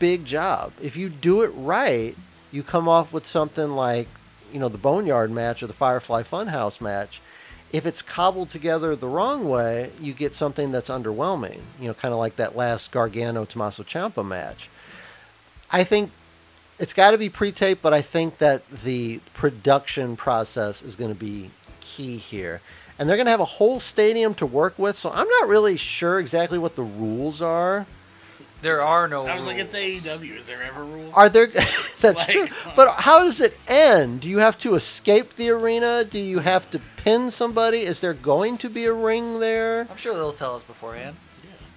[SPEAKER 4] big job. If you do it right, you come off with something like, you know, the Boneyard match or the Firefly Funhouse match. If it's cobbled together the wrong way, you get something that's underwhelming, you know, kind of like that last Gargano Tommaso Ciampa match. I think it's got to be pre-taped, but I think that the production process is going to be key here. and they're going to have a whole stadium to work with. So I'm not really sure exactly what the rules are.
[SPEAKER 6] There are no.
[SPEAKER 5] I was like,
[SPEAKER 6] rules.
[SPEAKER 5] it's E AEW. Is there ever rules?
[SPEAKER 4] Are there? that's
[SPEAKER 5] Like,
[SPEAKER 4] true. But how does it end? Do you have to escape the arena? Do you have to pin somebody? Is there going to be a ring there?
[SPEAKER 6] I'm sure they'll tell us beforehand.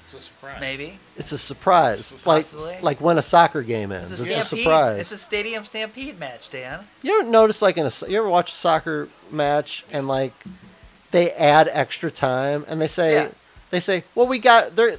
[SPEAKER 5] It's a surprise.
[SPEAKER 6] Maybe.
[SPEAKER 4] It's a surprise, like
[SPEAKER 6] Possibly.
[SPEAKER 4] like when a soccer game ends. It's, a
[SPEAKER 6] stampede.
[SPEAKER 4] surprise.
[SPEAKER 6] It's a stadium stampede match, Dan.
[SPEAKER 4] You ever notice like in a you ever watch a soccer match and like they add extra time and they say
[SPEAKER 6] Yeah.
[SPEAKER 4] they say well we got there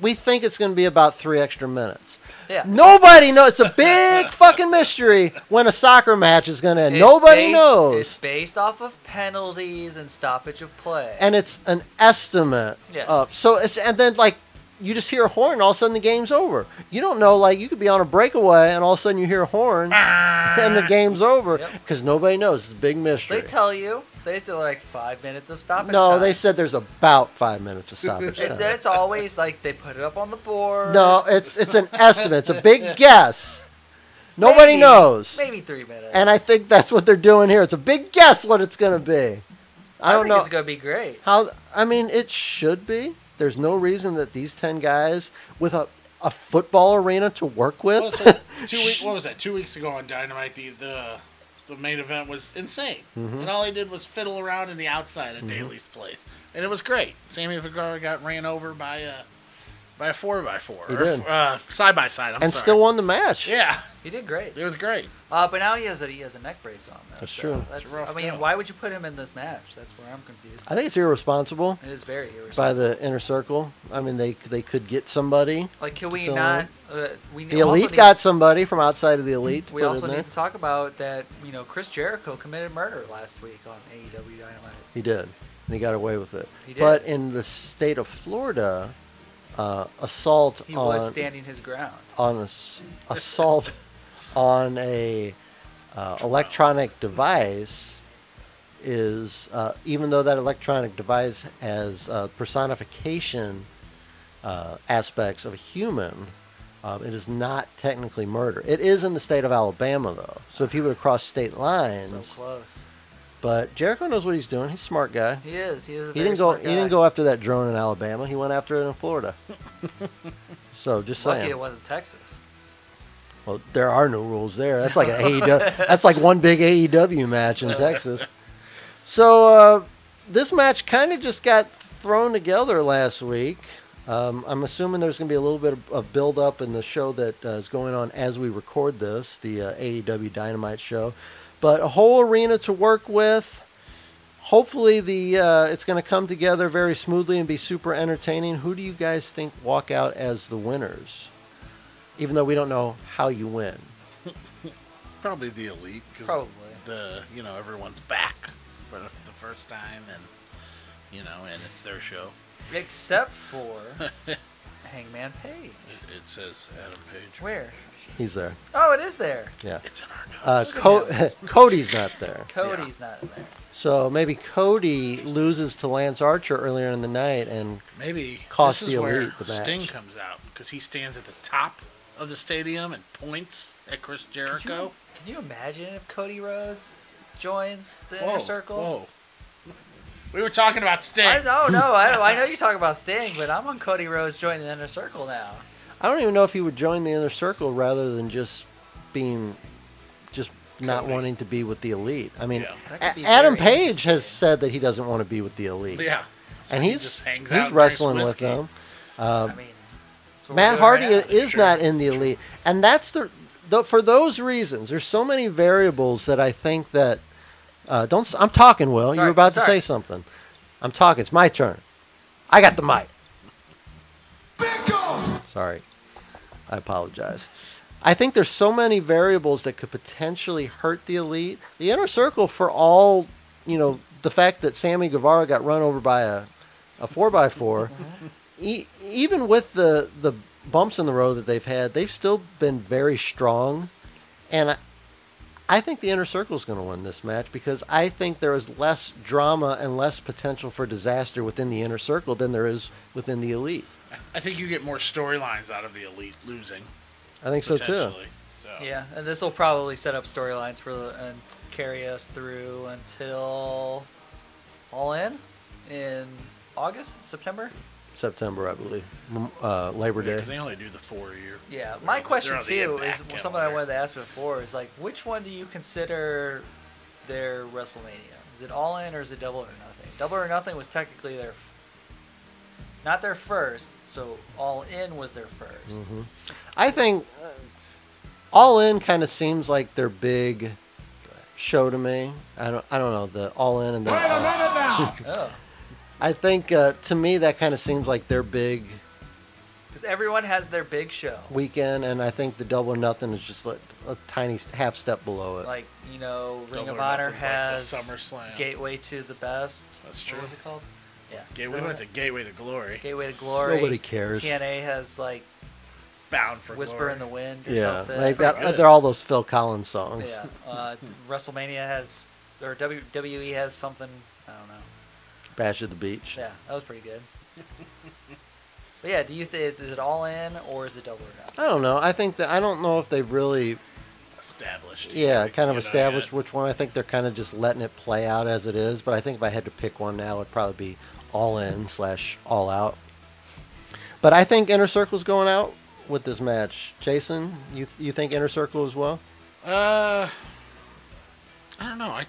[SPEAKER 4] we think it's going to be about three extra minutes.
[SPEAKER 6] Yeah.
[SPEAKER 4] Nobody knows. It's a big fucking mystery when a soccer match is going to end.
[SPEAKER 6] It's
[SPEAKER 4] Nobody
[SPEAKER 6] based- It's
[SPEAKER 4] knows,
[SPEAKER 6] based off of penalties and stoppage of play.
[SPEAKER 4] and it's an estimate.
[SPEAKER 6] Yeah.
[SPEAKER 4] of- so it's and then like you just hear a horn, all of a sudden the game's over. You don't know. Like you could be on a breakaway and all of a sudden you hear a horn and the game's over
[SPEAKER 6] Yep.
[SPEAKER 4] because nobody knows. It's a big mystery.
[SPEAKER 6] they tell you. They do like five minutes of stoppage.
[SPEAKER 4] No,
[SPEAKER 6] time.
[SPEAKER 4] they said there's about five minutes of stoppage
[SPEAKER 6] It-
[SPEAKER 4] time.
[SPEAKER 6] That's always like they put it up on the board.
[SPEAKER 4] no, it's it's an estimate. It's a big guess. Nobody
[SPEAKER 6] Maybe-
[SPEAKER 4] knows,
[SPEAKER 6] Maybe three minutes.
[SPEAKER 4] and I think that's what they're doing here. It's a big guess what it's going to be. I don't
[SPEAKER 6] think
[SPEAKER 4] know
[SPEAKER 6] It's gonna be great.
[SPEAKER 4] how. I mean, it should be. There's no reason that these ten guys with a a football arena to work
[SPEAKER 5] What was
[SPEAKER 4] with.
[SPEAKER 5] that? Two week, what was that? Two weeks ago on Dynamite, the the, the main event was insane, and all they did was fiddle around in the outside of Daly's place, and it was great. Sammy Vergara got ran over by a by a four by four,
[SPEAKER 4] He
[SPEAKER 5] or
[SPEAKER 4] did.
[SPEAKER 5] uh, side by side. I'm
[SPEAKER 4] and
[SPEAKER 5] sorry.
[SPEAKER 4] still won the match.
[SPEAKER 5] yeah,
[SPEAKER 6] He did great.
[SPEAKER 5] it was great.
[SPEAKER 6] Uh, but now he has a he has a neck brace on. Though,
[SPEAKER 4] That's
[SPEAKER 6] so
[SPEAKER 4] true.
[SPEAKER 6] That's,
[SPEAKER 5] It's a rough
[SPEAKER 6] I mean,
[SPEAKER 5] go.
[SPEAKER 6] why would you put him in this match? That's where I'm confused.
[SPEAKER 4] I think it's irresponsible
[SPEAKER 6] It is very irresponsible.
[SPEAKER 4] by the inner circle. I mean, they they could get somebody.
[SPEAKER 6] Like, can we
[SPEAKER 4] fill
[SPEAKER 6] not?
[SPEAKER 4] in.
[SPEAKER 6] Uh, we
[SPEAKER 4] The
[SPEAKER 6] also
[SPEAKER 4] elite
[SPEAKER 6] need-
[SPEAKER 4] got somebody from outside of the elite. to
[SPEAKER 6] We
[SPEAKER 4] put
[SPEAKER 6] also
[SPEAKER 4] in there.
[SPEAKER 6] need to talk about that. You know, Chris Jericho committed murder last week on AEW Dynamite.
[SPEAKER 4] He did, and he got away with it.
[SPEAKER 6] He
[SPEAKER 4] But
[SPEAKER 6] did.
[SPEAKER 4] in the state of Florida, uh, assault
[SPEAKER 6] He
[SPEAKER 4] on
[SPEAKER 6] was standing his ground.
[SPEAKER 4] on a s assault on a uh, electronic device is uh, even though that electronic device has uh, personification uh, aspects of a human. Um, it is not technically murder. It is in the state of Alabama, though. So if he would have crossed state lines,
[SPEAKER 6] So close.
[SPEAKER 4] but Jericho knows what he's doing. He's a smart guy.
[SPEAKER 6] He is. He is. A
[SPEAKER 4] He
[SPEAKER 6] very
[SPEAKER 4] didn't go.
[SPEAKER 6] smart
[SPEAKER 4] He didn't
[SPEAKER 6] guy.
[SPEAKER 4] go after that drone in Alabama. He went after it in Florida. so just
[SPEAKER 6] Lucky
[SPEAKER 4] saying.
[SPEAKER 6] it wasn't Texas.
[SPEAKER 4] Well, there are no rules there. That's like an AEW. That's like one big AEW match in Texas. So uh, this match kind of just got thrown together last week. Um, I'm assuming there's going to be a little bit of, of build up in the show that uh, is going on as we record this, the uh, AEW Dynamite show. But a whole arena to work with. Hopefully, the uh, it's going to come together very smoothly and be super entertaining. Who do you guys think walk out as the winners? Even though we don't know how you win.
[SPEAKER 5] Probably the elite. 'cause
[SPEAKER 6] Probably.
[SPEAKER 5] the you know everyone's back for the the first time, and you know, and it's their show.
[SPEAKER 6] Except for Hangman Page.
[SPEAKER 5] It, it says Adam Page.
[SPEAKER 6] Where?
[SPEAKER 4] He's there.
[SPEAKER 6] Oh, it is there.
[SPEAKER 4] Yeah.
[SPEAKER 5] It's in our notes.
[SPEAKER 4] Uh, Co- Cody's not there.
[SPEAKER 6] Cody's not in there.
[SPEAKER 4] So maybe Cody loses to Lance Archer earlier in the night, and
[SPEAKER 5] Maybe
[SPEAKER 4] cost
[SPEAKER 5] this
[SPEAKER 4] the
[SPEAKER 5] is
[SPEAKER 4] elite
[SPEAKER 5] where
[SPEAKER 4] the match.
[SPEAKER 5] Sting comes out because he stands at the top of the stadium and points at Chris
[SPEAKER 6] Could you-
[SPEAKER 5] Jericho.
[SPEAKER 6] Can you imagine if Cody Rhodes joins the
[SPEAKER 5] Whoa,
[SPEAKER 6] inner circle?
[SPEAKER 5] Whoa. We were talking about Sting.
[SPEAKER 6] I don't know. I, I know you talk about Sting, but I'm on Cody Rhodes joining the inner circle now.
[SPEAKER 4] I don't even know if he would join the inner circle rather than just being, just not
[SPEAKER 5] Cody.
[SPEAKER 4] wanting to be with the elite. I mean,
[SPEAKER 5] Yeah.
[SPEAKER 6] That could
[SPEAKER 4] A-
[SPEAKER 6] be
[SPEAKER 4] Adam
[SPEAKER 6] very
[SPEAKER 4] Page has said that he doesn't want to be with the elite,
[SPEAKER 5] Yeah. So
[SPEAKER 4] and
[SPEAKER 5] he
[SPEAKER 4] he's
[SPEAKER 5] just hangs out
[SPEAKER 4] he's
[SPEAKER 5] and drinks
[SPEAKER 4] wrestling with
[SPEAKER 5] whiskey.
[SPEAKER 4] them.
[SPEAKER 6] I mean, that's what
[SPEAKER 4] Matt
[SPEAKER 6] we're
[SPEAKER 4] Hardy
[SPEAKER 6] doing right now.
[SPEAKER 4] is not in the elite, and that's the, the for those reasons. There's so many variables that I think that uh, don't. s- I'm talking, Will. you
[SPEAKER 6] Sorry,
[SPEAKER 4] were about to say
[SPEAKER 6] sorry.
[SPEAKER 4] something. I'm talking. It's my turn. I got the mic. Sorry, I apologize. I think there's so many variables that could potentially hurt the elite. The inner circle, for all you know, the fact that Sammy Guevara got run over by a a four by four e- even with the the bumps in the road that they've had, they've still been very strong, and I, I think the inner circle is going to win this match because I think there is less drama and less potential for disaster within the inner circle than there is within the elite.
[SPEAKER 5] I think you get more storylines out of the elite losing.
[SPEAKER 4] I think so too.
[SPEAKER 5] potentially. So
[SPEAKER 6] Yeah, and this will probably set up storylines for the- and carry us through until All In. in August, September.
[SPEAKER 4] September, I believe, M- uh, Labor
[SPEAKER 5] Yeah,
[SPEAKER 4] Day.
[SPEAKER 5] 'cause they only do the four year.
[SPEAKER 6] Yeah, my question too is
[SPEAKER 5] something
[SPEAKER 6] something I wanted to ask before is like, which one do you consider their WrestleMania? Is it All In or is it Double or Nothing? Double or Nothing was technically their, not their first, so All In was their 1st
[SPEAKER 4] I think uh, All In kind of seems like their big show to me. I don't, I don't know the All In and the.
[SPEAKER 6] Oh,
[SPEAKER 4] I think uh, to me that kind of seems like their big
[SPEAKER 6] because everyone has their big show.
[SPEAKER 4] weekend, and I think the Double or Nothing is just like a tiny s- half step below it.
[SPEAKER 6] Like you know, Ring
[SPEAKER 5] Double
[SPEAKER 6] of
[SPEAKER 5] or
[SPEAKER 6] Honor
[SPEAKER 5] Nothing's like
[SPEAKER 6] has
[SPEAKER 5] the SummerSlam.
[SPEAKER 6] Gateway to the Best.
[SPEAKER 5] That's
[SPEAKER 6] What
[SPEAKER 5] true.
[SPEAKER 6] was it called? Yeah.
[SPEAKER 5] Gateway, we went to Gateway to Glory.
[SPEAKER 6] Gateway to Glory.
[SPEAKER 4] Nobody cares.
[SPEAKER 6] TNA has like
[SPEAKER 5] Bound for
[SPEAKER 6] Whisper
[SPEAKER 5] Glory.
[SPEAKER 6] in the Wind or
[SPEAKER 4] yeah,
[SPEAKER 6] something.
[SPEAKER 4] like that.
[SPEAKER 5] Pretty good.
[SPEAKER 4] They're all those Phil Collins songs.
[SPEAKER 6] Yeah. Uh, WrestleMania has, or WWE has something. I don't know.
[SPEAKER 4] Bash at the Beach.
[SPEAKER 6] Yeah, that was pretty good. but yeah, do you think is it all in or is it double or nothing?
[SPEAKER 4] I don't know. I think that I don't know if they've really,
[SPEAKER 5] Established.
[SPEAKER 4] yeah,
[SPEAKER 5] you
[SPEAKER 4] kind of
[SPEAKER 5] know,
[SPEAKER 4] established
[SPEAKER 5] yeah.
[SPEAKER 4] which one. I think they're kind of just letting it play out as it is. But I think if I had to pick one now, it'd probably be All In slash All Out. But I think Inner Circle's going out with this match. Jason, you you think Inner Circle as well?
[SPEAKER 5] Uh, I don't know. I, I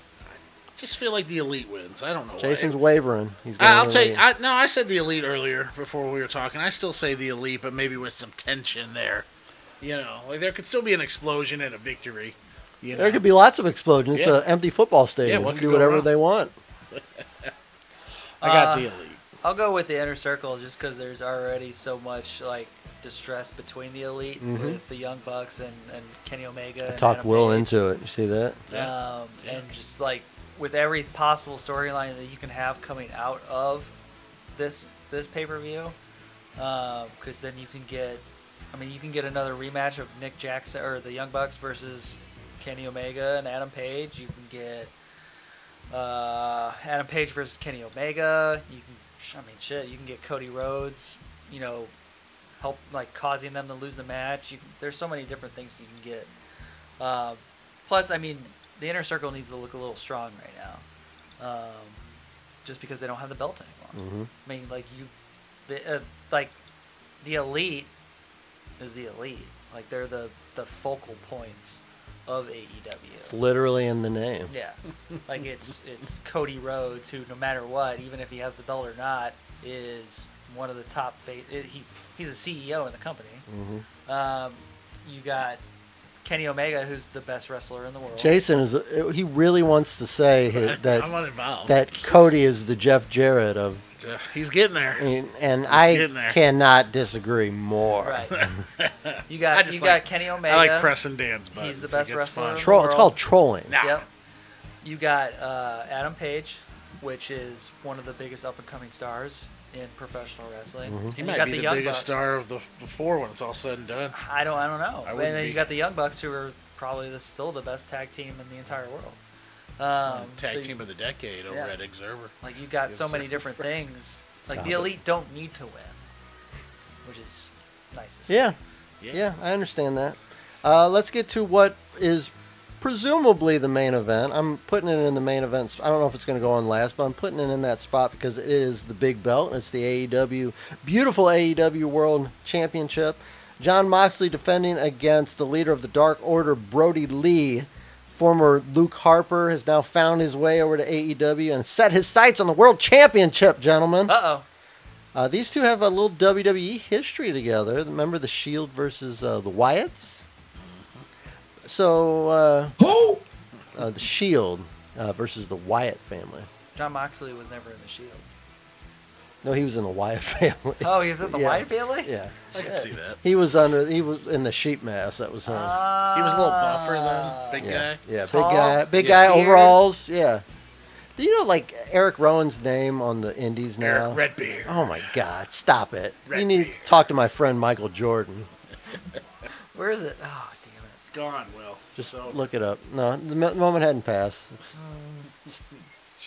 [SPEAKER 5] just feel like the elite wins. I don't know. why.
[SPEAKER 4] Jason's wavering. He's going
[SPEAKER 5] I- I'll
[SPEAKER 4] with
[SPEAKER 5] take.
[SPEAKER 4] Lee.
[SPEAKER 5] I, no, I said the elite earlier before we were talking. I still say the elite, but maybe with some tension there. You know, like there could still be an explosion and a victory. You know,
[SPEAKER 4] There could be lots of explosions.
[SPEAKER 5] Yeah.
[SPEAKER 4] It's an empty football stadium.
[SPEAKER 5] what
[SPEAKER 4] They
[SPEAKER 5] could
[SPEAKER 4] can do
[SPEAKER 5] go
[SPEAKER 4] whatever
[SPEAKER 5] wrong?
[SPEAKER 4] they want.
[SPEAKER 5] I got
[SPEAKER 6] Uh,
[SPEAKER 5] the elite.
[SPEAKER 6] I'll go with the inner circle just because there's already so much like distress between the elite with the Young Bucks and, and Kenny Omega.
[SPEAKER 4] Mm-hmm. I
[SPEAKER 6] and
[SPEAKER 4] talked
[SPEAKER 6] Adam
[SPEAKER 4] Will
[SPEAKER 6] Page.
[SPEAKER 4] into it. You see that?
[SPEAKER 5] Yeah.
[SPEAKER 6] um, and just like with every possible storyline that you can have coming out of this this pay per view, because then you can get, I mean, you can get another rematch of Nick Jackson or the Young Bucks versus Kenny Omega and Adam Page. You can get uh, Adam Page versus Kenny Omega. You can, I mean, shit, you can get Cody Rhodes. You know, help like causing them to lose the match. You, there's so many different things you can get. Um, plus, I mean, the inner circle needs to look a little strong right now, um, just because they don't have the belt anymore. I mean, like you, the, uh, like the elite is the elite. Like they're the the focal points of
[SPEAKER 4] It's
[SPEAKER 6] AEW.
[SPEAKER 4] literally in the name.
[SPEAKER 6] Yeah, like it's it's Cody Rhodes who, no matter what, even if he has the belt or not, is one of the top. Fa- it- he's he's a CEO in the company. Um, you got Kenny Omega, who's the best wrestler in the world.
[SPEAKER 4] Jason is. He really wants to say his,
[SPEAKER 5] I'm
[SPEAKER 4] that
[SPEAKER 5] uninvolved.
[SPEAKER 4] that Cody is the Jeff Jarrett of,
[SPEAKER 5] Uh, he's getting there.
[SPEAKER 4] and, and
[SPEAKER 5] getting
[SPEAKER 4] I
[SPEAKER 5] there.
[SPEAKER 4] cannot disagree more.
[SPEAKER 6] Right. You
[SPEAKER 5] I
[SPEAKER 6] got
[SPEAKER 5] just
[SPEAKER 6] you
[SPEAKER 5] like-
[SPEAKER 6] got Kenny Omega.
[SPEAKER 5] I like pressing Dan's buttons.
[SPEAKER 6] the
[SPEAKER 5] It
[SPEAKER 6] best
[SPEAKER 5] gets
[SPEAKER 6] wrestler.
[SPEAKER 5] fun.
[SPEAKER 4] Troll. It's called trolling.
[SPEAKER 5] Nah.
[SPEAKER 6] Yep. You got uh, Adam Page, which is one of the biggest up and coming stars in professional wrestling.
[SPEAKER 4] Mm-hmm.
[SPEAKER 6] And
[SPEAKER 5] He
[SPEAKER 6] you
[SPEAKER 5] might
[SPEAKER 6] got
[SPEAKER 5] be the,
[SPEAKER 6] Young
[SPEAKER 5] biggest
[SPEAKER 6] Bucks.
[SPEAKER 5] star of the before when it's all said and done.
[SPEAKER 6] I don't I don't know.
[SPEAKER 5] I
[SPEAKER 6] and
[SPEAKER 5] wouldn't
[SPEAKER 6] then you
[SPEAKER 5] be.
[SPEAKER 6] got the Young Bucks, who are probably the, still the best tag team in the entire world. Um,
[SPEAKER 5] Tag
[SPEAKER 6] so you-
[SPEAKER 5] team of the decade over
[SPEAKER 6] Yeah.
[SPEAKER 5] at Observer.
[SPEAKER 6] Like you got
[SPEAKER 5] Yes,
[SPEAKER 6] so many
[SPEAKER 5] sir.
[SPEAKER 6] different things. Like
[SPEAKER 4] Stop
[SPEAKER 6] the
[SPEAKER 4] it.
[SPEAKER 6] elite don't need to win, which is nice. To see.
[SPEAKER 4] Yeah.
[SPEAKER 5] Yeah.
[SPEAKER 4] Yeah, I understand that. Uh, let's get to what is presumably the main event. I'm putting it in the main event. sp- I don't know if it's going to go on last, but I'm putting it in that spot because it is the big belt. It's the AEW, beautiful AEW World Championship. John Moxley defending against the leader of the Dark Order, Brody Lee. Former Luke Harper has now found his way over to AEW and set his sights on the World Championship, gentlemen.
[SPEAKER 6] Uh oh.
[SPEAKER 4] Uh, these two have a little WWE history together. Remember the Shield versus uh, the Wyatts? So, uh,
[SPEAKER 7] Who?
[SPEAKER 4] uh, the Shield uh, versus the Wyatt family.
[SPEAKER 6] John Moxley was never in the Shield.
[SPEAKER 4] No, he was in the Wyatt family.
[SPEAKER 6] Oh, he was in the
[SPEAKER 4] Yeah.
[SPEAKER 6] Wyatt family.
[SPEAKER 4] Yeah,
[SPEAKER 5] I can see that.
[SPEAKER 4] he was under. He was in the sheep mask. That was him.
[SPEAKER 5] He was a little
[SPEAKER 6] Uh,
[SPEAKER 5] buffer though, Ah, big
[SPEAKER 4] yeah,
[SPEAKER 5] guy.
[SPEAKER 4] yeah,
[SPEAKER 6] Tall,
[SPEAKER 4] big guy, big
[SPEAKER 6] yeah.
[SPEAKER 4] guy,
[SPEAKER 6] beard.
[SPEAKER 4] overalls. Yeah. Do you know like Eric Rowan's name on the Indies now?
[SPEAKER 5] Eric Redbeard.
[SPEAKER 4] Oh my God! Stop it. you
[SPEAKER 5] Red
[SPEAKER 4] need
[SPEAKER 5] beard.
[SPEAKER 4] to talk to my friend Michael Jordan.
[SPEAKER 6] Where is it? Oh, damn it.
[SPEAKER 5] It's gone, Will.
[SPEAKER 4] Just
[SPEAKER 5] So-
[SPEAKER 4] look it up. No, the mo- moment hadn't passed. It's,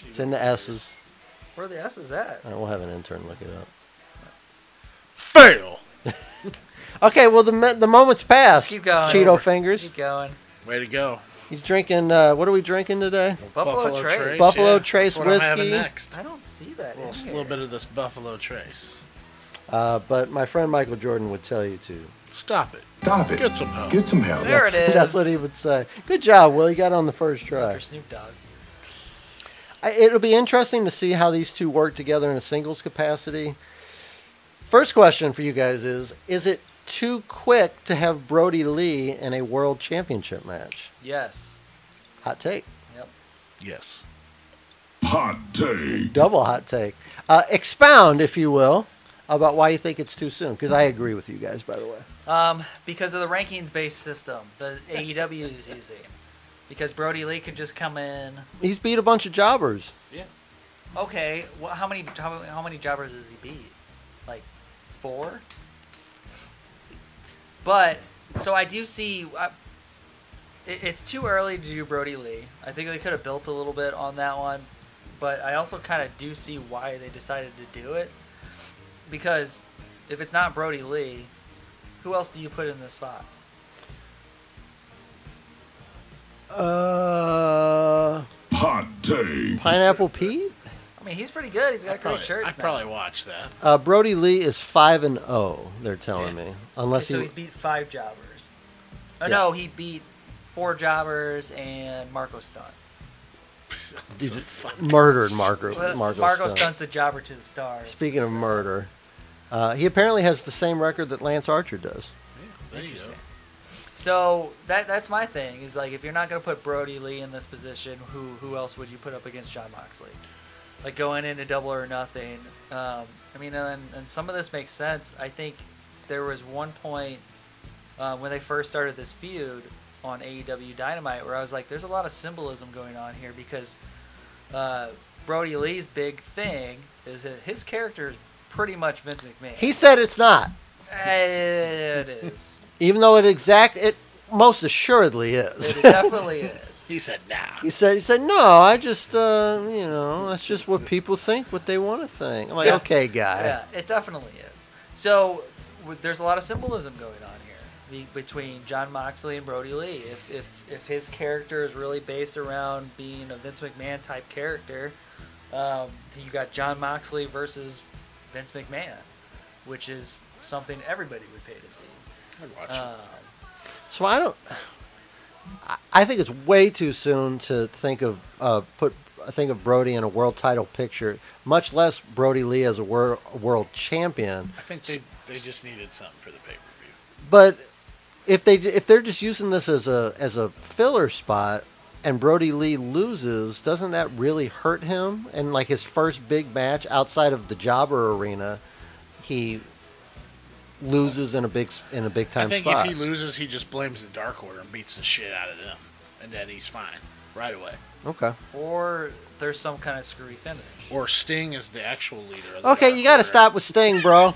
[SPEAKER 4] it's in the S's.
[SPEAKER 6] Where the S is that?
[SPEAKER 4] All right, we'll have an intern look it up.
[SPEAKER 5] Fail.
[SPEAKER 4] Okay, well the mo- the moment's passed.
[SPEAKER 6] Keep going.
[SPEAKER 4] Cheeto fingers.
[SPEAKER 6] Keep going.
[SPEAKER 5] Way to go.
[SPEAKER 4] He's drinking. Uh, what are we drinking today?
[SPEAKER 6] Buffalo Trace.
[SPEAKER 4] Buffalo Trace
[SPEAKER 5] That's what I'm having
[SPEAKER 4] whiskey.
[SPEAKER 5] next.
[SPEAKER 6] I don't see that.
[SPEAKER 5] A little,
[SPEAKER 6] in
[SPEAKER 5] s-
[SPEAKER 6] here.
[SPEAKER 5] little bit of this Buffalo Trace.
[SPEAKER 4] Uh, but my friend Michael Jordan would tell you to.
[SPEAKER 5] Stop it.
[SPEAKER 3] Stop
[SPEAKER 5] Get some help.
[SPEAKER 3] Get some help.
[SPEAKER 6] There it is.
[SPEAKER 4] That's what he would say. Good job, Will. You got on the first try.
[SPEAKER 6] Dr. Snoop Dogg.
[SPEAKER 4] I- It'll be interesting to see how these two work together in a singles capacity. First question for you guys is Is it too quick to have Brody Lee in a world championship match?
[SPEAKER 6] Yes.
[SPEAKER 4] Hot take.
[SPEAKER 5] Yes.
[SPEAKER 3] Hot take.
[SPEAKER 4] Double hot take. Uh, expound, if you will, about why you think it's too soon. Because I agree with you guys, by the way.
[SPEAKER 6] Um, because of the rankings based system the AEW is using. Because Brody Lee could just come in.
[SPEAKER 4] He's beat a bunch of jobbers.
[SPEAKER 6] Okay, wh- how many how, how many jobbers does he beat? Like four. But so I do see. I, it, it's too early to do Brody Lee. I think they could have built a little bit on that one, but I also kind of do see why they decided to do it. Because if it's not Brody Lee, who else do you put in this spot?
[SPEAKER 4] Uh,
[SPEAKER 3] Hot take.
[SPEAKER 4] Pineapple Pete?
[SPEAKER 6] I mean, he's pretty good. He's got
[SPEAKER 5] I'd
[SPEAKER 6] great
[SPEAKER 5] probably,
[SPEAKER 6] shirts.
[SPEAKER 5] I'd
[SPEAKER 6] now.
[SPEAKER 5] probably watch that.
[SPEAKER 4] Uh, Brody Lee is 5 and 0, they're telling me. Unless
[SPEAKER 6] so
[SPEAKER 4] he.
[SPEAKER 6] he's beat five jobbers. Oh no, he beat four jobbers and Marco Stunt.
[SPEAKER 4] He murdered Marco.
[SPEAKER 6] Well,
[SPEAKER 4] Marco,
[SPEAKER 6] Marco
[SPEAKER 4] Stunt.
[SPEAKER 6] Stunt's a jobber to the stars.
[SPEAKER 4] Speaking of murder, uh, he apparently has the same record that Lance Archer does.
[SPEAKER 5] There you go.
[SPEAKER 6] Interesting. So that that's my thing is like if you're not gonna put Brody Lee in this position, who who else would you put up against John Moxley? Like going into double or nothing. Um, I mean, and, and some of this makes sense. I think there was one point uh, when they first started this feud on AEW Dynamite where I was like, there's a lot of symbolism going on here because uh, Brody Lee's big thing is that his character is pretty much Vince McMahon.
[SPEAKER 4] He said it's not,
[SPEAKER 6] it is.
[SPEAKER 4] even though it exact it most assuredly is.
[SPEAKER 6] It definitely is.
[SPEAKER 5] He said, nah.
[SPEAKER 4] He said, he said, no, I just, uh, you know, that's just what people think, what they want to think. I'm like,
[SPEAKER 6] Yeah.
[SPEAKER 4] okay, guy.
[SPEAKER 6] Yeah, it definitely is. So w- there's a lot of symbolism going on here be- between John Moxley and Brody Lee. If, if if his character is really based around being a Vince McMahon type character, um, you got John Moxley versus Vince McMahon, which is something everybody would pay to see.
[SPEAKER 5] I'd watch
[SPEAKER 6] Um,
[SPEAKER 4] So I don't. I- I think it's way too soon to think of uh, put think of Brody in a world title picture, much less Brody Lee as a wor- world champion.
[SPEAKER 5] it. I think they, they just needed something for the pay per view.
[SPEAKER 4] But if they if they're just using this as a as a filler spot and Brody Lee loses, doesn't that really hurt him? And like his first big match outside of the Jobber arena, he loses in a big s- in a big time
[SPEAKER 5] I think
[SPEAKER 4] spot.
[SPEAKER 5] if he loses, he just blames the Dark Order and beats the shit out of them. And then he's fine right away.
[SPEAKER 4] okay.
[SPEAKER 6] or there's some kind of screwy finish.
[SPEAKER 5] Or Sting is the actual leader of the
[SPEAKER 4] Okay,
[SPEAKER 5] Dark
[SPEAKER 4] you got to
[SPEAKER 5] Order.
[SPEAKER 4] stop with Sting, bro.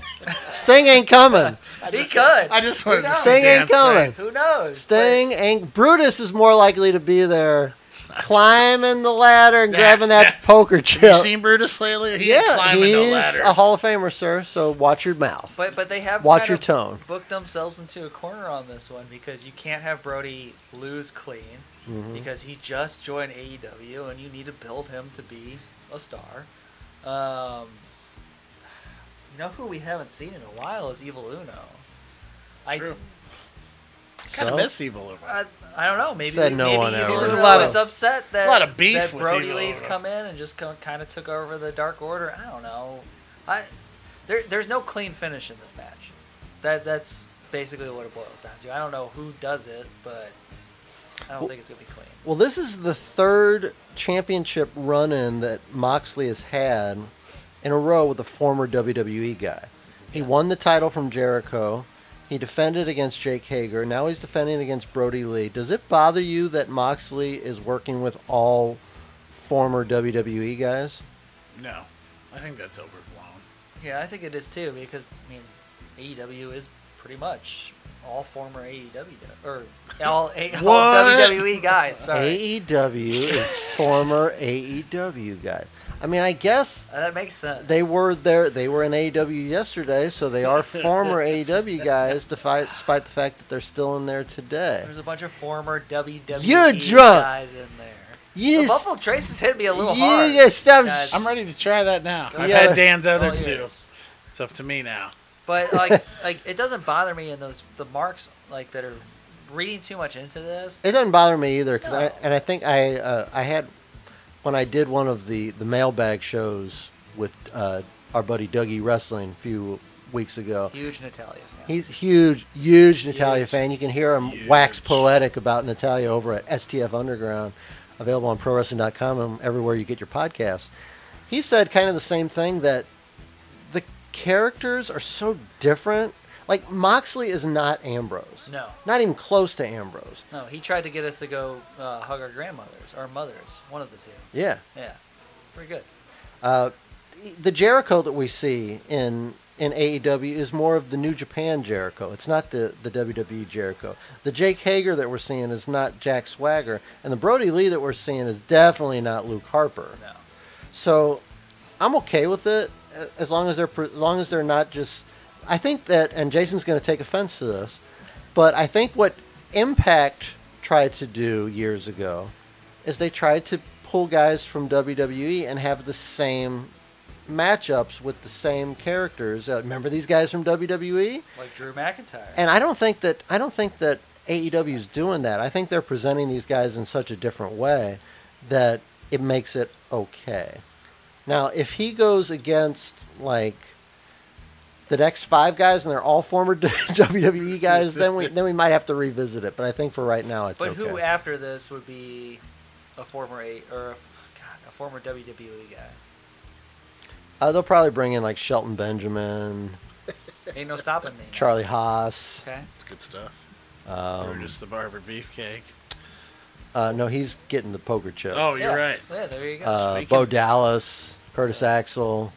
[SPEAKER 4] Sting ain't coming.
[SPEAKER 6] He could.
[SPEAKER 5] I just wanted to
[SPEAKER 6] knows?
[SPEAKER 5] see
[SPEAKER 4] Sting ain't
[SPEAKER 5] Dan's
[SPEAKER 4] coming.
[SPEAKER 5] face.
[SPEAKER 6] Who knows?
[SPEAKER 4] Sting ain't. Brutus is more likely to be there, climbing the ladder and
[SPEAKER 5] That's-
[SPEAKER 4] grabbing that
[SPEAKER 5] that-
[SPEAKER 4] poker
[SPEAKER 5] Have you
[SPEAKER 4] chip.
[SPEAKER 5] seen Brutus lately? He ain't
[SPEAKER 4] yeah,
[SPEAKER 5] climbing
[SPEAKER 4] he's
[SPEAKER 5] no ladder.
[SPEAKER 4] a Hall of Famer, sir. So watch your mouth.
[SPEAKER 6] But but they have
[SPEAKER 4] Watch
[SPEAKER 6] kind
[SPEAKER 4] your
[SPEAKER 6] of
[SPEAKER 4] tone.
[SPEAKER 6] Booked themselves into a corner on this one because you can't have Brody lose clean
[SPEAKER 4] Mm-hmm.
[SPEAKER 6] because he just joined AEW and you need to build him to be a star. Um, you know who we haven't seen in a while is Evil Uno. I,
[SPEAKER 5] True.
[SPEAKER 4] So
[SPEAKER 5] kind of miss Evil Uno.
[SPEAKER 6] I I don't know. Maybe
[SPEAKER 4] Said no
[SPEAKER 6] maybe
[SPEAKER 4] one ever.
[SPEAKER 6] Evil
[SPEAKER 4] There's a
[SPEAKER 6] Uno
[SPEAKER 4] lot
[SPEAKER 6] was
[SPEAKER 4] of-
[SPEAKER 6] upset that
[SPEAKER 5] lot of beef
[SPEAKER 6] that
[SPEAKER 5] with
[SPEAKER 6] Brody
[SPEAKER 5] Evil
[SPEAKER 6] Lee's
[SPEAKER 5] Uno.
[SPEAKER 6] come in and just kind of took over the Dark Order. I don't know. I there there's no clean finish in this match. That that's basically what it boils down to. I don't know who does it, but I don't think it's gonna be clean.
[SPEAKER 4] Well, this is the third championship run-in that Moxley has had in a row with a former WWE guy. He won the title from Jericho. He defended against Jake Hager. Now he's defending against Brody Lee. Does it bother you that Moxley is working with all former WWE guys?
[SPEAKER 5] no, I think that's overblown.
[SPEAKER 6] Yeah, I think it E is too because I mean AEW is pretty much all former AEW de- or all, A- all WWE guys.
[SPEAKER 4] E
[SPEAKER 6] Sorry,
[SPEAKER 4] AEW is former AEW guy. I mean, I guess
[SPEAKER 6] Uh, that makes sense.
[SPEAKER 4] they were there. They were in AEW yesterday, so they are former AEW guys, despite, despite the fact that they're still in there today.
[SPEAKER 6] There's a bunch of former WWE
[SPEAKER 4] You're drunk.
[SPEAKER 6] guys in there. The
[SPEAKER 4] Yes,
[SPEAKER 6] Buffalo Trace has hit me a little
[SPEAKER 4] you
[SPEAKER 6] hard.
[SPEAKER 4] guys stop.
[SPEAKER 6] guys.
[SPEAKER 5] I'm ready to try that now. I've
[SPEAKER 4] Yeah.
[SPEAKER 5] had Dan's
[SPEAKER 6] It's all
[SPEAKER 5] other two.
[SPEAKER 6] yours.
[SPEAKER 5] It's up to me now.
[SPEAKER 6] But like, like it doesn't bother me in those the marks like that are reading too much into this.
[SPEAKER 4] It doesn't bother me either, 'cause
[SPEAKER 6] No.
[SPEAKER 4] I, and I think I uh, I had when I did one of the the mailbag shows with uh, our buddy Dougie Wrestling a few weeks ago.
[SPEAKER 6] Huge Natalia. fan.
[SPEAKER 4] He's huge, huge Natalia
[SPEAKER 5] Huge.
[SPEAKER 4] fan. You can hear him wax
[SPEAKER 5] Huge.
[SPEAKER 4] poetic about Natalia over at STF Underground, available on ProWrestling.com and everywhere you get your podcasts. He said kind of the same thing that the characters are so different. Like Moxley is not Ambrose,
[SPEAKER 6] No,
[SPEAKER 4] not even close to Ambrose.
[SPEAKER 6] no. He tried to get us to go uh, hug our grandmothers, our mothers, one of the two.
[SPEAKER 4] Yeah.
[SPEAKER 6] Yeah, pretty good.
[SPEAKER 4] Uh, the Jericho that we see in in AEW is more of the New Japan Jericho. It's not the the WWE Jericho. The Jake Hager that we're seeing is not Jack Swagger, and the Brody Lee that we're seeing is definitely not Luke Harper.
[SPEAKER 6] No,
[SPEAKER 4] So I'm okay with it a- as long as they're pr- as long as they're not just. I think that, and Jason's going to take offense to this, but I think what Impact tried to do years ago is they tried to pull guys from WWE and have the same matchups with the same characters. Uh, remember these guys from WWE?
[SPEAKER 6] like Drew McIntyre.
[SPEAKER 4] And I don't think that I don't think that AEW is doing that. I think they're presenting these guys in such a different way that it makes it okay. Now, if he goes against like the next five guys and they're all former WWE guys, then we then we might have to revisit it. But I think for right now, it's
[SPEAKER 6] but
[SPEAKER 4] okay.
[SPEAKER 6] who after this would be a former eight or a, God, a former WWE guy?
[SPEAKER 4] uh, they'll probably bring in like Shelton Benjamin,
[SPEAKER 6] Ain't no stopping me.
[SPEAKER 4] Charlie Haas.
[SPEAKER 6] Okay.
[SPEAKER 5] It's good stuff. or
[SPEAKER 4] Um,
[SPEAKER 5] just the barber beefcake.
[SPEAKER 4] uh, no, he's getting the poker chip.
[SPEAKER 5] Oh, you're
[SPEAKER 6] yeah.
[SPEAKER 5] right.
[SPEAKER 6] Yeah, there you go.
[SPEAKER 4] uh,
[SPEAKER 5] Speaking-
[SPEAKER 4] Bo Dallas, Curtis Axel.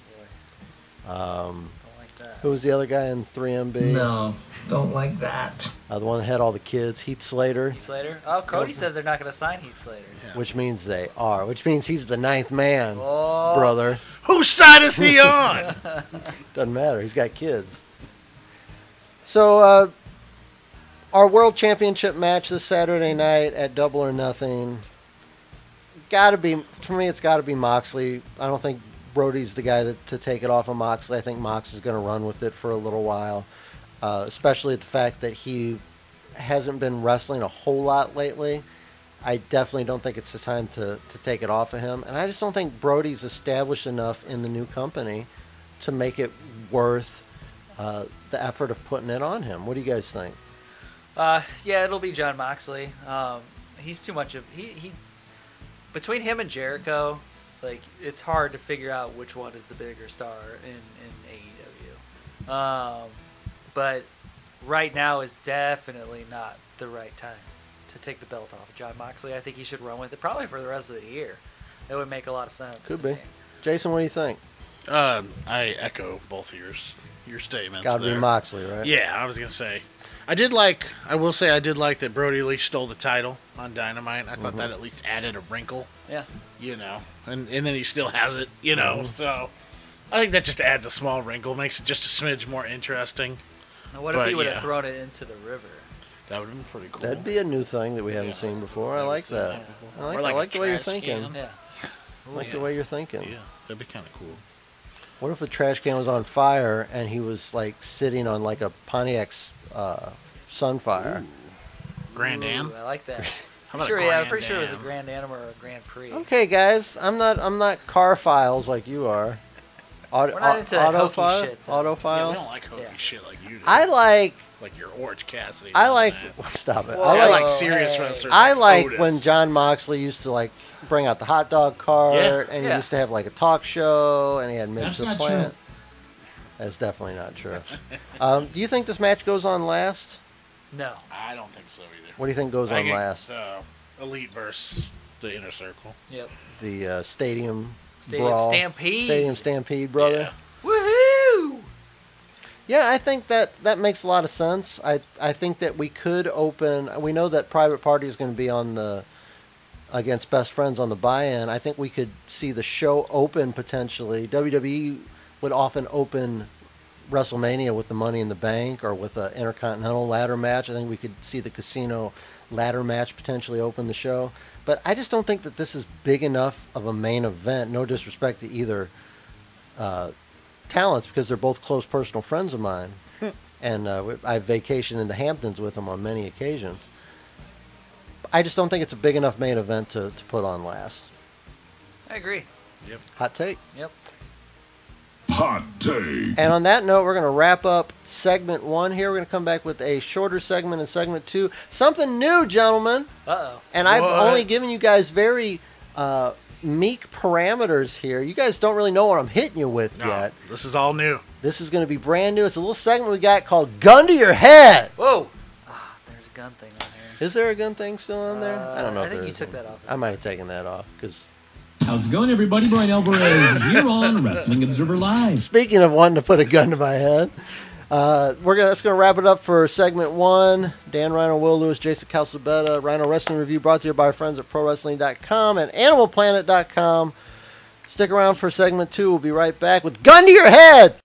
[SPEAKER 4] Um,
[SPEAKER 6] Don't like that.
[SPEAKER 4] Who was the other guy in 3MB?
[SPEAKER 8] No, don't like that.
[SPEAKER 4] Uh, the one that had all the kids, Heath Slater,
[SPEAKER 6] Heath Slater. Oh, Cody said they're not going to sign Heath Slater.
[SPEAKER 4] which means they are, which means he's the ninth man,
[SPEAKER 6] Oh.
[SPEAKER 4] brother.
[SPEAKER 5] Whose side is he on?
[SPEAKER 4] Doesn't matter. He's got kids. So, uh, our world championship match this Saturday night at Double or Nothing. Got to be for me. It's got to be Moxley. I don't think Brody's the guy that, to take it off of Moxley. I think Mox is going to run with it for a little while, uh, especially at the fact that he hasn't been wrestling a whole lot lately. I definitely don't think it's the time to, to take it off of him. And I just don't think Brody's established enough in the new company to make it worth uh, the effort of putting it on him. What do you guys think?
[SPEAKER 6] Uh, yeah, it'll be John Moxley. Um, he's too much of he he. Between him and Jericho, like it's hard to figure out which one is the bigger star in in AEW. Um, but right now is definitely not the right time to take the belt off of John Moxley. I think he should run with it probably for the rest of the year. It would make a lot of sense.
[SPEAKER 4] Could
[SPEAKER 6] to
[SPEAKER 4] be.
[SPEAKER 6] me.
[SPEAKER 4] Jason, what do you think?
[SPEAKER 5] Um, I echo both your s- your statements.
[SPEAKER 4] Got to be
[SPEAKER 5] there.
[SPEAKER 4] Moxley, right?
[SPEAKER 5] Yeah, I was gonna say. I did like. I will say I did like that Brody Lee stole the title on Dynamite. I thought
[SPEAKER 4] Mm-hmm.
[SPEAKER 5] that at least added a wrinkle,
[SPEAKER 6] Yeah.
[SPEAKER 5] you know, and and then he still has it, you know.
[SPEAKER 4] Mm-hmm.
[SPEAKER 5] So I think that just adds a small wrinkle, makes it just a smidge more interesting.
[SPEAKER 6] Now, what if
[SPEAKER 5] But,
[SPEAKER 6] he would have
[SPEAKER 5] yeah.
[SPEAKER 6] thrown it into the river?
[SPEAKER 5] That would have been pretty cool.
[SPEAKER 4] That'd be a new thing that we haven't
[SPEAKER 5] Yeah.
[SPEAKER 4] seen before. I like
[SPEAKER 5] seen
[SPEAKER 4] that.
[SPEAKER 5] that
[SPEAKER 4] I
[SPEAKER 5] before.
[SPEAKER 4] like,
[SPEAKER 5] Or like
[SPEAKER 4] I
[SPEAKER 5] a
[SPEAKER 4] like the way you're
[SPEAKER 5] trash
[SPEAKER 4] thinking.
[SPEAKER 5] can. Oh,
[SPEAKER 6] Yeah.
[SPEAKER 4] I like the
[SPEAKER 5] Yeah.
[SPEAKER 4] way you're thinking.
[SPEAKER 5] yeah, that'd be kind of cool.
[SPEAKER 4] What if the trash can was on fire and he was like sitting on like a Pontiac uh, Sunfire?
[SPEAKER 5] Grand Am.
[SPEAKER 6] Ooh, I like that.
[SPEAKER 5] How
[SPEAKER 6] I'm
[SPEAKER 5] about
[SPEAKER 6] sure,
[SPEAKER 5] a
[SPEAKER 6] yeah, I'm
[SPEAKER 5] Grand
[SPEAKER 6] pretty sure it was a
[SPEAKER 5] Am?
[SPEAKER 6] Grand Am or a Grand Prix.
[SPEAKER 4] Okay, guys, I'm not I'm not car files like you are. Auto,
[SPEAKER 6] We're not into
[SPEAKER 4] auto
[SPEAKER 6] hokey
[SPEAKER 4] file,
[SPEAKER 6] shit, though.
[SPEAKER 4] auto
[SPEAKER 5] Yeah, we
[SPEAKER 4] files.
[SPEAKER 5] don't like hokey
[SPEAKER 6] Yeah.
[SPEAKER 5] shit like you do.
[SPEAKER 4] I like
[SPEAKER 5] like your Orange Cassidy.
[SPEAKER 4] I
[SPEAKER 5] and
[SPEAKER 4] like
[SPEAKER 5] that.
[SPEAKER 4] stop it.
[SPEAKER 6] Whoa.
[SPEAKER 5] I
[SPEAKER 4] I like
[SPEAKER 5] like serious
[SPEAKER 6] hey.
[SPEAKER 5] wrestlers.
[SPEAKER 4] I like
[SPEAKER 5] Otis.
[SPEAKER 4] when John Moxley used to like bring out the hot dog cart,
[SPEAKER 5] Yeah.
[SPEAKER 4] and he
[SPEAKER 6] Yeah.
[SPEAKER 4] used to have like a talk show, and he had Mims
[SPEAKER 8] That's
[SPEAKER 4] the
[SPEAKER 8] not
[SPEAKER 4] Plant. That's definitely not true. um, do you think this match goes on last?
[SPEAKER 6] No.
[SPEAKER 5] I don't think so either.
[SPEAKER 4] What do you think goes
[SPEAKER 5] I
[SPEAKER 4] on
[SPEAKER 5] think,
[SPEAKER 4] last?
[SPEAKER 5] Uh, Elite versus the Inner Circle.
[SPEAKER 6] Yep.
[SPEAKER 4] The uh, stadium,
[SPEAKER 6] Stadium
[SPEAKER 4] brawl,
[SPEAKER 6] Stampede.
[SPEAKER 4] stadium stampede, brother.
[SPEAKER 5] Yeah.
[SPEAKER 6] Woohoo!
[SPEAKER 4] Yeah, I think that that makes a lot of sense. I I think that we could open. We know that Private Party is going to be on the against Best Friends on the buy-in. I think we could see the show open potentially. WWE would often open WrestleMania with the Money in the Bank or with an Intercontinental ladder match. I think we could see the Casino ladder match potentially open the show. But I just don't think that this is big enough of a main event. No disrespect to either uh, talents because they're both close personal friends of mine, and uh, we- I've vacationed in the Hamptons with them on many occasions. I just don't think it's a big enough main event to, to put on last.
[SPEAKER 6] I agree.
[SPEAKER 4] Hot take.
[SPEAKER 6] Yep.
[SPEAKER 3] Hot take.
[SPEAKER 4] And on that note, we're going to wrap up segment one here. We're going to come back with a shorter segment in segment two. Something new, gentlemen.
[SPEAKER 6] Uh oh.
[SPEAKER 4] And I've
[SPEAKER 5] What?
[SPEAKER 4] only given you guys very uh, meek parameters here. You guys don't really know what I'm hitting you with
[SPEAKER 5] No,
[SPEAKER 4] yet.
[SPEAKER 5] this is all new.
[SPEAKER 4] This is going to be brand new. It's a little segment we got called Gun to Your Head.
[SPEAKER 6] Whoa. Ah, there's a gun thing on here.
[SPEAKER 4] Is there a gun thing still on there? I don't know.
[SPEAKER 6] Uh, I
[SPEAKER 4] if
[SPEAKER 6] think
[SPEAKER 4] there
[SPEAKER 6] you
[SPEAKER 4] is
[SPEAKER 6] took
[SPEAKER 4] one.
[SPEAKER 6] that off.
[SPEAKER 4] I might have taken that off because
[SPEAKER 7] How's it going, everybody? Brian Alvarez here on Wrestling Observer Live.
[SPEAKER 4] Speaking of wanting to put a gun to my head, uh, we're gonna that's gonna wrap it up for segment one. Dan Rhino, Will Lewis, Jason Calzabetta, Rhino Wrestling Review, brought to you by our friends at ProWrestling.com and AnimalPlanet.com. Stick around for segment two. We'll be right back with Gun to Your Head.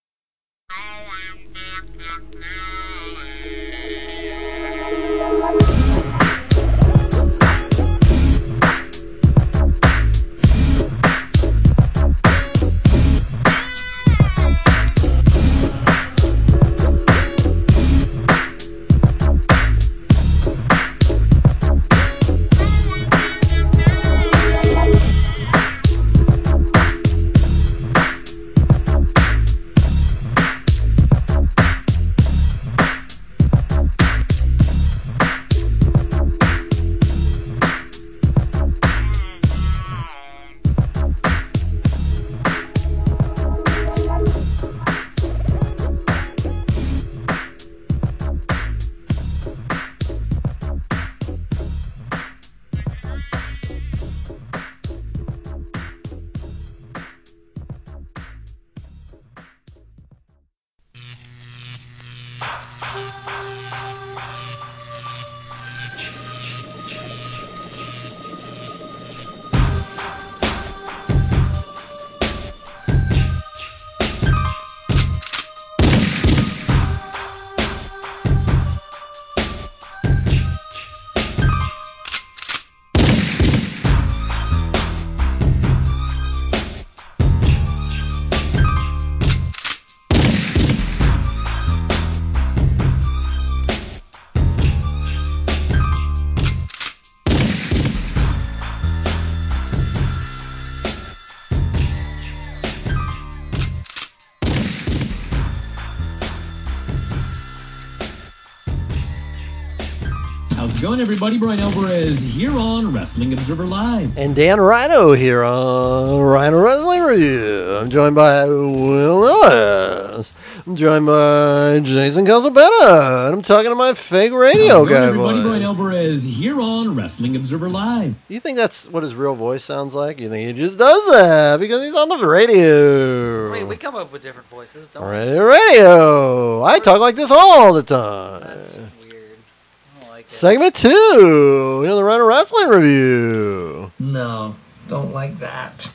[SPEAKER 7] How's it going, everybody? Brian Alvarez here on Wrestling Observer Live.
[SPEAKER 4] And Dan Rhino here on Rhino Wrestling Review. I'm joined by Will Lewis. I'm joined by Jason Calzabetta. And I'm talking to my fake radio
[SPEAKER 7] How's it going,
[SPEAKER 4] guy
[SPEAKER 7] everybody? Brian
[SPEAKER 4] boy.
[SPEAKER 7] Alvarez here on Wrestling Observer Live.
[SPEAKER 4] You think that's what his real voice sounds like? You think he just does that because he's on the radio?
[SPEAKER 6] Wait, we come up with different voices, don't we?
[SPEAKER 4] radio, radio. I talk like this all the time.
[SPEAKER 6] That's weird. I don't like it.
[SPEAKER 4] Segment two in the Rhino Wrestling Review.
[SPEAKER 8] No, don't like that.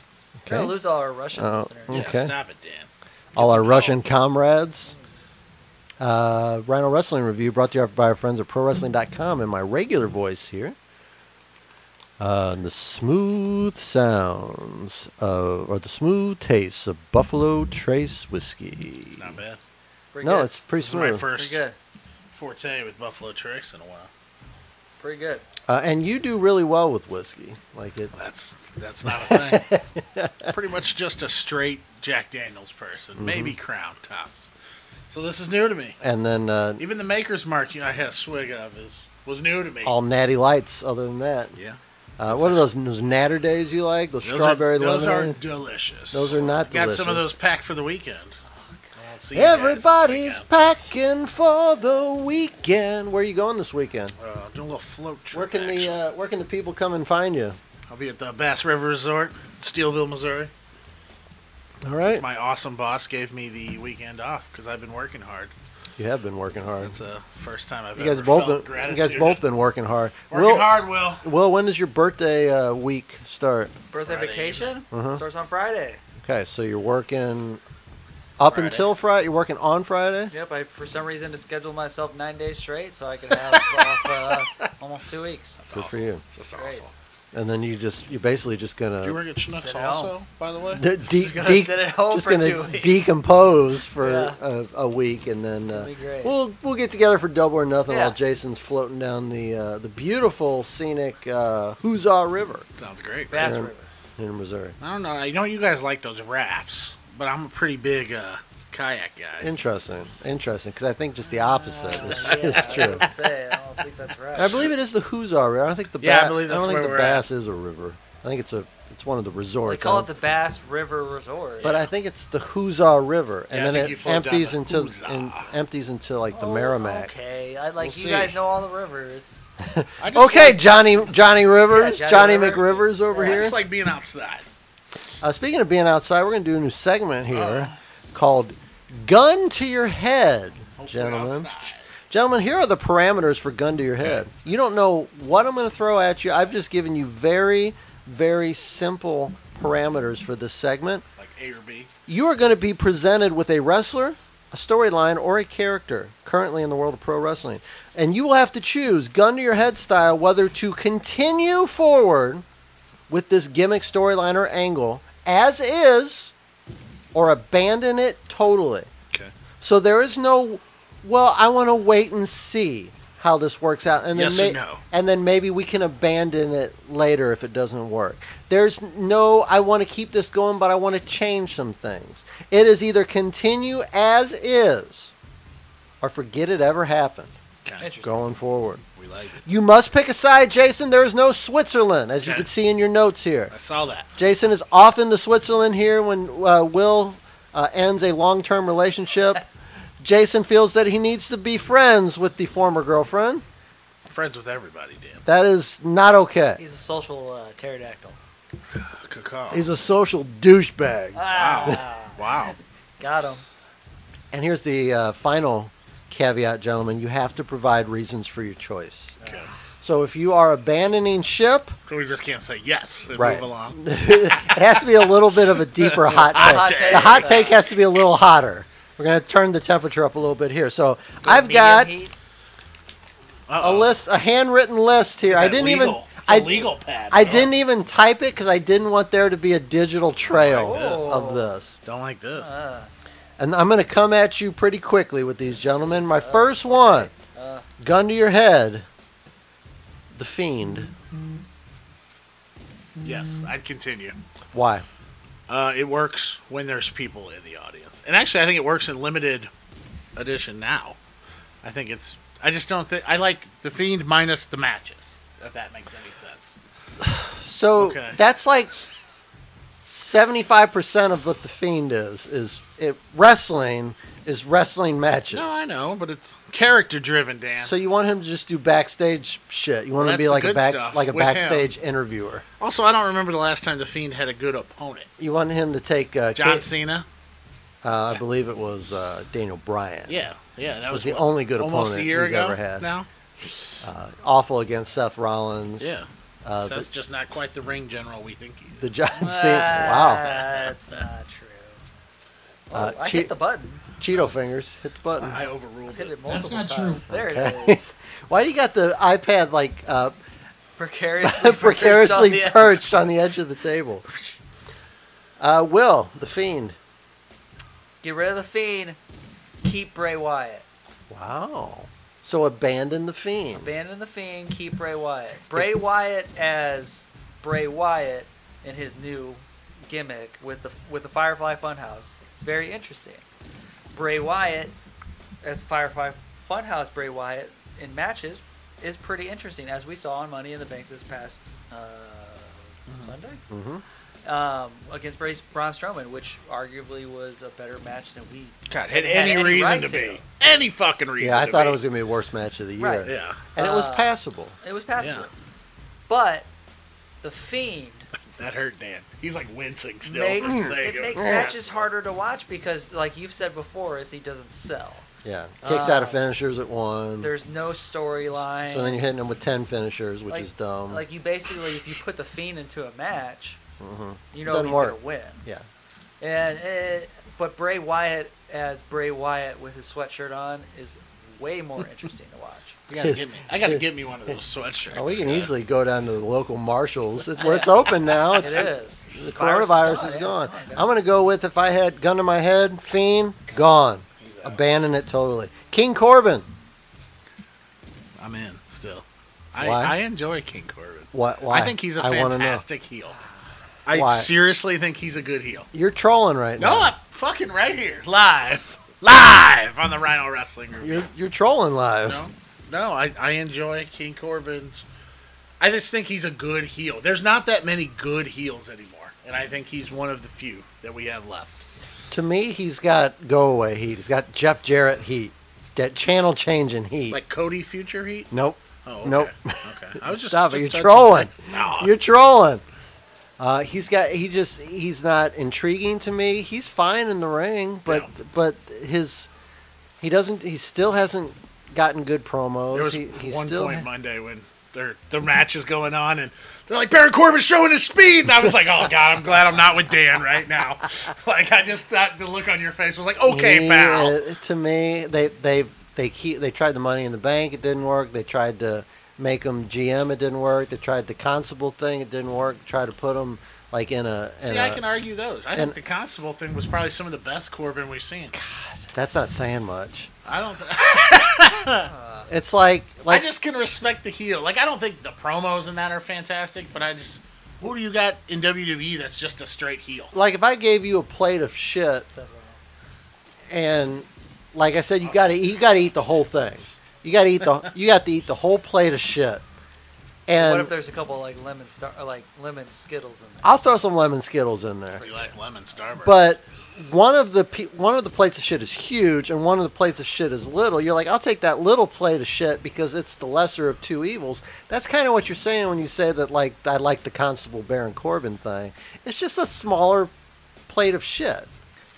[SPEAKER 6] We're gonna lose all our Russian
[SPEAKER 4] Oh.
[SPEAKER 6] listeners.
[SPEAKER 5] Yeah,
[SPEAKER 4] Okay.
[SPEAKER 5] stop it, Dan.
[SPEAKER 4] all our
[SPEAKER 5] It's a
[SPEAKER 4] Russian comrades. Uh, Rhino Wrestling Review brought to you by our friends at ProWrestling.com in my regular voice here. Uh, and the smooth sounds of, or the smooth taste of Buffalo Trace whiskey.
[SPEAKER 5] It's not bad.
[SPEAKER 6] Pretty
[SPEAKER 4] no,
[SPEAKER 6] good.
[SPEAKER 4] it's pretty
[SPEAKER 5] This is my
[SPEAKER 4] smooth.
[SPEAKER 5] first
[SPEAKER 6] pretty good.
[SPEAKER 5] forte with Buffalo Tricks in a while.
[SPEAKER 6] Pretty good.
[SPEAKER 4] Uh, and you do really well with whiskey. Like it.
[SPEAKER 5] That's that's not a thing. Pretty much just a straight Jack Daniels person, maybe
[SPEAKER 4] Mm-hmm.
[SPEAKER 5] Crown tops. So this is new to me.
[SPEAKER 4] And then uh,
[SPEAKER 5] Even the Maker's Mark, you know, I had a swig of is was new to me.
[SPEAKER 4] all natty lights. Other than that,
[SPEAKER 5] yeah,
[SPEAKER 4] uh, what are those those natter days you like? Those,
[SPEAKER 5] those
[SPEAKER 4] strawberry
[SPEAKER 5] are, those
[SPEAKER 4] lemonade.
[SPEAKER 5] are delicious.
[SPEAKER 4] those are not
[SPEAKER 5] Got some of
[SPEAKER 4] delicious.
[SPEAKER 5] those packed for the weekend. I'll see you guys this
[SPEAKER 4] Everybody's
[SPEAKER 5] weekend.
[SPEAKER 4] packing for the weekend. Where are you going this weekend?
[SPEAKER 5] uh, doing a little float trip.
[SPEAKER 4] Where can the
[SPEAKER 5] action.
[SPEAKER 4] uh, where can the people come and find you?
[SPEAKER 5] I'll be at the Bass River Resort, Steelville, Missouri.
[SPEAKER 4] All right.
[SPEAKER 5] My awesome boss gave me the weekend off because I've been working hard.
[SPEAKER 4] You have been working hard.
[SPEAKER 5] It's the first time I've
[SPEAKER 4] You guys
[SPEAKER 5] ever
[SPEAKER 4] both
[SPEAKER 5] felt
[SPEAKER 4] been, you
[SPEAKER 5] gratitude.
[SPEAKER 4] guys both been working hard.
[SPEAKER 5] working
[SPEAKER 4] Will,
[SPEAKER 5] hard. Will
[SPEAKER 4] Will, when does your birthday uh, week start?
[SPEAKER 6] Birthday
[SPEAKER 5] Friday
[SPEAKER 6] vacation
[SPEAKER 4] Uh-huh.
[SPEAKER 6] starts on Friday.
[SPEAKER 4] Okay, so you're working up
[SPEAKER 5] Friday.
[SPEAKER 4] until Friday. You're working on Friday.
[SPEAKER 6] Yep, I for some reason to schedule myself nine days straight so I can have off uh, almost two weeks.
[SPEAKER 4] Good for you.
[SPEAKER 5] That's
[SPEAKER 6] Great.
[SPEAKER 5] awful.
[SPEAKER 4] And then you just you're basically just
[SPEAKER 5] Do you
[SPEAKER 4] gonna
[SPEAKER 5] work at Schnucks
[SPEAKER 6] sit at
[SPEAKER 5] also, by the way?
[SPEAKER 4] de- de-
[SPEAKER 6] gonna
[SPEAKER 4] de-
[SPEAKER 6] sit at home
[SPEAKER 4] just
[SPEAKER 6] for two
[SPEAKER 4] gonna
[SPEAKER 6] weeks.
[SPEAKER 4] decompose for
[SPEAKER 6] Yeah.
[SPEAKER 4] a, a week, and then uh,
[SPEAKER 6] That'd be great.
[SPEAKER 4] we'll we'll get together for double or nothing
[SPEAKER 6] Yeah.
[SPEAKER 4] while Jason's floating down the uh, the beautiful scenic uh, Huzzah River
[SPEAKER 5] Sounds great.
[SPEAKER 6] Bass
[SPEAKER 4] Yeah.
[SPEAKER 6] River.
[SPEAKER 4] in Missouri.
[SPEAKER 5] I don't know. I know you guys like those rafts, but I'm a pretty big uh, kayak guy.
[SPEAKER 4] Interesting, interesting, because I think just the opposite is,
[SPEAKER 6] Uh, yeah,
[SPEAKER 4] is
[SPEAKER 6] I
[SPEAKER 4] true.
[SPEAKER 6] would say, I don't think that's right.
[SPEAKER 4] I believe it is the Huzzah River. I don't think the
[SPEAKER 5] Yeah, I
[SPEAKER 4] Ba-
[SPEAKER 5] believe
[SPEAKER 4] don't
[SPEAKER 5] that's
[SPEAKER 4] think
[SPEAKER 5] where
[SPEAKER 4] the
[SPEAKER 5] we're
[SPEAKER 4] Bass is a river. I think it's a it's one of the
[SPEAKER 6] They
[SPEAKER 4] resorts. I
[SPEAKER 6] call it
[SPEAKER 4] don't-
[SPEAKER 6] the Bass River Resort.
[SPEAKER 4] but I think it's the Huzzah River, and
[SPEAKER 5] Yeah, I
[SPEAKER 4] then
[SPEAKER 5] think you
[SPEAKER 4] it
[SPEAKER 5] float down
[SPEAKER 4] empties
[SPEAKER 5] the
[SPEAKER 4] into
[SPEAKER 5] Huzzah.
[SPEAKER 4] and empties into like the
[SPEAKER 6] Oh,
[SPEAKER 4] Merrimack.
[SPEAKER 6] Okay, I like
[SPEAKER 5] We'll
[SPEAKER 6] you
[SPEAKER 5] see.
[SPEAKER 6] guys know all the rivers.
[SPEAKER 5] I just
[SPEAKER 4] Okay,
[SPEAKER 5] like-
[SPEAKER 4] Johnny Johnny Rivers,
[SPEAKER 6] Yeah,
[SPEAKER 4] Johnny
[SPEAKER 6] Johnny River.
[SPEAKER 4] McRivers over
[SPEAKER 5] I
[SPEAKER 4] here.
[SPEAKER 5] just like being outside.
[SPEAKER 4] Uh, speaking of being outside, we're gonna do a new segment here called "Gun to Your Head,"
[SPEAKER 5] Hopefully
[SPEAKER 4] gentlemen.
[SPEAKER 5] outside.
[SPEAKER 4] Gentlemen, here are the parameters for gun to your head. You don't know what I'm going to throw at you. I've just given you very, very simple parameters for this segment.
[SPEAKER 5] Like A or B.
[SPEAKER 4] You are going to be presented with a wrestler, a storyline, or a character currently in the world of pro wrestling. And you will have to choose, gun to your head style, whether to continue forward with this gimmick, storyline, or angle as is, or abandon it totally.
[SPEAKER 5] Okay.
[SPEAKER 4] So there is no, well, I want to wait and see how this works out, and then
[SPEAKER 5] Yes or
[SPEAKER 4] may-
[SPEAKER 5] no?
[SPEAKER 4] and then maybe we can abandon it later if it doesn't work. There's no, I want to keep this going, but I want to change some things. It is either continue as is, or forget it ever happened.
[SPEAKER 5] Okay.
[SPEAKER 6] Interesting.
[SPEAKER 4] Going forward,
[SPEAKER 5] We like it.
[SPEAKER 4] you must pick a side, Jason. There is no Switzerland, as you
[SPEAKER 5] Okay.
[SPEAKER 4] can see in your notes here.
[SPEAKER 5] I saw that.
[SPEAKER 4] Jason is off into Switzerland here when uh, Will uh, ends a long term relationship. Jason feels that he needs to be friends with the former girlfriend.
[SPEAKER 5] I'm friends with everybody, damn.
[SPEAKER 4] That is not okay.
[SPEAKER 6] He's a social uh, pterodactyl.
[SPEAKER 5] Cacao.
[SPEAKER 4] He's a social douchebag.
[SPEAKER 5] wow. wow.
[SPEAKER 6] Ah, Got him.
[SPEAKER 4] And here's the uh, final caveat, gentlemen you have to provide reasons for your choice.
[SPEAKER 5] Okay.
[SPEAKER 4] So if you are abandoning ship,
[SPEAKER 5] So we just can't say yes and
[SPEAKER 4] Right.
[SPEAKER 5] move along.
[SPEAKER 4] it has to be a little bit of a deeper hot take.
[SPEAKER 6] Hot take.
[SPEAKER 4] The hot take has to be a little hotter. We're going to turn the temperature up a little bit here. So I've
[SPEAKER 6] Medium
[SPEAKER 4] got.
[SPEAKER 6] heat.
[SPEAKER 4] a
[SPEAKER 5] Uh-oh.
[SPEAKER 4] list, a handwritten list here. I
[SPEAKER 5] That
[SPEAKER 4] didn't
[SPEAKER 5] legal.
[SPEAKER 4] even.
[SPEAKER 5] It's a
[SPEAKER 4] I
[SPEAKER 5] legal pad.
[SPEAKER 4] I
[SPEAKER 5] bro.
[SPEAKER 4] didn't even type it because I didn't want there to be a digital trail
[SPEAKER 5] Like this.
[SPEAKER 4] of this.
[SPEAKER 5] Don't like this.
[SPEAKER 6] Uh,
[SPEAKER 4] And I'm going to come at you pretty quickly with these gentlemen. My first one,
[SPEAKER 6] Uh.
[SPEAKER 4] gun to your head, the fiend.
[SPEAKER 5] yes,
[SPEAKER 4] Um,
[SPEAKER 5] I'd continue.
[SPEAKER 4] Why?
[SPEAKER 5] Uh, it works when there's people in the audience, and actually, I think it works in limited edition now. I think it's. I just don't think I like the fiend minus the matches. If that makes any sense.
[SPEAKER 4] So
[SPEAKER 5] Okay.
[SPEAKER 4] that's like 75% of what the fiend is. Is it wrestling? Is wrestling matches?
[SPEAKER 5] No, I know, but it's character driven, Dan.
[SPEAKER 4] So you want him to just do backstage shit? You want him
[SPEAKER 5] Well,
[SPEAKER 4] to be
[SPEAKER 5] that's the
[SPEAKER 4] like a
[SPEAKER 5] good
[SPEAKER 4] back,
[SPEAKER 5] stuff
[SPEAKER 4] like a
[SPEAKER 5] with him.
[SPEAKER 4] backstage interviewer?
[SPEAKER 5] also, I don't remember the last time the fiend had a good opponent.
[SPEAKER 4] You want him to take uh,
[SPEAKER 5] John
[SPEAKER 4] Kate-
[SPEAKER 5] Cena.
[SPEAKER 4] uh, I believe it was uh, Daniel Bryan.
[SPEAKER 5] Yeah, yeah, that
[SPEAKER 4] was
[SPEAKER 5] was,
[SPEAKER 4] the
[SPEAKER 5] what,
[SPEAKER 4] only good
[SPEAKER 5] almost
[SPEAKER 4] opponent
[SPEAKER 5] a year
[SPEAKER 4] he's
[SPEAKER 5] ago.
[SPEAKER 4] ever had. Uh,
[SPEAKER 5] Now,
[SPEAKER 4] Awful against Seth Rollins.
[SPEAKER 5] yeah,
[SPEAKER 4] Uh,
[SPEAKER 5] so that's
[SPEAKER 4] the,
[SPEAKER 5] just not quite the ring general we think. He is.
[SPEAKER 4] the John Cena. Wow.
[SPEAKER 6] Ah, That's not true. Oh,
[SPEAKER 4] Uh,
[SPEAKER 6] I
[SPEAKER 4] che-
[SPEAKER 6] hit the button.
[SPEAKER 4] Cheeto fingers. Hit the button.
[SPEAKER 5] I overruled
[SPEAKER 6] Hit
[SPEAKER 5] it.
[SPEAKER 6] it multiple
[SPEAKER 7] not true.
[SPEAKER 6] times. There it
[SPEAKER 4] Okay.
[SPEAKER 6] is.
[SPEAKER 4] Why do you got the iPad like uh,
[SPEAKER 6] Precariously,
[SPEAKER 4] precariously
[SPEAKER 6] perched on the edge.
[SPEAKER 4] perched on the edge of the table? Uh, Will the Fiend.
[SPEAKER 6] Get rid of the fiend. Keep Bray Wyatt.
[SPEAKER 4] Wow. So abandon the Fiend.
[SPEAKER 6] Abandon the Fiend, keep Bray Wyatt. Bray Wyatt as Bray Wyatt in his new gimmick with the with the Firefly Funhouse. It's very interesting. Bray Wyatt as Firefly Funhouse Bray Wyatt in matches is pretty interesting, as we saw on Money in the Bank this past uh, Sunday um, against Bray Braun Strowman, which arguably was a better match than we.
[SPEAKER 5] God, had
[SPEAKER 6] Had
[SPEAKER 5] any,
[SPEAKER 6] any
[SPEAKER 5] reason
[SPEAKER 6] right
[SPEAKER 5] to,
[SPEAKER 6] to.
[SPEAKER 5] be. Any fucking reason.
[SPEAKER 4] yeah, I
[SPEAKER 5] to
[SPEAKER 4] thought
[SPEAKER 5] be.
[SPEAKER 4] it was gonna be the worst match of the year,
[SPEAKER 6] Right.
[SPEAKER 5] Yeah.
[SPEAKER 4] and it was
[SPEAKER 6] Uh,
[SPEAKER 4] passable.
[SPEAKER 6] It was passable,
[SPEAKER 5] Yeah.
[SPEAKER 6] but the Fiend
[SPEAKER 5] That hurt, Dan. He's like wincing still.
[SPEAKER 6] makes
[SPEAKER 4] Hmm.
[SPEAKER 5] Just saying
[SPEAKER 6] it makes
[SPEAKER 5] was-
[SPEAKER 6] matches harder to watch because, like you've said before, is he doesn't sell.
[SPEAKER 4] Yeah, kicks
[SPEAKER 6] Uh,
[SPEAKER 4] out of finishers at one.
[SPEAKER 6] There's no storyline.
[SPEAKER 4] So then you're hitting him with ten finishers, which
[SPEAKER 6] like,
[SPEAKER 4] is dumb.
[SPEAKER 6] Like you basically, if you put the fiend into a match, you know
[SPEAKER 4] Mm-hmm. Doesn't
[SPEAKER 6] he's
[SPEAKER 4] work.
[SPEAKER 6] gonna win.
[SPEAKER 4] yeah,
[SPEAKER 6] And it, but Bray Wyatt as Bray Wyatt with his sweatshirt on is way more interesting to watch.
[SPEAKER 5] I gotta get me. I gotta get me one of those sweatshirts.
[SPEAKER 4] oh, we can
[SPEAKER 5] Yeah.
[SPEAKER 4] easily go down to the local Marshalls. It's where it's open now.
[SPEAKER 6] It
[SPEAKER 4] It's,
[SPEAKER 6] is.
[SPEAKER 4] The coronavirus is gone. I'm gonna go with if I had gun to my head, fiend gone, abandon it totally. King Corbin.
[SPEAKER 5] I'm in still. I,
[SPEAKER 4] Why?
[SPEAKER 5] I enjoy King Corbin.
[SPEAKER 4] What? Why?
[SPEAKER 5] I think he's a
[SPEAKER 4] I wanna know.
[SPEAKER 5] fantastic heel. I
[SPEAKER 4] Why?
[SPEAKER 5] seriously think he's a good heel.
[SPEAKER 4] You're trolling right
[SPEAKER 5] No,
[SPEAKER 4] now.
[SPEAKER 5] I'm fucking right here, live, live on the Rhino Wrestling Group.
[SPEAKER 4] You're you're trolling live.
[SPEAKER 5] No, no, I, I enjoy King Corbin's. I just think he's a good heel. There's not that many good heels anymore, and I think he's one of the few that we have left.
[SPEAKER 4] To me, he's got go away heat. He's got Jeff Jarrett heat. That channel changing heat.
[SPEAKER 5] Like Cody Future Heat.
[SPEAKER 4] nope.
[SPEAKER 5] Oh, okay.
[SPEAKER 4] Nope.
[SPEAKER 5] Okay. I was just
[SPEAKER 4] Stop it.
[SPEAKER 5] just
[SPEAKER 4] You're
[SPEAKER 5] touching
[SPEAKER 4] trolling.
[SPEAKER 5] base. No,
[SPEAKER 4] You're trolling. Uh, he's got. He just. He's not intriguing to me. He's fine in the ring, but
[SPEAKER 5] Yeah.
[SPEAKER 4] but his. He doesn't. He still hasn't gotten good promos.
[SPEAKER 5] There was
[SPEAKER 4] he, he's
[SPEAKER 5] one
[SPEAKER 4] still.
[SPEAKER 5] point Monday when their their match is going on and they're like Baron Corbin's showing his speed and I was like, Oh god, I'm glad I'm not with Dan right now. Like I just thought the look on your face was like, Okay,
[SPEAKER 4] He,
[SPEAKER 5] pal.
[SPEAKER 4] uh, to me, they they they keep. They tried the Money in the Bank. It didn't work. They tried to make him GM. It didn't work. They tried the Constable thing. It didn't work. Try to put him like in a. In
[SPEAKER 5] See,
[SPEAKER 4] a
[SPEAKER 5] I can argue those. I
[SPEAKER 4] uh, and-
[SPEAKER 5] think the constable thing was probably some of the best Corbin we've seen.
[SPEAKER 4] that's not saying much.
[SPEAKER 5] I don't. Th-
[SPEAKER 4] It's like
[SPEAKER 5] I
[SPEAKER 4] like
[SPEAKER 5] just can respect the heel. Like I don't think the promos in that are fantastic, but I just who do you got in WWE that's just a straight heel?
[SPEAKER 4] like if I gave you a plate of shit, and like I said, you gotta eat- you gotta eat the whole thing. You gotta eat the you got to eat the whole plate of shit.
[SPEAKER 6] what if
[SPEAKER 4] And
[SPEAKER 6] there's a couple like lemon star, or, like lemon skittles in there?
[SPEAKER 4] I'll throw some lemon skittles in there.
[SPEAKER 5] You like Lemon Starburst?
[SPEAKER 4] But one of the pe- one of the plates of shit is huge, and one of the plates of shit is little. You're like, I'll take that little plate of shit because it's the lesser of two evils. That's kind of what you're saying when you say that. Like, I like the Constable Baron Corbin thing. It's just a smaller plate of shit.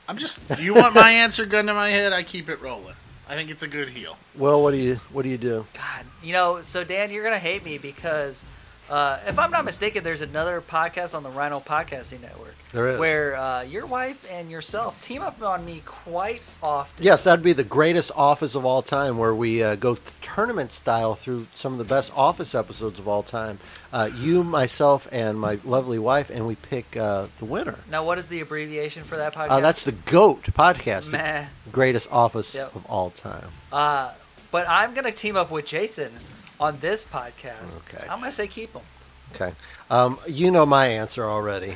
[SPEAKER 5] I'm just. You want my answer? Gun to my head. I keep it rolling. I think it's a good heel.
[SPEAKER 4] Well, what do you what do you do?
[SPEAKER 6] God, you know, so Dan, you're gonna hate me because uh, if I'm not mistaken, there's another podcast on the Rhino Podcasting Network.
[SPEAKER 4] There is.
[SPEAKER 6] where uh, your wife and yourself team up on me quite often.
[SPEAKER 4] Yes, that'd be the greatest office of all time, where we uh, go tournament style through some of the best office episodes of all time. Uh, you, myself, and my lovely wife, and we pick uh, the winner.
[SPEAKER 6] Now, what is the abbreviation for that podcast?
[SPEAKER 4] Uh, that's the GOAT podcast, the
[SPEAKER 6] Meh.
[SPEAKER 4] greatest office
[SPEAKER 6] Yep.
[SPEAKER 4] of all time.
[SPEAKER 6] Uh, but I'm gonna team up with Jason on this podcast.
[SPEAKER 4] Okay.
[SPEAKER 6] I'm gonna say keep him.
[SPEAKER 4] Okay. Um, you know my answer already.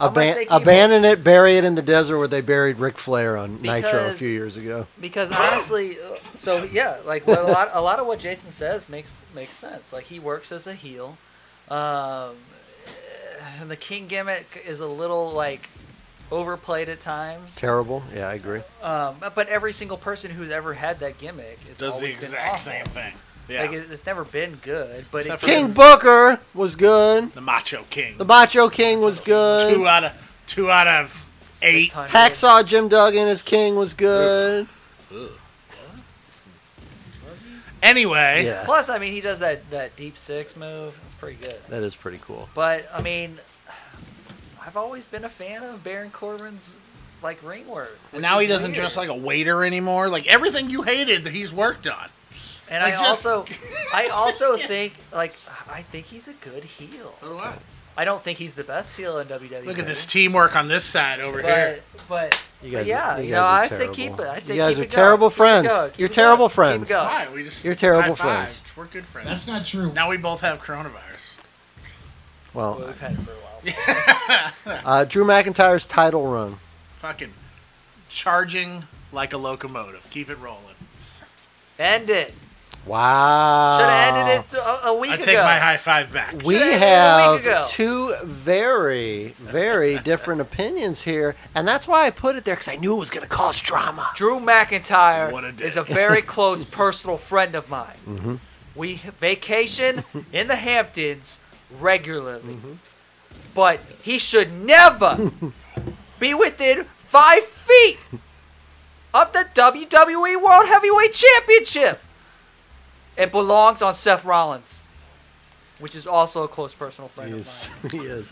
[SPEAKER 6] I'm gonna say
[SPEAKER 4] Aban-
[SPEAKER 6] keep it.
[SPEAKER 4] abandon it, bury it in the desert where they buried Ric Flair on Nitro a
[SPEAKER 6] Because-
[SPEAKER 4] few years ago.
[SPEAKER 6] because honestly, uh, so yeah, like what a lot, a lot of what Jason says makes makes sense. Like he works as a heel, um, and the King gimmick is a little like overplayed at times.
[SPEAKER 4] Terrible. Yeah, I agree.
[SPEAKER 6] Um, but every single person who's ever had that gimmick,
[SPEAKER 4] Oh,
[SPEAKER 6] it's
[SPEAKER 5] Does the
[SPEAKER 6] always been
[SPEAKER 5] exact
[SPEAKER 6] awful.
[SPEAKER 5] same thing. Yeah.
[SPEAKER 6] Like it, it's never been good. But it
[SPEAKER 5] Except for
[SPEAKER 4] King
[SPEAKER 6] gives-
[SPEAKER 4] Booker was good.
[SPEAKER 5] the Macho King.
[SPEAKER 4] The Macho King was good.
[SPEAKER 5] two out of two out of eight.
[SPEAKER 6] 600.
[SPEAKER 4] Hacksaw Jim Duggan as King was good.
[SPEAKER 5] Anyway,
[SPEAKER 4] Yeah,
[SPEAKER 6] Plus, I mean, he does that that deep six move. It's pretty good.
[SPEAKER 4] that is pretty cool.
[SPEAKER 6] But I mean, I've always been a fan of Baron Corbin's like ring work.
[SPEAKER 5] and
[SPEAKER 6] which
[SPEAKER 5] now
[SPEAKER 6] is
[SPEAKER 5] he doesn't
[SPEAKER 6] weird.
[SPEAKER 5] dress like a waiter anymore. Like everything you hated, that he's worked on.
[SPEAKER 6] And
[SPEAKER 5] I
[SPEAKER 6] I,
[SPEAKER 5] just-
[SPEAKER 6] also, I also think like I think he's a good heel.
[SPEAKER 5] So
[SPEAKER 4] Oh,
[SPEAKER 5] do I.
[SPEAKER 6] I don't think he's the best heel in WWE.
[SPEAKER 5] Look at this teamwork on this side over here.
[SPEAKER 6] But but
[SPEAKER 4] You guys,
[SPEAKER 6] yeah,
[SPEAKER 4] you
[SPEAKER 6] you
[SPEAKER 4] guys
[SPEAKER 6] know,
[SPEAKER 4] are
[SPEAKER 6] I'd say
[SPEAKER 4] terrible.
[SPEAKER 6] keep it. I'd say
[SPEAKER 4] you guys
[SPEAKER 6] keep
[SPEAKER 4] are
[SPEAKER 6] it going.
[SPEAKER 4] terrible
[SPEAKER 6] Keep it
[SPEAKER 4] friends.
[SPEAKER 6] going. Keep
[SPEAKER 4] You're
[SPEAKER 6] it
[SPEAKER 4] terrible
[SPEAKER 6] going. Keep it
[SPEAKER 4] friends.
[SPEAKER 6] going.
[SPEAKER 5] Why? We just
[SPEAKER 4] You're terrible
[SPEAKER 5] high-fived.
[SPEAKER 4] friends.
[SPEAKER 5] We're good friends.
[SPEAKER 7] That's not true.
[SPEAKER 5] now we both have coronavirus.
[SPEAKER 4] Well,
[SPEAKER 6] Well, we've had it for a while.
[SPEAKER 4] uh, Drew McIntyre's title run.
[SPEAKER 5] Fucking charging like a locomotive. Keep it rolling.
[SPEAKER 6] End it.
[SPEAKER 4] Wow.
[SPEAKER 6] Should have ended it th- a, a week
[SPEAKER 5] Uh, I
[SPEAKER 6] ago.
[SPEAKER 5] take my high five back.
[SPEAKER 4] We
[SPEAKER 6] Should have ended it a week
[SPEAKER 4] have
[SPEAKER 6] ago.
[SPEAKER 4] two very, very different opinions here, and that's why I put it there because I knew it was going to cause drama.
[SPEAKER 6] Drew McIntyre
[SPEAKER 5] What a dick.
[SPEAKER 6] is a very close personal friend of mine.
[SPEAKER 4] Mm-hmm. Mm-hmm.
[SPEAKER 6] We vacation in the Hamptons regularly. but he should never be within five feet of the WWE World Heavyweight Championship. It belongs on Seth Rollins, which is also a close personal friend of
[SPEAKER 4] Yes,
[SPEAKER 6] mine.
[SPEAKER 4] he is.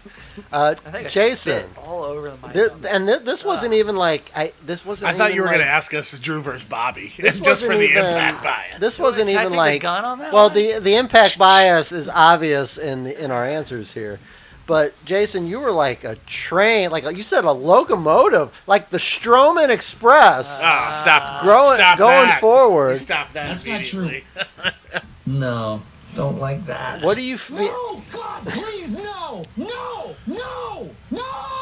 [SPEAKER 4] Uh,
[SPEAKER 6] I think I
[SPEAKER 4] Jason,
[SPEAKER 6] spit Uh. all over the mic.
[SPEAKER 4] thi-
[SPEAKER 6] on that.
[SPEAKER 4] and thi- this wasn't even like I. This wasn't.
[SPEAKER 5] I thought
[SPEAKER 4] even
[SPEAKER 5] you were
[SPEAKER 4] like,
[SPEAKER 5] going to ask us Drew versus Bobby,
[SPEAKER 4] This
[SPEAKER 5] just for
[SPEAKER 4] wasn't
[SPEAKER 5] the
[SPEAKER 4] even-
[SPEAKER 5] impact bias.
[SPEAKER 4] This wasn't
[SPEAKER 6] Can I
[SPEAKER 4] even
[SPEAKER 6] take the
[SPEAKER 4] like.
[SPEAKER 6] gun on that
[SPEAKER 4] well,
[SPEAKER 6] one?
[SPEAKER 4] the the impact bias is obvious in the, in our answers here, but Jason, you were like a train, like you said, a locomotive, like the Stroman Express.
[SPEAKER 6] Uh,
[SPEAKER 5] Ah, stop
[SPEAKER 4] growing-
[SPEAKER 5] stop
[SPEAKER 4] going
[SPEAKER 5] that.
[SPEAKER 4] forward.
[SPEAKER 5] You stop that
[SPEAKER 7] That's not true.
[SPEAKER 5] immediately.
[SPEAKER 8] No, don't like that.
[SPEAKER 4] what do you feel?
[SPEAKER 7] No, God, please, no, no, no, no!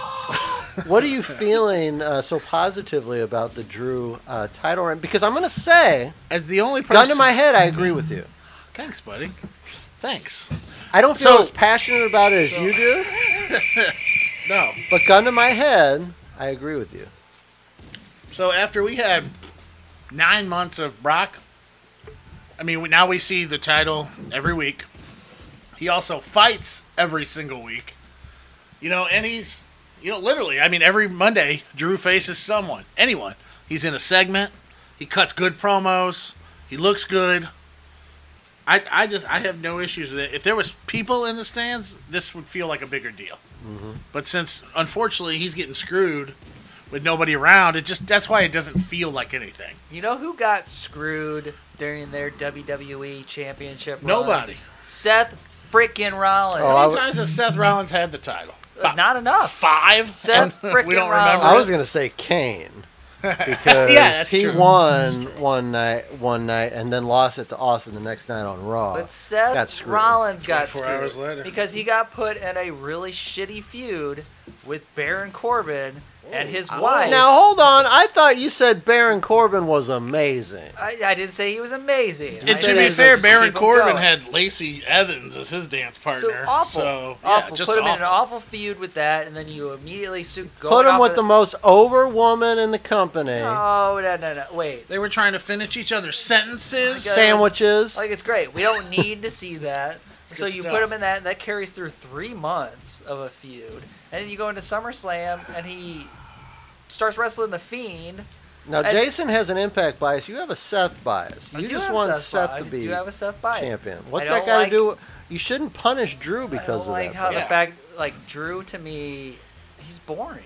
[SPEAKER 4] What are you feeling uh, so positively about the Drew uh, title run? Because I'm gonna say,
[SPEAKER 5] As the only person,
[SPEAKER 4] gun to my head, I agree with you.
[SPEAKER 5] Thanks, buddy. Thanks.
[SPEAKER 4] I don't feel
[SPEAKER 5] So-
[SPEAKER 4] as passionate about it as you do,
[SPEAKER 5] No.
[SPEAKER 4] but gun to my head, I agree with you.
[SPEAKER 5] So after we had nine months of Brock, I mean, now we see the title every week. He also fights every single week. You know, and he's, you know, literally, I mean, every Monday, Drew faces someone, anyone. He's in a segment. He cuts good promos. He looks good. I, I just, I have no issues with it. If there was people in the stands, this would feel like a bigger deal. But since, unfortunately, he's getting screwed with nobody around, it just, that's why it doesn't feel like anything.
[SPEAKER 6] You know who got screwed during their WWE Championship? run?
[SPEAKER 5] Nobody.
[SPEAKER 6] Seth freaking Rollins.
[SPEAKER 4] Oh,
[SPEAKER 5] How
[SPEAKER 4] I
[SPEAKER 5] many
[SPEAKER 4] was-
[SPEAKER 5] times has Seth Rollins had the title?
[SPEAKER 6] Uh, Not enough.
[SPEAKER 5] Five.
[SPEAKER 6] Seth frickin'
[SPEAKER 5] we don't
[SPEAKER 6] Rollins.
[SPEAKER 5] remember.
[SPEAKER 4] I was gonna say Kane because
[SPEAKER 5] Yeah, that's
[SPEAKER 4] he
[SPEAKER 5] true.
[SPEAKER 4] won one night, one night, and then lost it to Austin the next night on Raw.
[SPEAKER 6] But Seth
[SPEAKER 4] got screwed.
[SPEAKER 6] Rollins got
[SPEAKER 5] 24
[SPEAKER 6] screwed
[SPEAKER 5] hours later.
[SPEAKER 6] because he got put in a really shitty feud with Baron Corbin and his wife.
[SPEAKER 4] Oh. now hold on, I thought you said Baron Corbin was amazing.
[SPEAKER 6] I, I didn't say he was amazing. I
[SPEAKER 5] And
[SPEAKER 4] say
[SPEAKER 5] to
[SPEAKER 6] said
[SPEAKER 5] be
[SPEAKER 4] that
[SPEAKER 5] fair,
[SPEAKER 6] just
[SPEAKER 5] Baron
[SPEAKER 6] keep him
[SPEAKER 5] Corbin
[SPEAKER 6] going.
[SPEAKER 5] had Lacey Evans as his dance
[SPEAKER 6] so
[SPEAKER 5] partner.
[SPEAKER 6] awful,
[SPEAKER 5] So, yeah,
[SPEAKER 6] awful.
[SPEAKER 5] just
[SPEAKER 6] put him in an
[SPEAKER 5] awful.
[SPEAKER 6] awful feud with that, and then you immediately su- go
[SPEAKER 4] Put him
[SPEAKER 6] off
[SPEAKER 4] with
[SPEAKER 6] of-
[SPEAKER 4] the most over woman in the company.
[SPEAKER 6] No, no, no, no. Wait,
[SPEAKER 5] They were trying to finish each other's sentences.
[SPEAKER 6] God.
[SPEAKER 4] Sandwiches.
[SPEAKER 6] like it's great. We don't need to see that. So
[SPEAKER 5] good
[SPEAKER 6] you
[SPEAKER 5] stuff.
[SPEAKER 6] put him in that, and that carries through three months of a feud, and then you go into SummerSlam, and he starts wrestling the Fiend.
[SPEAKER 4] now
[SPEAKER 6] I-
[SPEAKER 4] Jason has an impact bias. You have a Seth bias.
[SPEAKER 6] I
[SPEAKER 4] You
[SPEAKER 6] do
[SPEAKER 4] just
[SPEAKER 6] have
[SPEAKER 4] want
[SPEAKER 6] Seth,
[SPEAKER 4] Seth
[SPEAKER 6] bias.
[SPEAKER 4] to
[SPEAKER 6] I
[SPEAKER 4] be
[SPEAKER 6] do have a Seth bias.
[SPEAKER 4] champion. What's
[SPEAKER 6] I
[SPEAKER 4] that
[SPEAKER 6] don't
[SPEAKER 4] got to
[SPEAKER 6] like-
[SPEAKER 4] do? with- You shouldn't punish Drew
[SPEAKER 6] I don't
[SPEAKER 4] because of
[SPEAKER 6] like
[SPEAKER 4] that.
[SPEAKER 6] how
[SPEAKER 5] Yeah.
[SPEAKER 6] the fact like Drew to me, he's boring.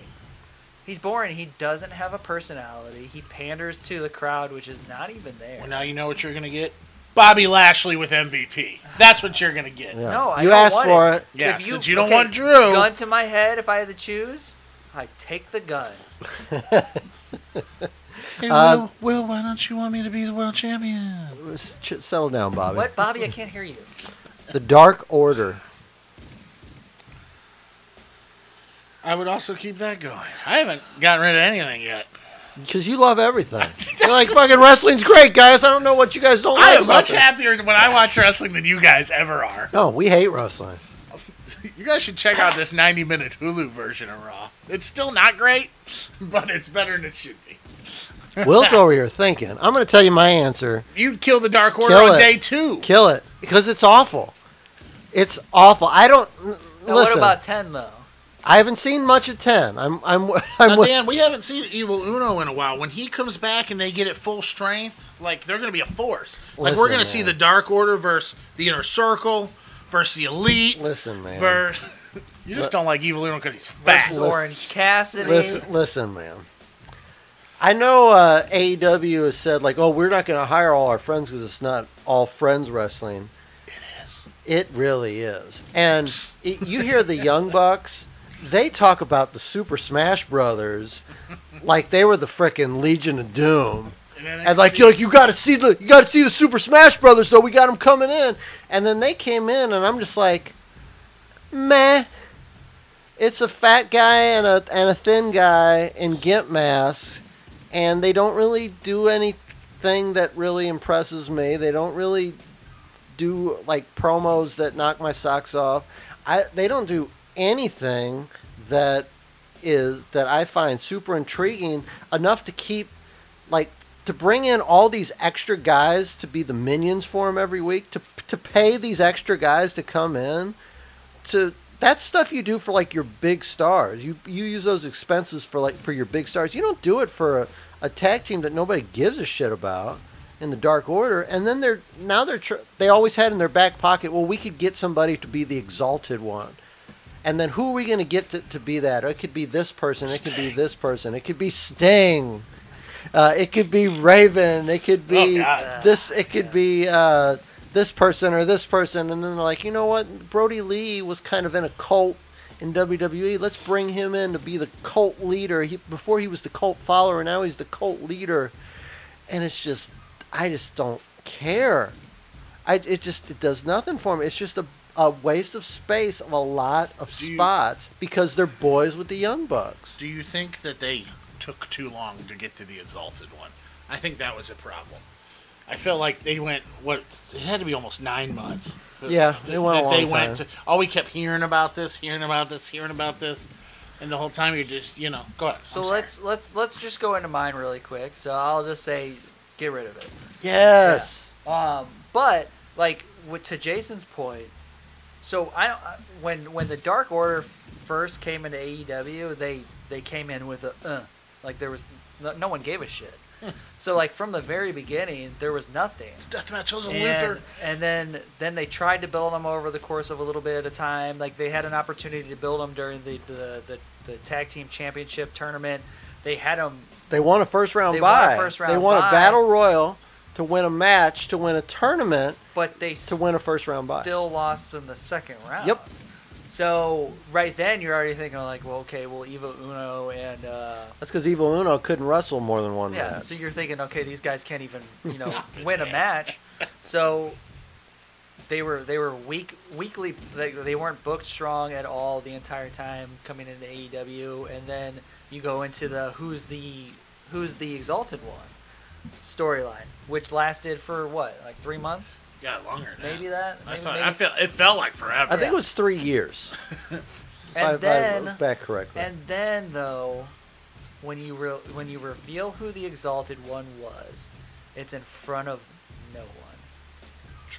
[SPEAKER 6] He's boring. He doesn't have a personality. He panders to the crowd, which is not even there.
[SPEAKER 5] Well, now you know what you're going to get. Bobby Lashley with MVP. That's what you're going to get.
[SPEAKER 4] Yeah.
[SPEAKER 6] No, I
[SPEAKER 4] you
[SPEAKER 6] don't
[SPEAKER 4] asked
[SPEAKER 6] want
[SPEAKER 4] for
[SPEAKER 6] it.
[SPEAKER 4] it.
[SPEAKER 5] Yeah,
[SPEAKER 6] If
[SPEAKER 5] since you don't
[SPEAKER 6] okay,
[SPEAKER 5] want Drew.
[SPEAKER 6] Gun to my head. If I had to choose, I take the gun.
[SPEAKER 5] Hey,
[SPEAKER 4] Uh,
[SPEAKER 5] Will, why don't you want me to be the world champion?
[SPEAKER 4] S- ch- Settle down, Bobby.
[SPEAKER 6] What, Bobby? I can't hear you.
[SPEAKER 4] The Dark Order.
[SPEAKER 5] I would also keep that going. I haven't gotten rid of anything yet.
[SPEAKER 4] Because you love everything. You're like, fucking wrestling's great, guys. I don't know what you guys don't
[SPEAKER 5] I
[SPEAKER 4] like
[SPEAKER 5] am
[SPEAKER 4] about
[SPEAKER 5] much
[SPEAKER 4] this."
[SPEAKER 5] happier when I watch wrestling than you guys ever are.
[SPEAKER 4] No, we hate wrestling.
[SPEAKER 5] You guys should check out this 90 minute Hulu version of Raw. It's still not great, but it's better than it should be.
[SPEAKER 4] Will's over here thinking. I'm going to tell you my answer.
[SPEAKER 5] You'd kill the Dark Order
[SPEAKER 4] Kill
[SPEAKER 5] on
[SPEAKER 4] it.
[SPEAKER 5] day two.
[SPEAKER 4] Kill it. Because it's awful. It's awful. I don't. n-
[SPEAKER 6] Now,
[SPEAKER 4] listen,
[SPEAKER 6] what about ten though?
[SPEAKER 4] I haven't seen much of 10. I'm. I'm. I'm
[SPEAKER 5] Now,
[SPEAKER 4] with-
[SPEAKER 5] Dan, we haven't seen Evil Uno in a while. When he comes back and they get at full strength, like they're going to be a force. Like we're
[SPEAKER 4] Listen,
[SPEAKER 5] going to see
[SPEAKER 4] man.
[SPEAKER 5] the Dark Order versus the Inner Circle versus the Elite
[SPEAKER 4] listen, man.
[SPEAKER 5] versus. You just don't like Evil Uno because he's fat.
[SPEAKER 6] Versus Orange Cassidy.
[SPEAKER 4] Listen, listen, man. I know uh, AEW has said like, "Oh, we're not going to hire all our friends because it's not all friends wrestling." It is. It really is. And it, you hear the Young Bucks; they talk about the Super Smash Brothers like they were the frickin' Legion of Doom. And like you're like you gotta see the you gotta see the Super Smash Brothers though we got them coming in and then they came in and I'm just like meh it's a fat guy and a and a thin guy in gimp masks and they don't really do anything that really impresses me they don't really do like promos that knock my socks off I they don't do anything that is that I find super intriguing enough to keep like to bring in all these extra guys to be the minions for him every week to to pay these extra guys to come in to that's stuff you do for like your big stars. You you use those expenses for like for your big stars. You don't do it for a, a tag team that nobody gives a shit about in the Dark Order. And then they're now they're tr- they always had in their back pocket. Well, we could get somebody to be the Exalted One. And then who are we going to get to to be that? It could be this person. It could be this person. It could be Sting. Uh, it could be Raven. It could be
[SPEAKER 5] Oh, God.
[SPEAKER 4] this. It could be uh, this person or this person. And then they're like, you know what? Brody Lee was kind of in a cult in WWE. Let's bring him in to be the cult leader. He, before he was the cult follower. Now he's the cult leader. And it's just, I just don't care. I it just it does nothing for me. It's just a a waste of space of a lot of
[SPEAKER 5] Do you-
[SPEAKER 4] spots because they're boys with the young bucks.
[SPEAKER 5] Do you think that they took too long to get to the exalted one? I think that was a problem. I feel like they went what it had to be almost nine months.
[SPEAKER 4] Yeah, they went a
[SPEAKER 5] That they
[SPEAKER 4] long
[SPEAKER 5] went
[SPEAKER 4] time.
[SPEAKER 5] to- oh, we kept hearing about this, hearing about this, hearing about this, and the whole time you're just you know go ahead.
[SPEAKER 6] So
[SPEAKER 5] I'm sorry.
[SPEAKER 6] let's let's let's just go into mine really quick. So I'll just say, get rid of it.
[SPEAKER 4] Yes.
[SPEAKER 6] Um, but like with, to Jason's point, so I don't- I- when when the Dark Order first came into AEW, they they came in with a uh, like there was no, no one gave a shit. so like from the very beginning, there was nothing.
[SPEAKER 5] death match was a
[SPEAKER 6] And,
[SPEAKER 5] Luther.
[SPEAKER 6] and then then they tried to build them over the course of a little bit at a time. Like they had an opportunity to build them during the the, the, the tag team championship tournament. They had them
[SPEAKER 4] They won a first round
[SPEAKER 6] They won a
[SPEAKER 4] bye.
[SPEAKER 6] first
[SPEAKER 4] they
[SPEAKER 6] round
[SPEAKER 4] won a
[SPEAKER 6] bye.
[SPEAKER 4] battle royal to win a match, to win a tournament,
[SPEAKER 6] but they
[SPEAKER 4] to win a first round bye.
[SPEAKER 6] still lost in the second round.
[SPEAKER 4] Yep.
[SPEAKER 6] So right then you're already thinking like, well, okay, well, Evil Uno and uh,
[SPEAKER 4] That's because Evil Uno couldn't wrestle more than one
[SPEAKER 6] yeah.
[SPEAKER 4] match.
[SPEAKER 6] So you're thinking, okay, these guys can't even you know
[SPEAKER 5] Stop it,
[SPEAKER 6] win a
[SPEAKER 5] man.
[SPEAKER 6] match. So they were they were weak weakly they, they weren't booked strong at all the entire time coming into AEW, and then you go into the who's the who's the exalted one storyline, which lasted for what like three months,
[SPEAKER 5] Yeah, longer. Than
[SPEAKER 6] maybe
[SPEAKER 5] that.
[SPEAKER 6] that.
[SPEAKER 5] I,
[SPEAKER 6] Maybe-
[SPEAKER 5] thought,
[SPEAKER 6] maybe-
[SPEAKER 5] I felt it felt like forever.
[SPEAKER 4] I think it was three years.
[SPEAKER 6] and
[SPEAKER 4] if I
[SPEAKER 6] then
[SPEAKER 4] look back correctly.
[SPEAKER 6] And then though, when you re- when you reveal who the exalted one was, it's in front of no one.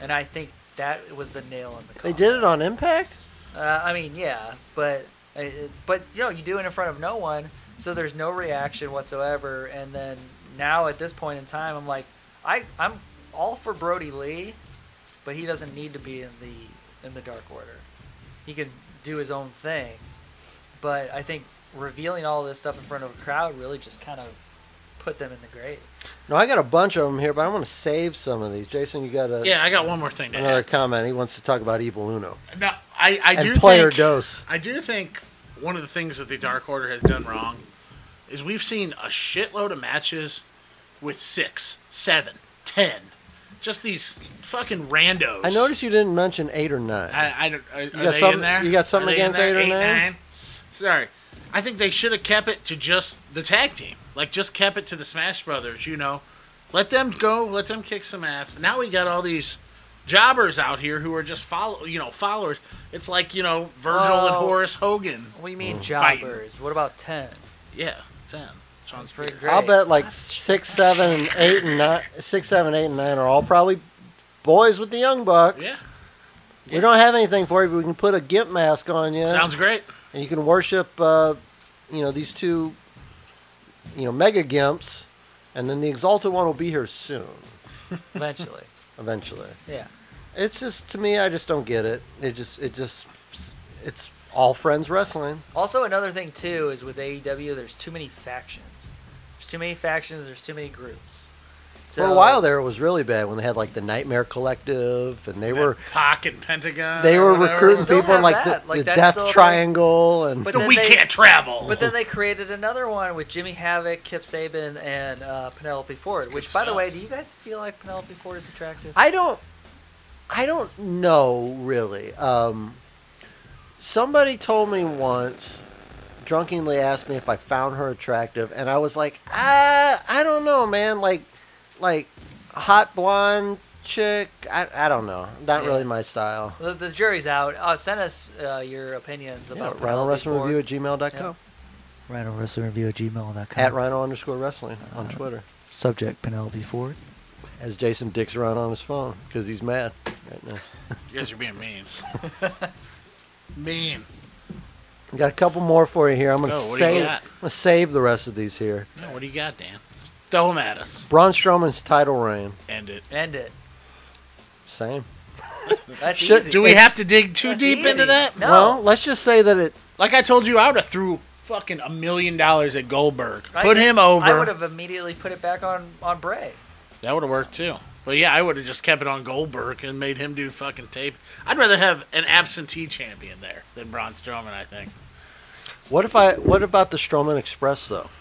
[SPEAKER 6] And I think that was the nail in the
[SPEAKER 4] they
[SPEAKER 6] coffin.
[SPEAKER 4] did it on Impact.
[SPEAKER 6] Uh, I mean, yeah, but uh, but you know, you do it in front of no one, so there's no reaction whatsoever. And then now at this point in time, I'm like, I I'm all for Brody Lee, but he doesn't need to be in the in the Dark Order. He can do his own thing. But I think revealing all this stuff in front of a crowd really just kind of put them in the grave.
[SPEAKER 4] No, I got a bunch of them here, but I'm going to save some of these. Jason, you got a,
[SPEAKER 5] Yeah, I got one more thing to
[SPEAKER 4] another
[SPEAKER 5] add.
[SPEAKER 4] comment. He wants to talk about Evil Uno
[SPEAKER 5] No, I, I do
[SPEAKER 4] and player
[SPEAKER 5] think,
[SPEAKER 4] dose.
[SPEAKER 5] I do think one of the things that the Dark Order has done wrong is we've seen a shitload of matches with six, seven, ten, just these fucking randos.
[SPEAKER 4] I noticed you didn't mention eight or nine.
[SPEAKER 5] I, I don't. Are, are
[SPEAKER 4] got
[SPEAKER 5] they
[SPEAKER 4] something-
[SPEAKER 5] in there?
[SPEAKER 4] you got something
[SPEAKER 5] Are they in
[SPEAKER 4] against
[SPEAKER 5] there?
[SPEAKER 4] eight or nine?
[SPEAKER 5] Sorry, I think they should have kept it to just the tag team. Like just kept it to the Smash Brothers. You know, let them go. Let them kick some ass. But now we got all these jobbers out here who are just follow. You know, followers. It's like you know Virgil and
[SPEAKER 6] Oh.
[SPEAKER 5] Horace Hogan.
[SPEAKER 6] We
[SPEAKER 4] Mm.
[SPEAKER 6] mean
[SPEAKER 5] Fighting.
[SPEAKER 6] jobbers. What about ten?
[SPEAKER 5] Yeah, ten. Sean's
[SPEAKER 6] That's pretty
[SPEAKER 5] pretty.
[SPEAKER 6] great.
[SPEAKER 4] I'll bet like six, seven, and eight, and nine, six, seven, eight, and nine are all probably boys with the young bucks.
[SPEAKER 5] Yeah,
[SPEAKER 4] We don't have anything for you, but we can put a gimp mask on you,
[SPEAKER 5] sounds great.
[SPEAKER 4] and you can worship, uh, you know, these two, you know, mega gimps, and then the exalted one will be here soon,
[SPEAKER 6] Eventually,
[SPEAKER 4] eventually.
[SPEAKER 6] yeah.
[SPEAKER 4] It's just to me, I just don't get it. It just, it just, it's all friends wrestling.
[SPEAKER 6] Also, another thing too is with AEW, there's too many factions. There's too many factions. There's too many groups. So,
[SPEAKER 4] for a while there, it was really bad when they had like the Nightmare Collective, and they were.
[SPEAKER 5] Pac and Pentagon.
[SPEAKER 4] They
[SPEAKER 5] or
[SPEAKER 4] were
[SPEAKER 5] whatever.
[SPEAKER 4] recruiting
[SPEAKER 6] Still
[SPEAKER 4] people in
[SPEAKER 6] have
[SPEAKER 4] like the,
[SPEAKER 6] that. Like,
[SPEAKER 4] the
[SPEAKER 6] that's
[SPEAKER 4] Death
[SPEAKER 6] still a-
[SPEAKER 4] Triangle, and
[SPEAKER 6] But
[SPEAKER 5] The
[SPEAKER 6] then
[SPEAKER 5] we
[SPEAKER 6] they-
[SPEAKER 5] can't travel.
[SPEAKER 6] But then they created another one with Jimmy Havoc, Kip Saban, and uh, Penelope Ford.
[SPEAKER 5] good
[SPEAKER 6] Which, by the
[SPEAKER 5] stuff.
[SPEAKER 6] way, do you guys feel like Penelope Ford is attractive?
[SPEAKER 4] I don't, I don't know really. Um, somebody told me once, drunkenly asked me if I found her attractive, and I was like, ah, I don't know, man. Like, like hot blonde chick. I, I don't know. Not
[SPEAKER 6] Yeah.
[SPEAKER 4] really my style.
[SPEAKER 6] the, the jury's out. Uh, send us uh, your opinions
[SPEAKER 4] Yeah,
[SPEAKER 6] about
[SPEAKER 4] Rhino
[SPEAKER 6] Penelope
[SPEAKER 4] Wrestling
[SPEAKER 6] Ford.
[SPEAKER 4] Review at gmail.com.
[SPEAKER 6] Yeah. Rhino Wrestling Review at gmail.com.
[SPEAKER 4] At Rhino underscore wrestling on Twitter.
[SPEAKER 6] Uh, Subject Penelope Ford.
[SPEAKER 4] As Jason dicks around on his phone because he's mad right now.
[SPEAKER 5] you guys are being mean. Man.
[SPEAKER 4] We got a couple more for you here. I'm gonna
[SPEAKER 5] Oh, what do you
[SPEAKER 4] save. I'm
[SPEAKER 5] got?
[SPEAKER 4] gonna save the rest of these here.
[SPEAKER 5] No, what do you got, Dan? Throw him at us.
[SPEAKER 4] Braun Strowman's title reign.
[SPEAKER 5] End it.
[SPEAKER 6] End it.
[SPEAKER 4] Same.
[SPEAKER 6] That's
[SPEAKER 4] Shit,
[SPEAKER 6] easy.
[SPEAKER 5] Do we have to dig too
[SPEAKER 6] That's
[SPEAKER 5] deep
[SPEAKER 6] easy.
[SPEAKER 5] into that?
[SPEAKER 6] No.
[SPEAKER 4] Well, let's just say that it.
[SPEAKER 5] Like I told you, I would have threw fucking a million dollars at Goldberg.
[SPEAKER 6] I
[SPEAKER 5] Put
[SPEAKER 6] did-
[SPEAKER 5] him
[SPEAKER 6] I would
[SPEAKER 5] over.
[SPEAKER 6] have immediately put it back on on Bray.
[SPEAKER 5] That would have worked too. But yeah, I would have just kept it on Goldberg and made him do fucking tape. I'd rather have an absentee champion there than Braun Strowman, I think.
[SPEAKER 4] What if I? What about the Strowman Express though?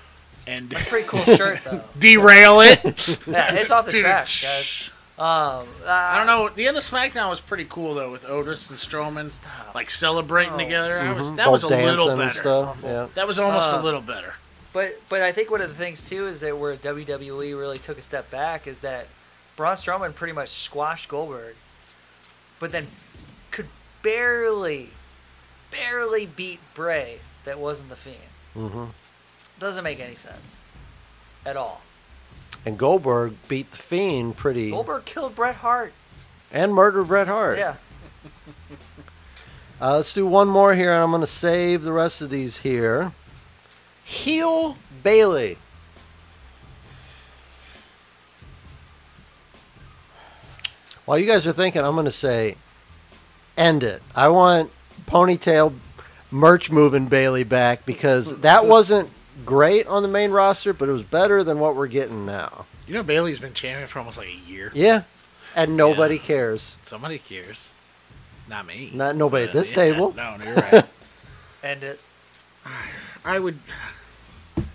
[SPEAKER 5] And
[SPEAKER 6] Pretty cool shirt though.
[SPEAKER 5] derail it.
[SPEAKER 6] Yeah, it's off the
[SPEAKER 5] Dude,
[SPEAKER 6] track,
[SPEAKER 5] shh.
[SPEAKER 6] guys. Um, uh,
[SPEAKER 5] I don't know. The end of SmackDown was pretty cool though, with Otis and Strowman like celebrating
[SPEAKER 6] No.
[SPEAKER 5] together. I was
[SPEAKER 4] Mhm.
[SPEAKER 5] that
[SPEAKER 4] Both
[SPEAKER 5] was a little
[SPEAKER 4] dancing
[SPEAKER 5] better.
[SPEAKER 4] and stuff. Yeah.
[SPEAKER 5] That was almost
[SPEAKER 6] Uh,
[SPEAKER 5] a little better.
[SPEAKER 6] But but I think one of the things too is that where WWE really took a step back is that Braun Strowman pretty much squashed Goldberg, but then could barely, barely beat Bray. That wasn't the Fiend.
[SPEAKER 4] hmm
[SPEAKER 6] Doesn't make any sense at all.
[SPEAKER 4] And Goldberg beat the Fiend pretty
[SPEAKER 6] Goldberg killed Bret Hart.
[SPEAKER 4] and murdered Bret Hart.
[SPEAKER 6] Yeah,
[SPEAKER 4] Uh, let's do one more here, and I'm going to save the rest of these here. Heel Bailey. While you guys are thinking, I'm going to say, end it. I want ponytail merch moving Bailey back because that wasn't great on the main roster, but it was better than what we're getting now.
[SPEAKER 5] You know, Bailey's been champion for almost like a year.
[SPEAKER 4] Yeah, and nobody cares.
[SPEAKER 5] Somebody cares. Not me.
[SPEAKER 4] Not nobody at
[SPEAKER 5] But,
[SPEAKER 4] this
[SPEAKER 5] yeah,
[SPEAKER 4] table.
[SPEAKER 5] No, no, you're right.
[SPEAKER 6] and it.
[SPEAKER 5] I would.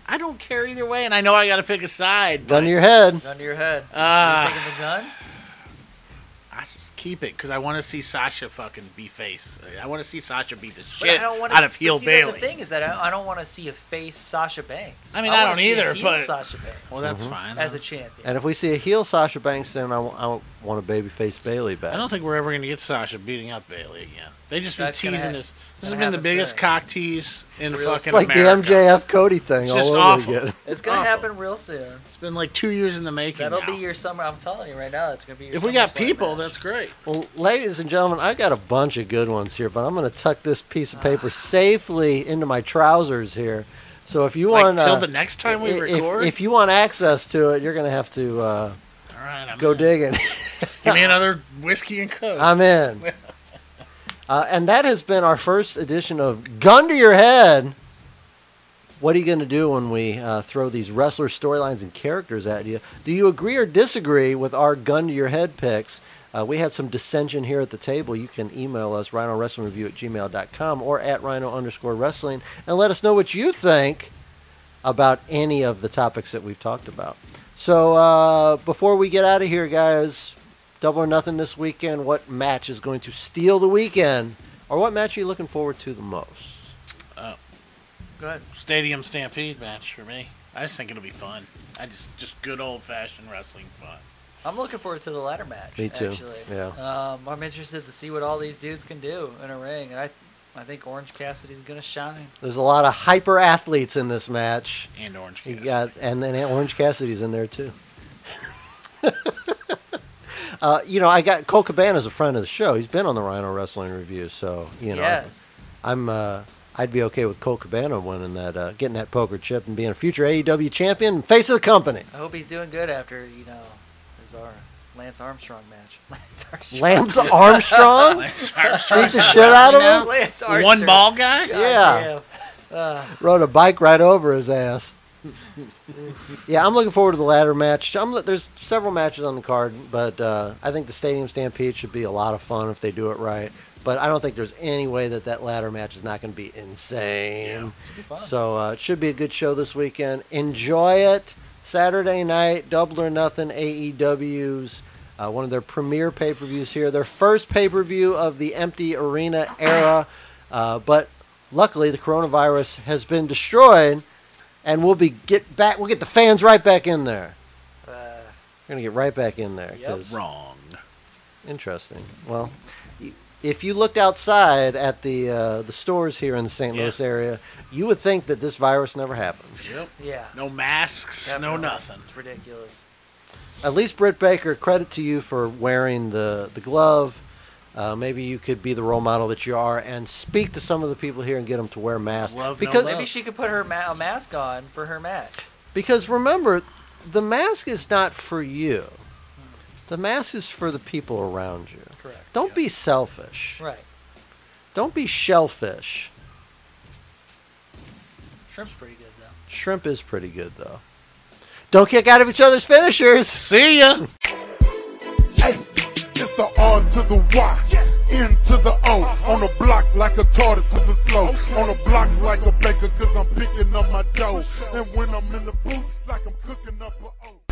[SPEAKER 5] I don't care either way, and I know I got to pick a side. But
[SPEAKER 4] Gun to your head.
[SPEAKER 6] Gun to your head.
[SPEAKER 5] Ah.
[SPEAKER 6] you taking the gun?
[SPEAKER 5] I just keep it because I want to see Sasha fucking be face. I want to see Sasha beat the
[SPEAKER 6] But
[SPEAKER 5] shit
[SPEAKER 6] I don't want
[SPEAKER 5] out of heel
[SPEAKER 6] The
[SPEAKER 5] Bailey.
[SPEAKER 6] thing is that I, I don't want to see a face Sasha Banks.
[SPEAKER 5] I mean, I
[SPEAKER 6] wanna
[SPEAKER 5] don't
[SPEAKER 6] see a
[SPEAKER 5] either,
[SPEAKER 6] heel
[SPEAKER 5] but-
[SPEAKER 6] Sasha Banks
[SPEAKER 5] Well,
[SPEAKER 4] Mm-hmm.
[SPEAKER 5] that's fine.
[SPEAKER 6] as a champion.
[SPEAKER 4] And if we see a heel Sasha Banks, then I w- I w- want a babyface Bailey
[SPEAKER 5] I
[SPEAKER 4] back.
[SPEAKER 5] don't think we're ever going to get Sasha beating up Bailey again. They just been
[SPEAKER 6] That's gonna
[SPEAKER 5] teasing
[SPEAKER 6] hap-
[SPEAKER 5] this. This has
[SPEAKER 6] gonna
[SPEAKER 5] been the
[SPEAKER 6] happen
[SPEAKER 5] biggest
[SPEAKER 6] soon.
[SPEAKER 5] cock tease in
[SPEAKER 6] Real
[SPEAKER 5] fucking
[SPEAKER 4] It's like
[SPEAKER 5] America.
[SPEAKER 4] the MJF Cody thing
[SPEAKER 5] It's
[SPEAKER 4] all
[SPEAKER 5] just
[SPEAKER 4] over
[SPEAKER 5] awful.
[SPEAKER 4] again.
[SPEAKER 6] It's gonna
[SPEAKER 5] Awful.
[SPEAKER 6] happen real soon.
[SPEAKER 5] It's been like two years in the making.
[SPEAKER 6] That'll
[SPEAKER 5] now.
[SPEAKER 6] be your summer. I'm telling you right now, it's gonna be your.
[SPEAKER 5] If we
[SPEAKER 6] SummerSlam
[SPEAKER 5] got people,
[SPEAKER 6] match.
[SPEAKER 5] that's great.
[SPEAKER 4] Well, ladies and gentlemen, I got a bunch of good ones here, but I'm going to tuck this piece of paper safely into my trousers here. So if you
[SPEAKER 5] Like
[SPEAKER 4] want,
[SPEAKER 5] till
[SPEAKER 4] uh,
[SPEAKER 5] the next time we
[SPEAKER 4] i- if,
[SPEAKER 5] record.
[SPEAKER 4] if you want access to it, you're going to have to uh,
[SPEAKER 5] All right, I'm
[SPEAKER 4] go
[SPEAKER 5] in.
[SPEAKER 4] digging.
[SPEAKER 5] Give me another whiskey and coke.
[SPEAKER 4] I'm in. Uh, and that has been our first edition of Gun to Your Head. What are you going to do when we uh, throw these wrestler storylines and characters at you? Do you agree or disagree with our Gun to Your Head picks? Uh, we had some dissension here at the table. You can email us, rhino wrestling review at gmail.com or at rhino underscore wrestling, and let us know what you think about any of the topics that we've talked about. So uh, before we get out of here, guys, double or nothing this weekend. What match is going to steal the weekend, or what match are you looking forward to the most?
[SPEAKER 6] Go ahead.
[SPEAKER 5] Stadium Stampede match for me. I just think it'll be fun. I just just good old fashioned wrestling fun.
[SPEAKER 6] I'm looking forward to the ladder match.
[SPEAKER 4] Me too.
[SPEAKER 6] Actually.
[SPEAKER 4] Yeah.
[SPEAKER 6] Um, I'm interested to see what all these dudes can do in a ring, and I, I think Orange Cassidy's gonna shine.
[SPEAKER 4] There's a lot of hyper athletes in this match.
[SPEAKER 5] And Orange
[SPEAKER 4] You
[SPEAKER 5] Cassidy.
[SPEAKER 4] got, and then Orange Cassidy's in there too. uh, you know, I got Cole Cabana's a friend of the show. He's been on the Rhino Wrestling Review, so you know,
[SPEAKER 6] yes.
[SPEAKER 4] I'm. Uh, I'd be okay with Cole Cabana winning that, uh, getting that poker chip, and being a future AEW champion and face of the company.
[SPEAKER 6] I hope he's doing good after you know his our Lance Armstrong match. Lance
[SPEAKER 4] Lambs
[SPEAKER 6] Armstrong.
[SPEAKER 4] Armstrong
[SPEAKER 5] Lance Armstrong.
[SPEAKER 4] beat the shit out of him.
[SPEAKER 6] Lance
[SPEAKER 5] The
[SPEAKER 6] Armstrong.
[SPEAKER 5] One ball guy?
[SPEAKER 6] God
[SPEAKER 4] Yeah.
[SPEAKER 6] damn. Uh,
[SPEAKER 4] rode a bike right over his ass. yeah, I'm looking forward to the ladder match. I'm, look- there's several matches on the card, but uh, I think the Stadium Stampede should be a lot of fun if they do it right. But I don't think there's any way that that ladder match is not going to be insane. so uh, it should be a good show this weekend. Enjoy it. Saturday night, Double or Nothing AEW's uh, one of their premier pay per views here. Their first pay per view of the empty arena era. Uh, but luckily, the coronavirus has been destroyed, and we'll be get back. We'll get the fans right back in there.
[SPEAKER 6] uh,
[SPEAKER 4] We're gonna get right back in there.
[SPEAKER 6] Yep.
[SPEAKER 4] 'cause-
[SPEAKER 5] Wrong.
[SPEAKER 4] Interesting. Well, y- if you looked outside at the uh, the stores here in the St.
[SPEAKER 5] Yeah.
[SPEAKER 4] Louis area, you would think that this virus never happened.
[SPEAKER 5] Yep.
[SPEAKER 6] yeah.
[SPEAKER 5] No masks, no
[SPEAKER 6] Definitely.
[SPEAKER 5] nothing.
[SPEAKER 6] It's ridiculous.
[SPEAKER 4] At least Britt Baker, credit to you for wearing the the glove. Uh, maybe you could be the role model that you are and speak to some of the people here and get them to wear masks.
[SPEAKER 5] Love, no
[SPEAKER 4] because
[SPEAKER 5] love.
[SPEAKER 6] Maybe she could put her ma- a mask on for her match.
[SPEAKER 4] because remember, the mask is not for you. The mask is for the people around you.
[SPEAKER 6] Correct.
[SPEAKER 4] Don't be selfish.
[SPEAKER 6] Right.
[SPEAKER 4] Don't be shellfish.
[SPEAKER 6] Shrimp's pretty good though.
[SPEAKER 4] Shrimp is pretty good though. Don't kick out of each other's finishers.
[SPEAKER 5] See ya.
[SPEAKER 3] Hey, it's the R to the Y, N to the O. On the block like a tortoise, moving slow. On the block like a baker, cause I'm picking up my dough. And when I'm in the booth, like I'm cooking up a O.